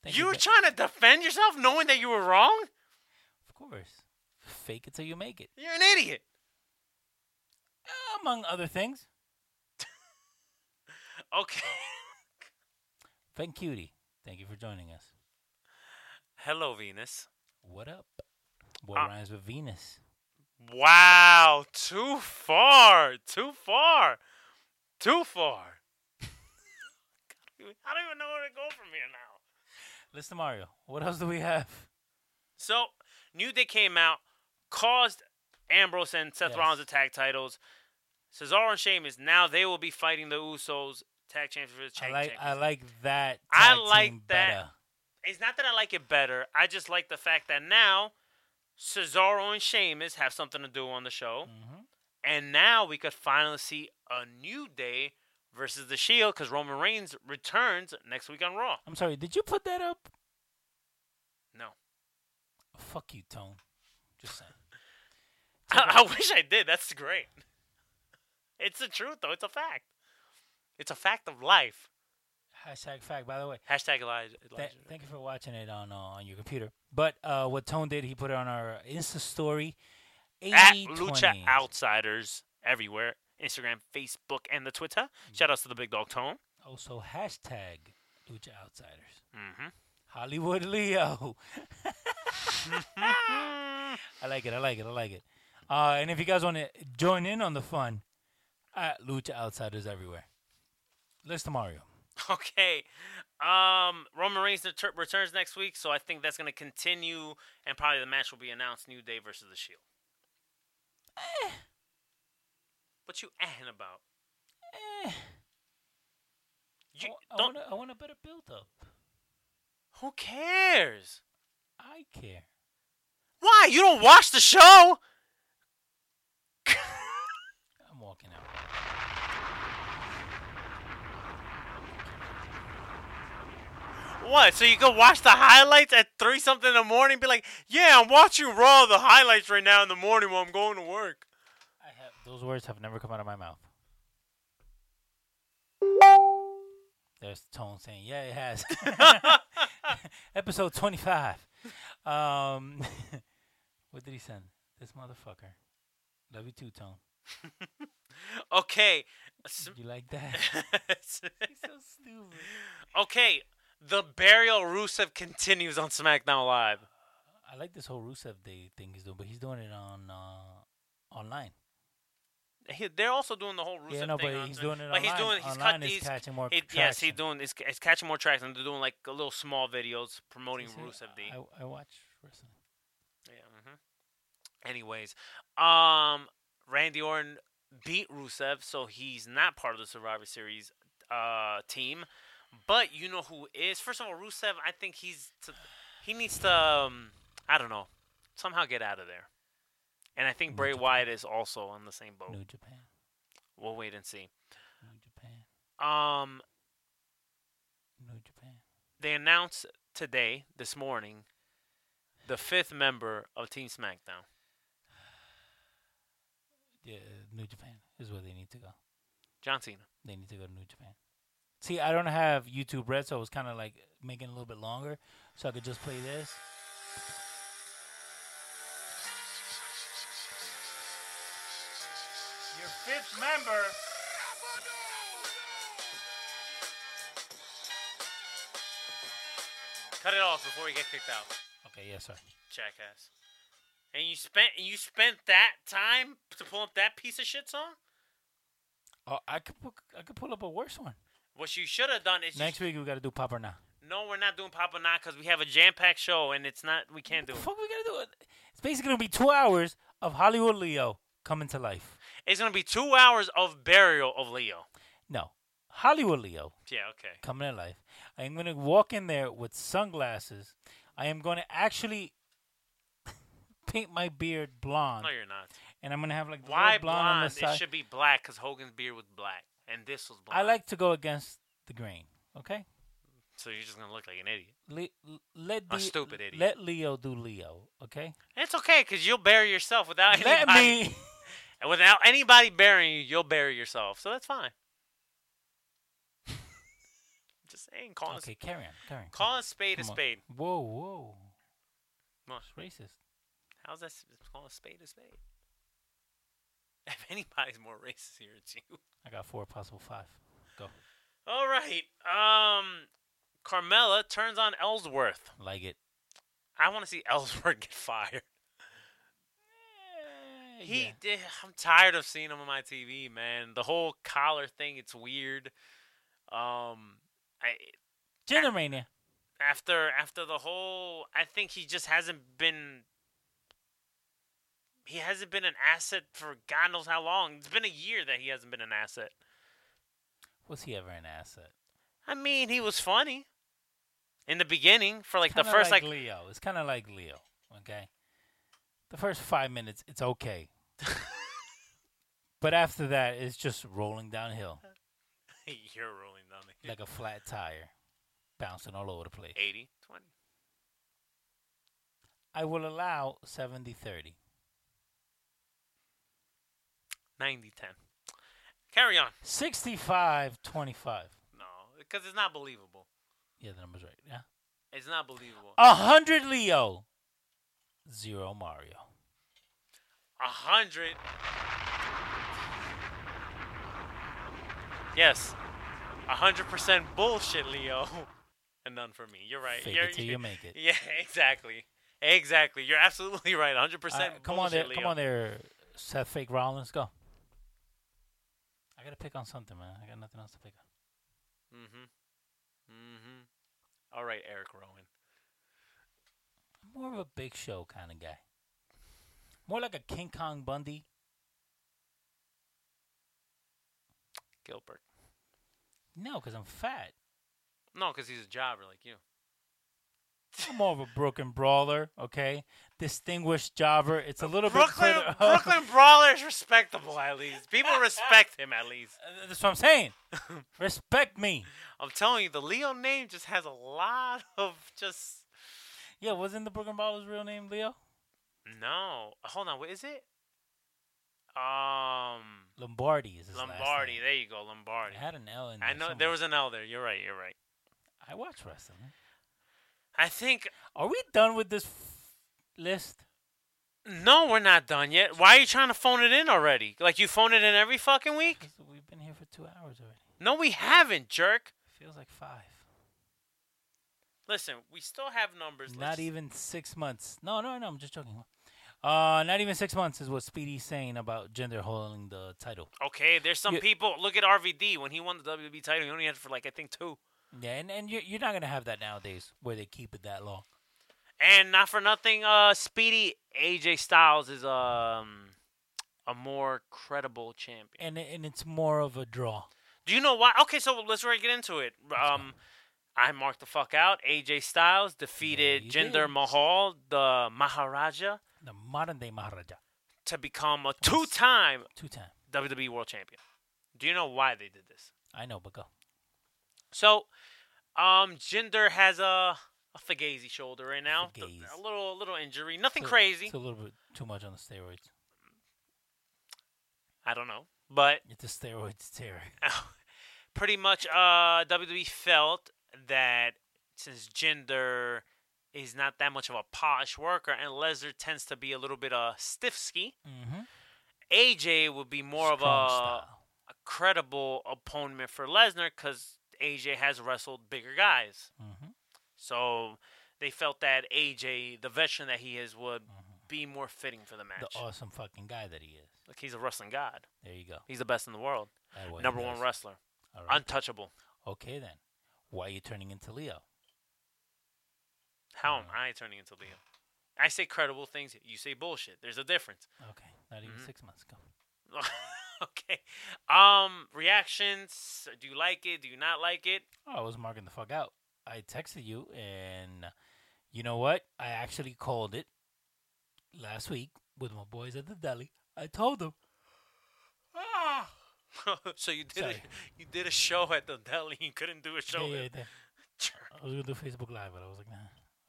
Speaker 4: bad.
Speaker 3: you were
Speaker 4: Ba-
Speaker 3: trying to defend yourself, knowing that you were wrong.
Speaker 4: Of course. Fake it till you make it.
Speaker 3: You're an idiot.
Speaker 4: Among other things.
Speaker 3: Okay.
Speaker 4: Thank cutie. Thank you for joining us.
Speaker 3: Hello, Venus.
Speaker 4: What up? What
Speaker 3: Uh,
Speaker 4: rhymes with Venus?
Speaker 3: Wow, too far, too far, too far. I don't even know where to go from here now.
Speaker 4: Listen, Mario. What else do we have?
Speaker 3: So, New Day came out, caused Ambrose and Seth
Speaker 4: Yes.
Speaker 3: Rollins' attack titles. Cesaro and Sheamus now they will be fighting the Usos tag champions for
Speaker 4: I
Speaker 3: the tag
Speaker 4: like I
Speaker 3: champions.
Speaker 4: like that.
Speaker 3: I
Speaker 4: tag
Speaker 3: like
Speaker 4: team
Speaker 3: that.
Speaker 4: better.
Speaker 3: It's not that I like it better. I just like the fact that now Cesaro and Sheamus have something to do on the show,
Speaker 4: Mm-hmm.
Speaker 3: and now we could finally see a New Day versus the Shield because Roman Reigns returns next week on Raw.
Speaker 4: I'm sorry. Did you put that up?
Speaker 3: No,
Speaker 4: Fuck you, Tone. Just saying.
Speaker 3: I, I wish I did. That's great. It's the truth, though. It's a fact. It's a fact of life.
Speaker 4: Hashtag fact. By the way,
Speaker 3: Hashtag Elijah.
Speaker 4: Th- thank you for watching it on uh, on your computer. But uh, what Tone did, he put it on our Insta story.
Speaker 3: At
Speaker 4: 80/20.
Speaker 3: Lucha Outsiders everywhere Instagram, Facebook, and the Twitter.
Speaker 4: Mm.
Speaker 3: Shout outs to the Big Dog Tone.
Speaker 4: Also hashtag Lucha Outsiders.
Speaker 3: Mhm.
Speaker 4: Hollywood Leo. I like it. I like it. I like it. Uh, and if you guys want to join in on the fun, at Lucha Outsiders everywhere. List Mario.
Speaker 3: Okay. Um, Roman Reigns retur- returns next week, so I think that's going to continue, and probably the match will be announced New Day versus The Shield. What you ahhing about?
Speaker 4: Eh,
Speaker 3: You,
Speaker 4: I,
Speaker 3: don't,
Speaker 4: want I want a better build up.
Speaker 3: who cares?
Speaker 4: I care.
Speaker 3: Why? You don't watch the show?
Speaker 4: I'm walking out.
Speaker 3: What? So you go watch the highlights at three something in the morning? Be like, yeah, I'm watching Raw the highlights right now in the morning while I'm going to work.
Speaker 4: I have those words have never come out of my mouth. There's Tone saying, "Yeah, it has." Episode twenty-five. Um, what did he send? This motherfucker. Love you too, Tone.
Speaker 3: Okay. S-
Speaker 4: You like that? so stupid.
Speaker 3: okay. The burial Rusev continues on SmackDown Live.
Speaker 4: I like this whole Rusev Day thing he's doing, but he's doing it on uh, online.
Speaker 3: He, they're also doing the whole Rusev
Speaker 4: Yeah, no,
Speaker 3: thing.
Speaker 4: but
Speaker 3: on
Speaker 4: he's
Speaker 3: Smack-
Speaker 4: doing it
Speaker 3: but he's
Speaker 4: online.
Speaker 3: doing he's
Speaker 4: Online
Speaker 3: cut,
Speaker 4: is
Speaker 3: he's,
Speaker 4: catching more
Speaker 3: it- yes, he's
Speaker 4: traction.
Speaker 3: doing it's, it's catching more traction. They're doing like a little small videos promoting
Speaker 4: See,
Speaker 3: Rusev D.
Speaker 4: I, I watch wrestling.
Speaker 3: Yeah. hmm Anyways, um, Randy Orton beat Rusev, so he's not part of the Survivor Series uh team. But you know who is? First of all, Rusev. I think he's to, he needs to. Um, I don't know. Somehow get out of there. And I think Bray Wyatt is also on the same boat.
Speaker 4: New Japan.
Speaker 3: We'll wait and see.
Speaker 4: New Japan.
Speaker 3: Um,
Speaker 4: New Japan.
Speaker 3: they announced today, this morning, the fifth member of Team SmackDown.
Speaker 4: Yeah, uh, New Japan is where they need to go.
Speaker 3: John Cena.
Speaker 4: They need to go to New Japan. See, I don't have YouTube Red, so I was kind of like making it a little bit longer, so I could just play this.
Speaker 6: Your fifth member.
Speaker 3: Cut it off before we get kicked out.
Speaker 4: Okay, yeah, sorry.
Speaker 3: jackass. And you spent and you spent that time to pull up that piece of shit song.
Speaker 4: Oh, I could pu- I could pull up a worse one.
Speaker 3: What you should have done is
Speaker 4: Next week we got to do Papa now.
Speaker 3: You, no, we're not doing Papa Not because we have a jam packed show and it's not. We can't do
Speaker 4: The
Speaker 3: it.
Speaker 4: fuck, we gotta do it. It's basically gonna be two hours of Hollywood Leo coming to life.
Speaker 3: It's gonna be two hours of burial of Leo.
Speaker 4: No, Hollywood Leo
Speaker 3: Yeah. Okay.
Speaker 4: coming to life. I am gonna walk in there with sunglasses. I am gonna actually paint my beard blonde,
Speaker 3: No, you're not.
Speaker 4: and I'm gonna have like the little
Speaker 3: Why blonde?
Speaker 4: blonde on the side.
Speaker 3: It should be black because Hogan's beard was black and this was blonde.
Speaker 4: I like to go against the grain. Okay,
Speaker 3: So you're just gonna look like an idiot.
Speaker 4: Le- l- let
Speaker 3: A
Speaker 4: the-
Speaker 3: stupid idiot.
Speaker 4: Let Leo do Leo. Okay,
Speaker 3: It's okay because you'll bury yourself without anybody.
Speaker 4: let me.
Speaker 3: And without anybody burying you, you'll bury yourself. So that's fine. Just saying, calling
Speaker 4: okay, carry on, carry on.
Speaker 3: call a spade a
Speaker 4: Come on.
Speaker 3: spade.
Speaker 4: Whoa, whoa,
Speaker 3: Come on.
Speaker 4: it's racist.
Speaker 3: How's that? s- Call a spade a spade. If anybody's more racist here, it's you.
Speaker 4: I got four possible five. Go,
Speaker 3: All right. Um, Carmella turns on Ellsworth.
Speaker 4: like it.
Speaker 3: I want to see Ellsworth get fired.
Speaker 4: Eh,
Speaker 3: He,
Speaker 4: yeah.
Speaker 3: eh, I'm tired of seeing him on my TV, man. The whole collar thing, it's weird. Um, I
Speaker 4: Gender Mania.
Speaker 3: after after the whole, I think he just hasn't been. He hasn't been an asset for God knows how long. It's been a year that he hasn't been an asset.
Speaker 4: Was he ever an asset?
Speaker 3: I mean, he was funny in the beginning for like
Speaker 4: Kinda
Speaker 3: the first like,
Speaker 4: Leo. It's kind of like Leo. Okay, the first five minutes it's okay, but after that it's just rolling downhill
Speaker 3: you're rolling down the
Speaker 4: like a flat tire, bouncing all over the place.
Speaker 3: 80, 20.
Speaker 4: I will allow 70-30.
Speaker 3: 90 10. Carry on.
Speaker 4: 65 25.
Speaker 3: No, because it's not believable.
Speaker 4: Yeah, the number's right. Yeah.
Speaker 3: It's not believable. A
Speaker 4: 100 Leo, 0 Mario.
Speaker 3: hundred. Yes. A hundred percent bullshit, Leo. And none for me. You're right.
Speaker 4: Fake
Speaker 3: You're-
Speaker 4: it till you make it.
Speaker 3: Yeah, exactly. Exactly. You're absolutely right. A hundred
Speaker 4: All
Speaker 3: percent
Speaker 4: right,
Speaker 3: bullshit,
Speaker 4: come on there,
Speaker 3: Leo.
Speaker 4: come on there, Seth Fake Rollins, go. I gotta pick on something, man. I got nothing else to pick on.
Speaker 3: Mm-hmm. Mm-hmm. All right, Eric Rowan.
Speaker 4: I'm more of a Big Show kind of guy. More like a King Kong Bundy.
Speaker 3: Gilbert.
Speaker 4: No, because I'm fat.
Speaker 3: No, because he's a jobber like you.
Speaker 4: I'm more of a Brooklyn brawler, okay? Distinguished jobber. It's a little
Speaker 3: Brooklyn
Speaker 4: bit. further up.
Speaker 3: Brooklyn Brawler is respectable at least. People respect him at least.
Speaker 4: Uh, That's what I'm saying. Respect me.
Speaker 3: I'm telling you, the Leo name just has a lot of just
Speaker 4: Yeah, wasn't the Brooklyn Brawler's real name Leo?
Speaker 3: no. Hold on, what is it? Um,
Speaker 4: Lombardi is his last
Speaker 3: Lombardi.
Speaker 4: name.
Speaker 3: There you go, Lombardi.
Speaker 4: I had an L in there.
Speaker 3: I know
Speaker 4: somewhere.
Speaker 3: there was an L there. You're right. You're right.
Speaker 4: I watch wrestling. man.
Speaker 3: I think
Speaker 4: Are we done with this f- list?
Speaker 3: no, we're not done yet. Why are you trying to phone it in already? Like you phone it in every fucking week?
Speaker 4: 'Cause We've been here for two hours already.
Speaker 3: No, we haven't, jerk.
Speaker 4: Feels like five.
Speaker 3: Listen, we still have numbers. Let's
Speaker 4: Not
Speaker 3: just-
Speaker 4: even six months. No, no, no. I'm just joking. Uh, not even six months is what Speedy's saying about gender holding the title.
Speaker 3: Okay, there's some
Speaker 4: Yeah.
Speaker 3: people. Look at RVD when he won the WB title. He only had it for like I think two.
Speaker 4: Yeah, and, and you're, you're not gonna have that nowadays where they keep it that long.
Speaker 3: And not for nothing, uh, Speedy AJ Styles is um a more credible champion.
Speaker 4: And it- and it's more of a draw.
Speaker 3: Do you know why? Okay, so let's really get into it. Um, I marked the fuck out. AJ Styles defeated
Speaker 4: you
Speaker 3: Jinder
Speaker 4: did.
Speaker 3: Mahal, the Maharaja,
Speaker 4: The modern day Maharaja,
Speaker 3: to become a two-time
Speaker 4: two time.
Speaker 3: WWE World Champion. Do you know why they did this?
Speaker 4: I know, but go.
Speaker 3: So, um, Jinder has a a fugazi shoulder right now. Th-
Speaker 4: Fugazi.
Speaker 3: A little a little injury, nothing
Speaker 4: It's a-
Speaker 3: crazy.
Speaker 4: It's a little bit too much on the steroids.
Speaker 3: I don't know, but
Speaker 4: It's a steroids terror.
Speaker 3: pretty much uh WWE felt that since Jinder is not that much of a posh worker and Lesnar tends to be a little bit uh stiff ski,
Speaker 4: Mm-hmm.
Speaker 3: AJ would be more of
Speaker 4: Strong
Speaker 3: a,
Speaker 4: style.
Speaker 3: a credible opponent for Lesnar because AJ has wrestled bigger guys.
Speaker 4: Mhm.
Speaker 3: So they felt that AJ, the veteran that he is, would be more fitting for the match.
Speaker 4: Mm-hmm. the awesome fucking guy that he is.
Speaker 3: like he's a wrestling god.
Speaker 4: There you go.
Speaker 3: He's the best in the world.
Speaker 4: That way he
Speaker 3: Number one
Speaker 4: knows.
Speaker 3: wrestler.
Speaker 4: All right.
Speaker 3: Untouchable.
Speaker 4: okay then. Why are you turning into Leo?
Speaker 3: How am I turning into Leo? I say credible things. You say bullshit. There's a difference.
Speaker 4: Okay, not even six months ago.
Speaker 3: okay. Um, reactions. Do you like it? Do you not like it?
Speaker 4: Oh, I was marking the fuck out. I texted you, and you know what? I actually called it last week with my boys at the deli. I told them.
Speaker 3: Ah. so you did
Speaker 4: Sorry.
Speaker 3: a, you did a show at the deli. You couldn't do a show.
Speaker 4: Yeah, yeah,
Speaker 3: at-
Speaker 4: yeah. I was gonna do Facebook Live, but I was like, nah,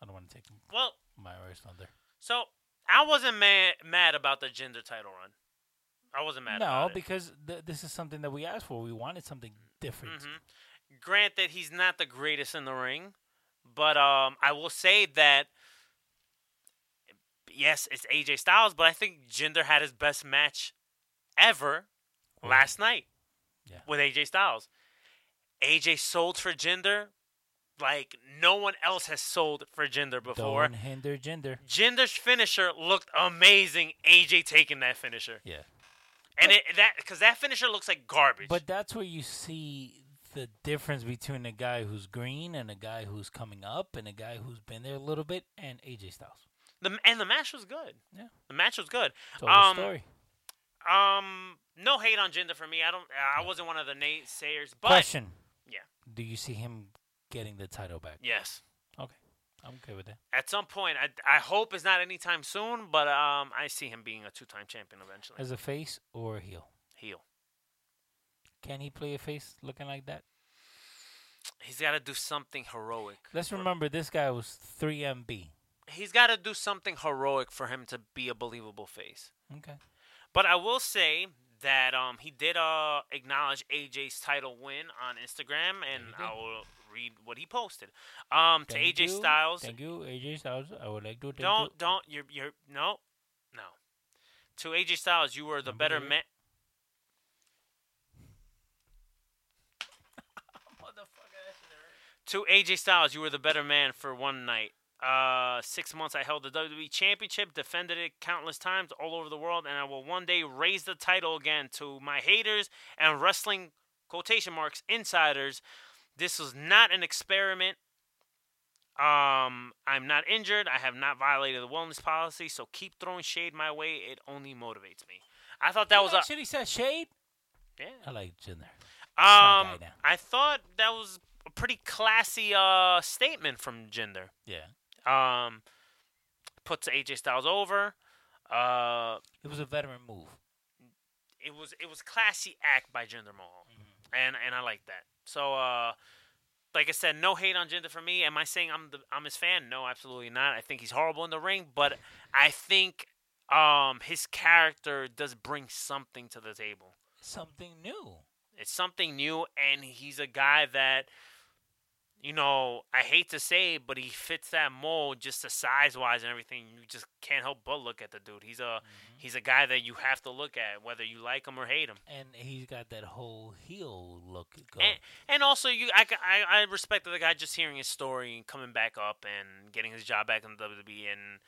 Speaker 4: I don't want to take
Speaker 3: Well,
Speaker 4: my rights on there.
Speaker 3: so I wasn't mad mad about the gender title run. I wasn't mad.
Speaker 4: No,
Speaker 3: about it.
Speaker 4: because th- this is something that we asked for. We wanted something different.
Speaker 3: Mm-hmm. granted he's not the greatest in the ring, but um, I will say that yes, it's AJ Styles, but I think Jinder had his best match ever last night
Speaker 4: Yeah.
Speaker 3: with AJ Styles. AJ sold for Jinder Like no one else has sold for Jinder before.
Speaker 4: Don't hinder gender.
Speaker 3: Jinder's finisher looked amazing. AJ taking that finisher,
Speaker 4: Yeah.
Speaker 3: and it, that because that finisher looks like garbage.
Speaker 4: But that's where you see the difference between a guy who's green and a guy who's coming up and a guy who's been there a little bit and AJ Styles.
Speaker 3: the and the match was good.
Speaker 4: Yeah.
Speaker 3: The match was good.
Speaker 4: Total
Speaker 3: um,
Speaker 4: story.
Speaker 3: Um, no hate on Jinder for me. I don't. I wasn't one of the naysayers. But
Speaker 4: Question.
Speaker 3: Yeah.
Speaker 4: Do you see him getting the title back?
Speaker 3: yes,
Speaker 4: Okay. I'm okay with that.
Speaker 3: at some point, I I hope it's not anytime soon. But um, I see him being a two-time champion eventually.
Speaker 4: As a face or a heel?
Speaker 3: Heel.
Speaker 4: Can he play a face looking like that?
Speaker 3: He's got to do something heroic.
Speaker 4: Let's
Speaker 3: for-
Speaker 4: remember this guy was 3MB.
Speaker 3: He's got to do something heroic for him to be a believable face.
Speaker 4: Okay.
Speaker 3: But I will say that um he did uh acknowledge AJ's title win on Instagram, and I will read what he posted. Um to
Speaker 4: Thank
Speaker 3: AJ
Speaker 4: you.
Speaker 3: Styles.
Speaker 4: Thank you, AJ Styles. I would like to thank
Speaker 3: don't
Speaker 4: you.
Speaker 3: don't you're you're no no. To AJ Styles, you were the better man. To AJ Styles, you were the better man for one night. Uh, six months I held the WWE Championship, defended it countless times all over the world, and I will one day raise the title again to my haters and wrestling quotation marks insiders. This was not an experiment. Um, I'm not injured. I have not violated the wellness policy, so keep throwing shade my way. It only motivates me. I thought that was a
Speaker 4: actually said shade.
Speaker 3: yeah.
Speaker 4: I like Jinder. my guy
Speaker 3: Um,
Speaker 4: now.
Speaker 3: I thought that was a pretty classy uh statement from Jinder.
Speaker 4: Yeah.
Speaker 3: Um, puts AJ Styles over. Uh,
Speaker 4: It was a veteran move.
Speaker 3: it was it was classy act by Jinder Mahal, and and I like that. So uh, like I said, no hate on Jinder for me. Am I saying I'm the I'm his fan? No, absolutely not. I think he's horrible in the ring, but I think um his character does bring something to the table.
Speaker 4: Something new.
Speaker 3: It's something new, and he's a guy that, you know, I hate to say, but he fits that mold just the size wise and everything. You just can't help but look at the dude. He's a
Speaker 4: Mm-hmm.
Speaker 3: he's a guy that you have to look at whether you like him or hate him.
Speaker 4: And he's got that whole heel look going.
Speaker 3: And, and also, you I, ca- I I respect the guy just hearing his story and coming back up and getting his job back in the WWE and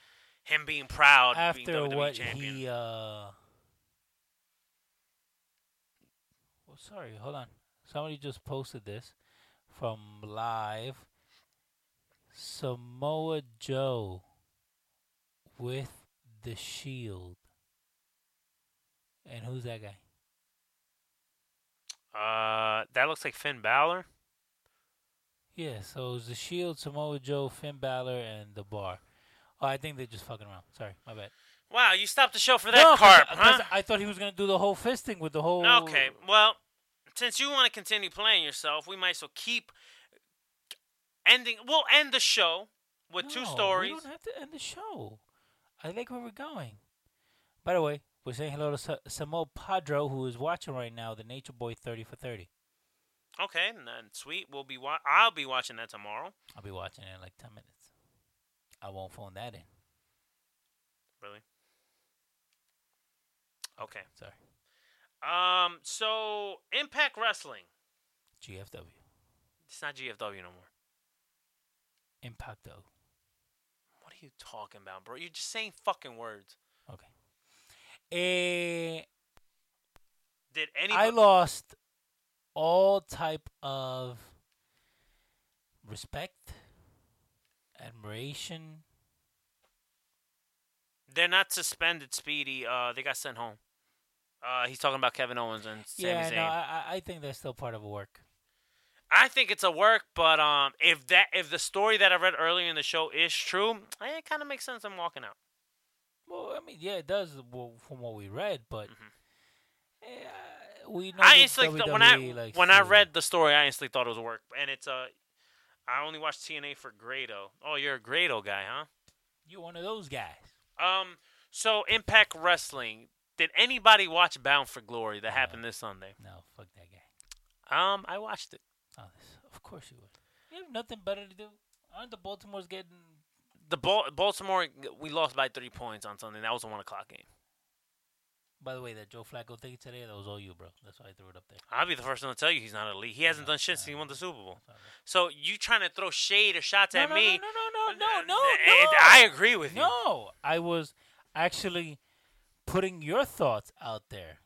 Speaker 3: him being proud of being
Speaker 4: After
Speaker 3: WWE
Speaker 4: what
Speaker 3: E champion.
Speaker 4: he. uh Well, sorry. Hold on. Somebody just posted this from live. Samoa Joe with the shield. And who's that guy?
Speaker 3: uh, that looks like Finn Balor.
Speaker 4: Yeah, so it was the Shield, Samoa Joe, Finn Balor, and the Bar. Oh, I think they're just fucking around. Sorry, my bad.
Speaker 3: Wow, you stopped the show for that
Speaker 4: No, 'cause-
Speaker 3: carp,
Speaker 4: 'cause oh.
Speaker 3: huh?
Speaker 4: I thought he was gonna do the whole fisting with the whole.
Speaker 3: Okay, well, since you want to continue playing yourself, we might as well keep ending. We'll end the show with
Speaker 4: No,
Speaker 3: two stories.
Speaker 4: We don't have to end the show. I like where we're going. By the way, we're saying hello to Sa- Samoa Padro, who is watching right now. The Nature Boy, thirty for thirty.
Speaker 3: Okay, and then sweet. We'll be. Wa- I'll be watching that tomorrow.
Speaker 4: I'll be watching it in like ten minutes. I won't phone that in.
Speaker 3: Really? Okay.
Speaker 4: Sorry.
Speaker 3: Um. So Impact Wrestling.
Speaker 4: GFW.
Speaker 3: It's not GFW no more.
Speaker 4: Impact though.
Speaker 3: What are you talking about, bro? You're just saying fucking words.
Speaker 4: Okay. Eh.
Speaker 3: Did any?
Speaker 4: I lost all type of respect, admiration.
Speaker 3: They're not suspended, Speedy. Uh, they got sent home. Uh, he's talking about Kevin Owens and Sami
Speaker 4: yeah,
Speaker 3: Zayn.
Speaker 4: no, I, I- I think that's still part of a work.
Speaker 3: I think it's a work, but um, if that if the story that I read earlier in the show is true, eh, it kind of makes sense. I'm walking out.
Speaker 4: Well, I mean, yeah, it does well, from what we read, but eh, we know.
Speaker 3: Mm-hmm. I
Speaker 4: that
Speaker 3: instantly thought- when I
Speaker 4: WWE likes
Speaker 3: when I
Speaker 4: to-
Speaker 3: read the story, I instantly thought it was a work, and it's Uh, I only watched TNA for Grado. Oh, you're a Grado guy, huh?
Speaker 4: you're one of those guys.
Speaker 3: Um, so Impact Wrestling. Did anybody watch Bound for Glory that happened this Sunday?
Speaker 4: No, fuck that guy.
Speaker 3: Um, I watched it.
Speaker 4: Oh, this, of course you would. You have nothing better to do. Aren't the Baltimore's getting?
Speaker 3: The Bal- Baltimore we lost by three points on Sunday. That was a one o'clock game.
Speaker 4: By the way, that Joe Flacco thing today, that was all you, bro. That's why I threw it up there.
Speaker 3: I'll be the first one to tell you he's not elite. He hasn't done shit since he won the Super Bowl. So you trying to throw shade or shots
Speaker 4: No,
Speaker 3: at
Speaker 4: no, No,
Speaker 3: me?
Speaker 4: no, no, no, no, no,
Speaker 3: Eh,
Speaker 4: no.
Speaker 3: I agree with you.
Speaker 4: No, I was actually putting your thoughts out there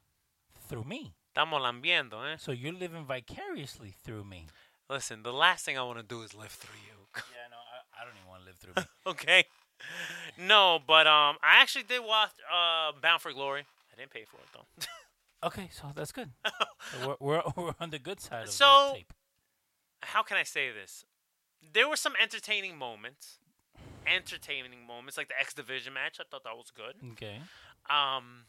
Speaker 4: through me.
Speaker 3: Estamos lambiendo, eh?
Speaker 4: So you're living vicariously through me.
Speaker 3: Listen, the last thing I want to do is live through you.
Speaker 4: Yeah, no, I, I don't even want to live through me.
Speaker 3: okay. No, but um, I actually did watch uh Bound for Glory. I didn't pay for it though.
Speaker 4: okay, so that's good. So we're, we're we're on the good side of
Speaker 3: So-
Speaker 4: the tape.
Speaker 3: How can I say this? There were some entertaining moments. Entertaining moments, like the X Division match. I thought that was good.
Speaker 4: Okay.
Speaker 3: Um,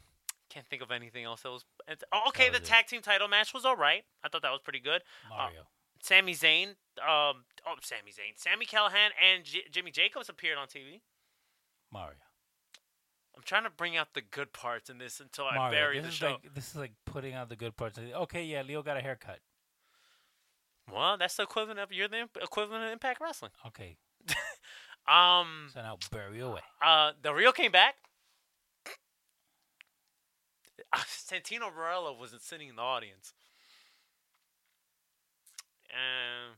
Speaker 3: can't think of anything else that was. ent- Oh, okay,
Speaker 4: That
Speaker 3: the
Speaker 4: was it.
Speaker 3: tag team title match was all right. I thought that was pretty good.
Speaker 4: Mario.
Speaker 3: Sami Zayn, um, oh, Sami Zayn, Sammy Callahan, and J- Jimmy Jacobs appeared on TV.
Speaker 4: Mario.
Speaker 3: I'm trying to bring out the good parts in this until I
Speaker 4: Mario.
Speaker 3: bury
Speaker 4: this
Speaker 3: the
Speaker 4: is
Speaker 3: show.
Speaker 4: like this is like putting out the good parts. of the- Okay, yeah, Leo got a haircut.
Speaker 3: Well, that's the equivalent of you're the imp- equivalent of Impact Wrestling.
Speaker 4: Okay,
Speaker 3: Um,
Speaker 4: so now bury away.
Speaker 3: uh, the Rio came back. Uh, Santino Morello wasn't sitting in the audience. Um,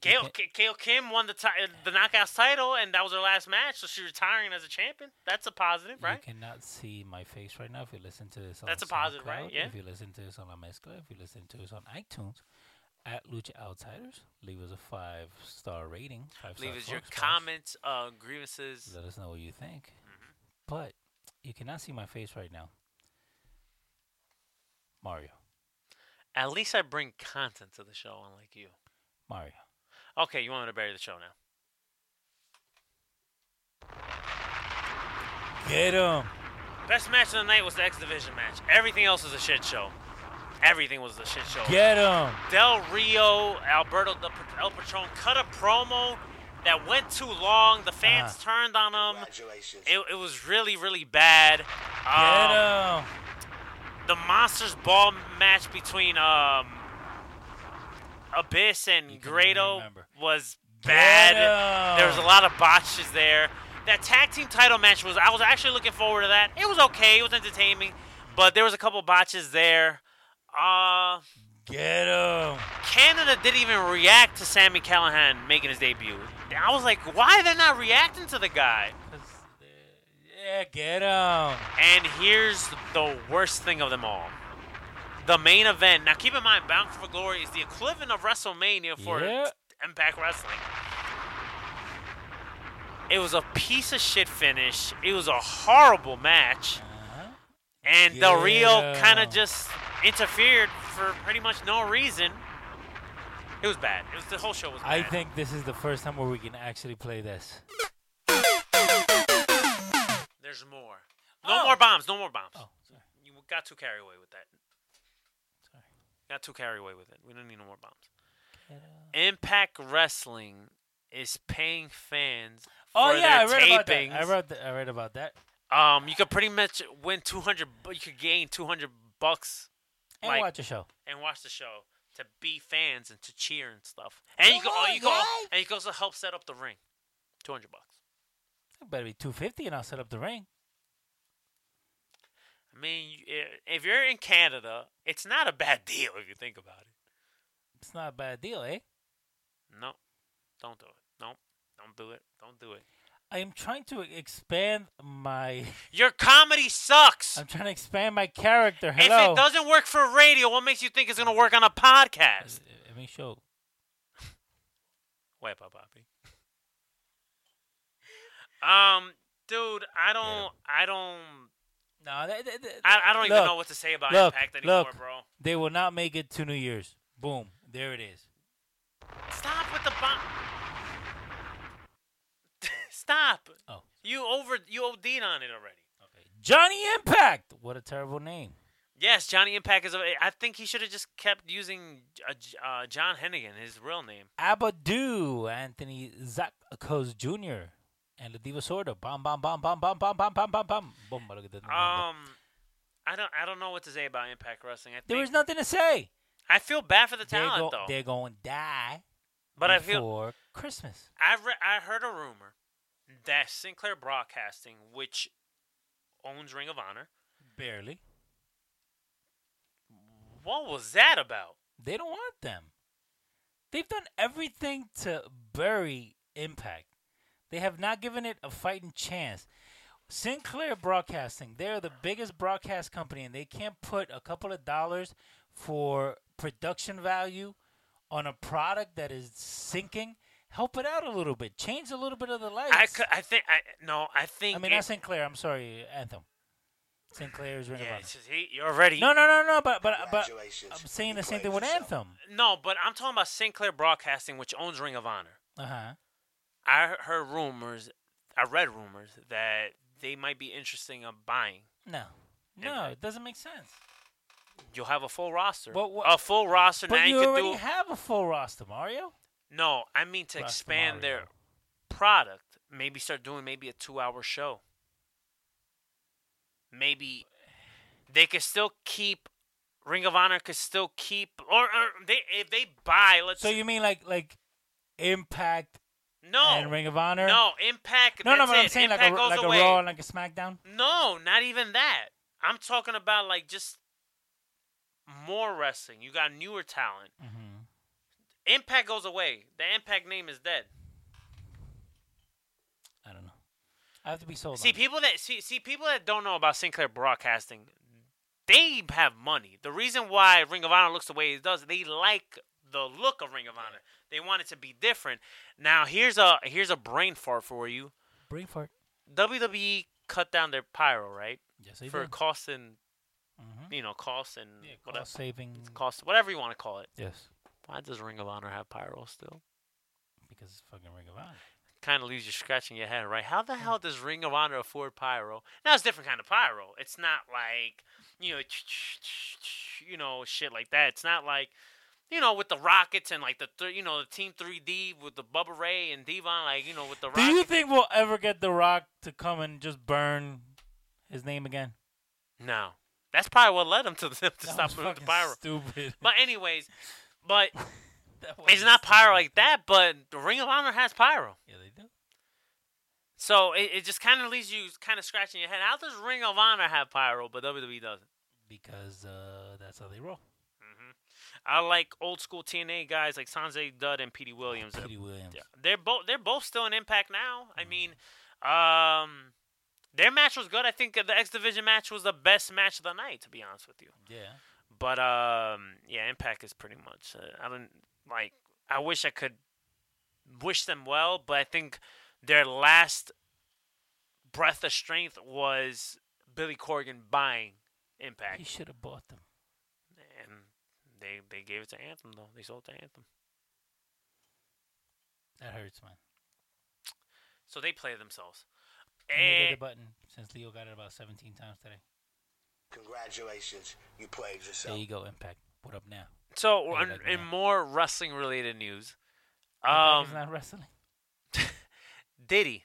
Speaker 3: Gail, K- Gail Kim won the ti- uh, the Knockouts title, and that was her last match, so she's retiring as a champion. That's a positive, right?
Speaker 4: You cannot see my face right now if you listen to this on
Speaker 3: That's a positive, right?
Speaker 4: SoundCloud,
Speaker 3: Yeah.
Speaker 4: If you listen to this on La Mezcla, if you listen to this on iTunes, at Lucha Outsiders, leave us a five star rating. Five
Speaker 3: Leave
Speaker 4: star
Speaker 3: us your
Speaker 4: Fox stars.
Speaker 3: comments, uh, grievances.
Speaker 4: Let us know what you think.
Speaker 3: Mm-hmm.
Speaker 4: But you cannot see my face right now. Mario.
Speaker 3: At least I bring content to the show, unlike you.
Speaker 4: Mario.
Speaker 3: Okay, you want me to bury the show now?
Speaker 4: Get him.
Speaker 3: Best match of the night was the X Division match. Everything else was a shit show. Everything was a shit show.
Speaker 4: Get him.
Speaker 3: Del Rio, Alberto the P- El Patron cut a promo that went too long. The fans
Speaker 4: Uh-huh.
Speaker 3: turned on him.
Speaker 2: Congratulations.
Speaker 3: It, it was really, really bad.
Speaker 4: Get
Speaker 3: Um,
Speaker 4: him.
Speaker 3: the Monsters Ball match between um, Abyss and
Speaker 4: can
Speaker 3: Grado
Speaker 4: remember.
Speaker 3: was
Speaker 4: Get
Speaker 3: bad.
Speaker 4: him.
Speaker 3: There was a lot of botches there. That tag team title match was I was actually looking forward to that. It was okay, it was entertaining, but there was a couple botches there. Uh
Speaker 4: Get him.
Speaker 3: Canada didn't even react to Sammy Callahan making his debut. I was like, why are they not reacting to the guy?
Speaker 4: 'Cause, uh, Yeah, get him.
Speaker 3: And here's the worst thing of them all. The main event. Now keep in mind, Bound for Glory is the equivalent of WrestleMania for
Speaker 4: Yeah.
Speaker 3: Impact Wrestling. It was a piece of shit finish. It was a horrible match. And Del Rio
Speaker 4: Uh-huh. Yeah.
Speaker 3: kind of just interfered for pretty much no reason. It was bad. It was the whole show was bad.
Speaker 4: I think this is the first time where we can actually play this.
Speaker 3: there's more. No
Speaker 4: Oh.
Speaker 3: more bombs. No more bombs.
Speaker 4: Oh, sorry.
Speaker 3: You got too carried away with that.
Speaker 4: Sorry.
Speaker 3: Got too carried away with it. We don't need no more bombs. Impact Wrestling is paying fans.
Speaker 4: Oh
Speaker 3: for
Speaker 4: yeah, I
Speaker 3: their
Speaker 4: read about
Speaker 3: tapings.
Speaker 4: that. I read, th- I read about that.
Speaker 3: Um, you could pretty much win 200. bu- You could gain 200 bucks
Speaker 4: And
Speaker 3: Like-
Speaker 4: watch a show.
Speaker 3: and watch the show to be fans and to cheer and stuff. And you can,
Speaker 4: Come
Speaker 3: oh,
Speaker 4: on,
Speaker 3: you can, al-
Speaker 4: guys.
Speaker 3: and you can also help set up the ring. 200 bucks.
Speaker 4: It better be two fifty, and I'll set up the ring.
Speaker 3: I mean, you- i- if you're in Canada, it's not a bad deal if you think about it.
Speaker 4: It's not a bad deal, eh?
Speaker 3: No, don't do it. No, don't do it. Don't do it.
Speaker 4: I am trying to expand my.
Speaker 3: Your comedy sucks.
Speaker 4: I'm trying to expand my character.
Speaker 3: If
Speaker 4: Uh, Hello.
Speaker 3: it doesn't work for radio, what makes you think it's gonna work on a podcast?
Speaker 4: Let me show.
Speaker 3: Wait, Pop Poppy. Um, dude, I don't, I don't,
Speaker 4: No, th- th- th-
Speaker 3: I, I don't even
Speaker 4: look,
Speaker 3: know what to say about
Speaker 4: look,
Speaker 3: Impact anymore,
Speaker 4: look.
Speaker 3: bro.
Speaker 4: They will not make it to New Year's. Boom. There it is.
Speaker 3: Stop with the bomb. Stop.
Speaker 4: Oh.
Speaker 3: You over, you OD'd on it already.
Speaker 4: Okay. Johnny Impact. What a terrible name.
Speaker 3: Yes, Johnny Impact is. a- I think he should have just kept using uh, J- uh, John Hennigan, his real name.
Speaker 4: Abadu, Anthony Zakos Jr. And the Diva Sorda. Bam, bam, bam, bam, bam, bam, bam, bam, bam, bam. Boom. Look at that.
Speaker 3: Um, I don't, I don't know what to say about Impact Wrestling. I think,
Speaker 4: there was nothing to say.
Speaker 3: I feel bad for the
Speaker 4: They're,
Speaker 3: talent
Speaker 4: go-
Speaker 3: though.
Speaker 4: they're going to die
Speaker 3: But I feel
Speaker 4: before Christmas.
Speaker 3: I re- I heard a rumor that Sinclair Broadcasting, which owns Ring of Honor,
Speaker 4: Barely.
Speaker 3: What was that about?
Speaker 4: They don't want them. They've done everything to bury Impact. They have not given it a fighting chance. Sinclair Broadcasting, they're the biggest broadcast company, and they can't put a couple of dollars for production value on a product that is sinking. Help it out a little bit. Change a little bit of the lights.
Speaker 3: I, cou- I think I no. I think
Speaker 4: I mean,
Speaker 3: it-
Speaker 4: not Sinclair. I'm sorry, Anthem. Sinclair's Ring
Speaker 3: yeah,
Speaker 4: of Honor.
Speaker 3: it's just- he, you're already
Speaker 4: No, no, no, no. But but but
Speaker 2: Congratulations.
Speaker 4: I'm saying
Speaker 2: You
Speaker 4: the same
Speaker 2: played
Speaker 4: thing with
Speaker 2: yourself.
Speaker 4: Anthem.
Speaker 3: no. But I'm talking about Sinclair Broadcasting, which owns Ring of Honor.
Speaker 4: Uh huh.
Speaker 3: I he- heard rumors, I read rumors that they might be interesting of buying.
Speaker 4: No, no,
Speaker 3: Impact.
Speaker 4: it doesn't make sense.
Speaker 3: You'll have a full roster.
Speaker 4: But wha-
Speaker 3: a full roster now
Speaker 4: But you
Speaker 3: could
Speaker 4: already
Speaker 3: do
Speaker 4: have a full roster, Mario.
Speaker 3: No, I mean to
Speaker 4: Roster
Speaker 3: expand their
Speaker 4: Mario.
Speaker 3: product. Maybe start doing maybe a 2-hour show. Maybe they could still keep Ring of Honor could still keep or, or they if they buy let's
Speaker 4: So you mean like like Impact
Speaker 3: no
Speaker 4: and Ring of Honor?
Speaker 3: No, Impact
Speaker 4: no, no.
Speaker 3: that's
Speaker 4: But I'm
Speaker 3: it.
Speaker 4: saying like a
Speaker 3: Impact
Speaker 4: Ra-
Speaker 3: goes
Speaker 4: like
Speaker 3: away.
Speaker 4: a Raw, and like a SmackDown.
Speaker 3: No, not even that. I'm talking about like just more wrestling. You got newer talent.
Speaker 4: Mm-hmm.
Speaker 3: Impact goes away. The Impact name is dead.
Speaker 4: I don't know. I have to be sold.
Speaker 3: See
Speaker 4: on it.
Speaker 3: people that see see people that don't know about Sinclair Broadcasting, they have money. The reason why Ring of Honor looks the way it does, they like the look of Ring of Honor. They want it to be different. Now here's a here's a brain fart for you.
Speaker 4: Bring for it.
Speaker 3: WWE cut down their pyro right
Speaker 4: Yes, they
Speaker 3: for
Speaker 4: do. Mm-hmm.
Speaker 3: cost and you know cost and
Speaker 4: Yeah, cost
Speaker 3: whatever
Speaker 4: saving.
Speaker 3: cost whatever you want to call it.
Speaker 4: Yes,
Speaker 3: Why does Ring of Honor have pyro still?
Speaker 4: because it's fucking Ring of Honor.
Speaker 3: Kind of leaves you scratching your head, right? How the
Speaker 4: Hmm.
Speaker 3: hell does Ring of Honor afford pyro? Now it's a different kind of pyro. It's not like you know, you know, shit like that. It's not like you know, with the rockets and like the th- you know the Team 3D with the Bubba Ray and Devon, like you know, with the
Speaker 4: Do
Speaker 3: rockets.
Speaker 4: you think we'll ever get The Rock to come and just burn his name again?
Speaker 3: no, that's probably what led him to, to
Speaker 4: That was
Speaker 3: stop with the
Speaker 4: fucking
Speaker 3: pyro.
Speaker 4: Stupid.
Speaker 3: But anyways, but
Speaker 4: That was
Speaker 3: it's not
Speaker 4: stupid.
Speaker 3: pyro like that. But the Ring of Honor has pyro.
Speaker 4: Yeah, they do.
Speaker 3: So it, it just kind of leaves you kind of scratching your head. How does Ring of Honor have pyro, but WWE doesn't? Mm-hmm.
Speaker 4: Because uh, that's how they roll.
Speaker 3: I like old school TNA guys like Sanjay Dutt and Petey Williams.
Speaker 4: Petey Williams.
Speaker 3: Yeah, They're both they're both still in Impact now. I mean, um, their match was good. I think the X Division match was the best match of the night, to be honest with you.
Speaker 4: Yeah.
Speaker 3: But um, yeah, Impact is pretty much. Uh, I don't like. I wish I could wish them well, but I think their last breath of strength was Billy Corgan buying
Speaker 4: He
Speaker 3: Impact,
Speaker 4: should have bought them.
Speaker 3: and they they gave it to Anthem though. They sold it to Anthem,
Speaker 4: That hurts, man.
Speaker 3: so they play themselves.
Speaker 4: He needed
Speaker 3: And
Speaker 4: a button since Leo got it about 17 times today.
Speaker 2: Congratulations, you played
Speaker 4: There
Speaker 2: yourself.
Speaker 4: you go, Impact. What up now?
Speaker 3: so,
Speaker 4: Yeah,
Speaker 3: in,
Speaker 4: like
Speaker 3: in
Speaker 4: that.
Speaker 3: more wrestling related news,
Speaker 4: Impact
Speaker 3: um,
Speaker 4: is not wrestling.
Speaker 3: Diddy,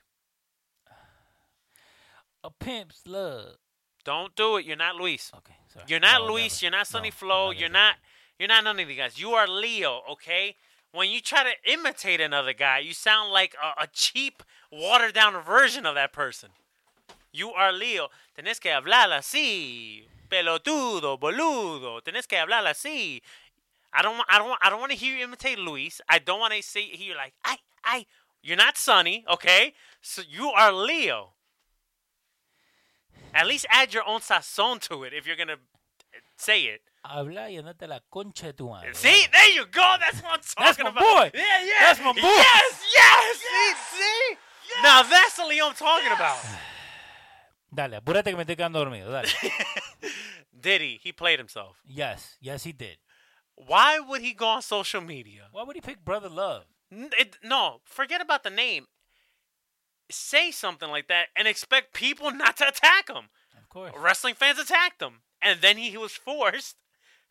Speaker 4: A pimp's love.
Speaker 3: don't do it. You're not Luis.
Speaker 4: Okay, sorry.
Speaker 3: You're not
Speaker 4: No,
Speaker 3: Luis.
Speaker 4: never.
Speaker 3: You're not Sonny
Speaker 4: No,
Speaker 3: Flow.
Speaker 4: I'm
Speaker 3: You're
Speaker 4: gonna
Speaker 3: not. You're not none of these guys. You are Leo. Okay. When you try to imitate another guy, you sound like a, a cheap, watered down version of that person. You are Leo. Tenés que hablar así, pelotudo, boludo. Tenés que hablar así. I don't want. I don't want. I don't want to hear you imitate Luis. I don't want to see hear you like I. I. You're not Sonny. Okay. So you are Leo. At least add your own sazon to it if you're gonna say it.
Speaker 4: do that. Habla y andate a la concha de tu madre.
Speaker 3: See, there you go. That's what I'm talking
Speaker 4: That's my
Speaker 3: about.
Speaker 4: boy.
Speaker 3: Yeah, yeah.
Speaker 4: That's my boy.
Speaker 3: Yes, yes. See, see? Now that's the Leo I'm talking about.
Speaker 4: Dale, apúrate que me estoy quedando dormido. Dale.
Speaker 3: Diddy, he played himself.
Speaker 4: yes, yes, he did.
Speaker 3: Why would he go on social media?
Speaker 4: Why would he pick Brother Love?
Speaker 3: N- it- no, forget about the name. Say something like that and expect people not to attack him.
Speaker 4: Of course.
Speaker 3: Wrestling fans attacked him, and then he was forced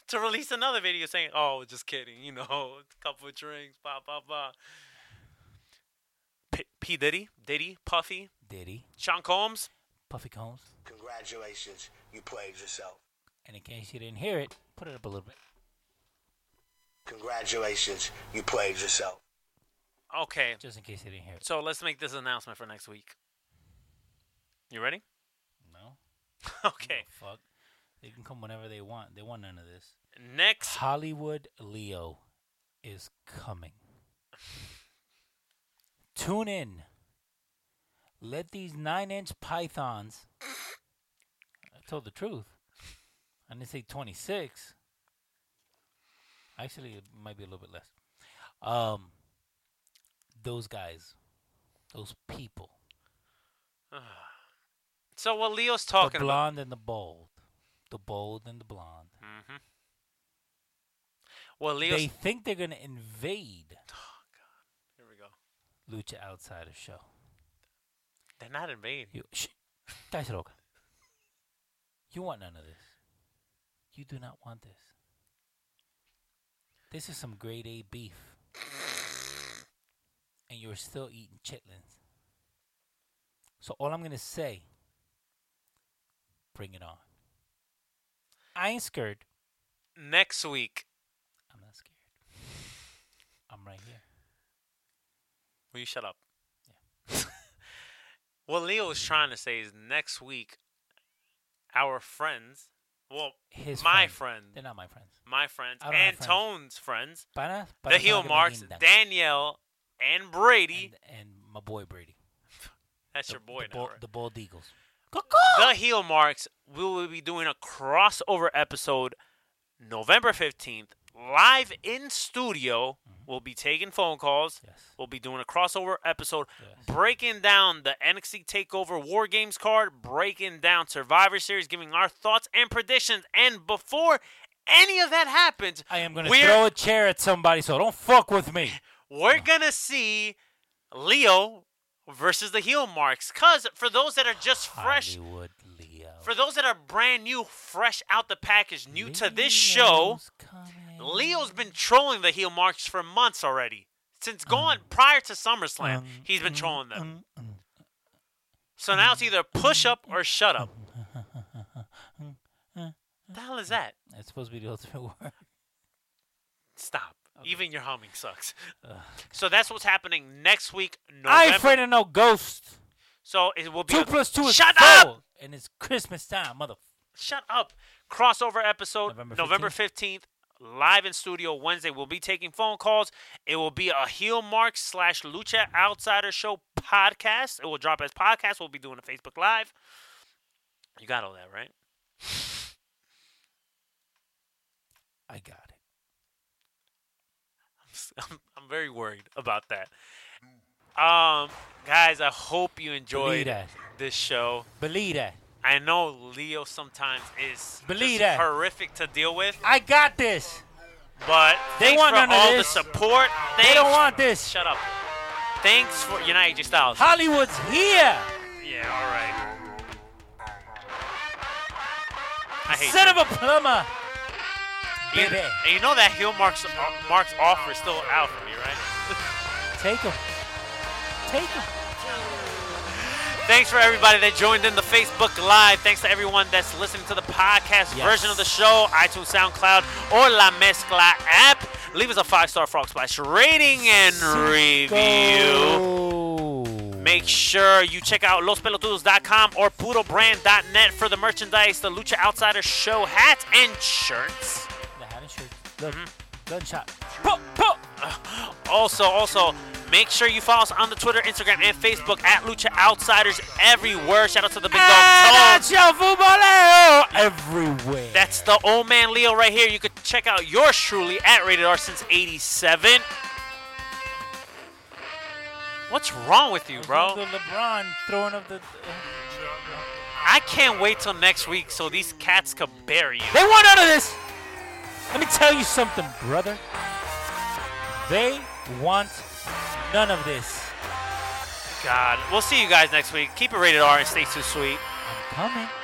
Speaker 3: to release another video saying, "Oh, just kidding, you know, a couple of drinks, blah blah blah." P, P Diddy, Diddy, Puffy,
Speaker 4: Did he?
Speaker 3: Sean Combs.
Speaker 4: Puffy Combs.
Speaker 2: Congratulations, you played yourself.
Speaker 4: And in case you didn't hear it, put it up a little bit.
Speaker 2: Congratulations, you played yourself.
Speaker 3: Okay,
Speaker 4: Just in case you didn't hear it.
Speaker 3: so let's make this announcement for next week. You ready?
Speaker 4: No?
Speaker 3: Okay.
Speaker 4: Fuck. They can come whenever they want. They want none of this.
Speaker 3: Next,
Speaker 4: Hollywood Leo is coming. Tune in. Let these nine inch pythons. I told the truth. I didn't say 26. Actually, it might be a little bit less. Um, those guys, those people,
Speaker 3: so what Leo's talking
Speaker 4: the
Speaker 3: about?
Speaker 4: blonde and the bold, the bold and the blonde.
Speaker 3: What Leo's?
Speaker 4: They think they're gonna invade
Speaker 3: Here we go.
Speaker 4: Lucha Outsider show.
Speaker 3: They're not invading.
Speaker 4: You shh, cállate la boca. You want none of this. You do not want this. This is some grade A beef, and you're still eating chitlins. So all I'm gonna say, bring it on. I ain't scared.
Speaker 3: Next week,
Speaker 4: I'm not scared. I'm right here.
Speaker 3: will you shut up? what Leo is trying to say is next week, our friends, well,
Speaker 4: His
Speaker 3: my
Speaker 4: friend.
Speaker 3: friend,
Speaker 4: They're not my friends.
Speaker 3: my friends,
Speaker 4: I don't have
Speaker 3: and
Speaker 4: friends.
Speaker 3: Tone's friends,
Speaker 4: Para, para
Speaker 3: the
Speaker 4: no
Speaker 3: heel
Speaker 4: hagan
Speaker 3: marks,
Speaker 4: mierda.
Speaker 3: Danielle and Brady.
Speaker 4: and, and my boy Brady.
Speaker 3: that's
Speaker 4: the-
Speaker 3: your boy
Speaker 4: the,
Speaker 3: now.
Speaker 4: Bald-
Speaker 3: right?
Speaker 4: the Bald Eagles.
Speaker 3: the heel marks we will be doing a crossover episode november 15th live in studio
Speaker 4: Mm-hmm.
Speaker 3: we'll be taking phone calls
Speaker 4: Yes.
Speaker 3: we'll be doing a crossover episode
Speaker 4: Yes.
Speaker 3: breaking down the nxt takeover war games card breaking down survivor series giving our thoughts and predictions and before any of that happens
Speaker 4: I am gonna
Speaker 3: we're,
Speaker 4: throw a chair at somebody, so don't fuck with me.
Speaker 3: we're gonna see leo versus the heel marks because for those that are just fresh
Speaker 4: Hollywood Leo.
Speaker 3: For those that are brand new, fresh out the package, new to this show,
Speaker 4: Leo's coming.
Speaker 3: Leo's been trolling the heel marks for months already. Since going prior to SummerSlam,
Speaker 4: um,
Speaker 3: he's been
Speaker 4: um,
Speaker 3: trolling them.
Speaker 4: um, um,
Speaker 3: so now it's either push up or shut up. the hell is that?
Speaker 4: mm. It's supposed to be the ultimate word.
Speaker 3: Stop. Even your humming sucks. so that's what's happening next week,
Speaker 4: I
Speaker 3: November.
Speaker 4: ain't afraid of no ghost.
Speaker 3: so it will be
Speaker 4: Two
Speaker 3: a-
Speaker 4: plus two is
Speaker 3: Shut
Speaker 4: four.
Speaker 3: up!
Speaker 4: And it's Christmas time, mother.
Speaker 3: Shut up. Crossover episode
Speaker 4: November
Speaker 3: November
Speaker 4: 15th.
Speaker 3: 15th. live in studio Wednesday. We'll be taking phone calls. It will be a heel mark slash lucha outsider show podcast. It will drop as podcast. We'll be doing a Facebook Live. You got all that, right?
Speaker 4: I got it.
Speaker 3: I'm, I'm very worried about that. Um, guys, I hope you
Speaker 4: Believe
Speaker 3: enjoyed
Speaker 4: that.
Speaker 3: this show.
Speaker 4: Believe that.
Speaker 3: I know Leo sometimes is
Speaker 4: Believe
Speaker 3: just
Speaker 4: that.
Speaker 3: horrific to deal with,
Speaker 4: I got this.
Speaker 3: but
Speaker 4: They
Speaker 3: thanks
Speaker 4: want
Speaker 3: for
Speaker 4: none of
Speaker 3: all
Speaker 4: this.
Speaker 3: the support. Thanks
Speaker 4: They don't want this.
Speaker 3: Shut up. Thanks for you're not AJ Styles.
Speaker 4: Hollywood's here.
Speaker 3: Yeah, all right. I hate
Speaker 4: Son
Speaker 3: you.
Speaker 4: of a plumber.
Speaker 3: You-
Speaker 4: baby.
Speaker 3: and you know that heel marks marks offer is still out for me, right?
Speaker 4: Take him. Take him.
Speaker 3: Thanks for everybody that joined in the Facebook Live. Thanks to everyone that's listening to the podcast
Speaker 4: Yes.
Speaker 3: version of the show, iTunes, SoundCloud, or La Mezcla app. Leave us a five star frog splash rating and review. Make sure you check out lospelotudos.com or purobrand.net for the merchandise, the Lucha Outsider Show hats and shirts.
Speaker 4: The hat and shirt. Look.
Speaker 3: Mm-hmm.
Speaker 4: Gunshot. Pop, pop.
Speaker 3: Also, also, make sure you follow us on the Twitter, Instagram, and Facebook at Lucha Outsiders everywhere. Shout out to the big dog. Tones.
Speaker 4: your footballero everywhere.
Speaker 3: That's the old man Leo right here. You could check out yours truly at Rated R since 87. What's wrong with you, bro?
Speaker 4: The LeBron throwing up the. uh,
Speaker 3: I can't wait till next week so these cats could bury you.
Speaker 4: They want out of this. Let me tell you something, brother. They want none of this.
Speaker 3: God. We'll see you guys next week. Keep it rated R and stay too sweet.
Speaker 4: I'm coming.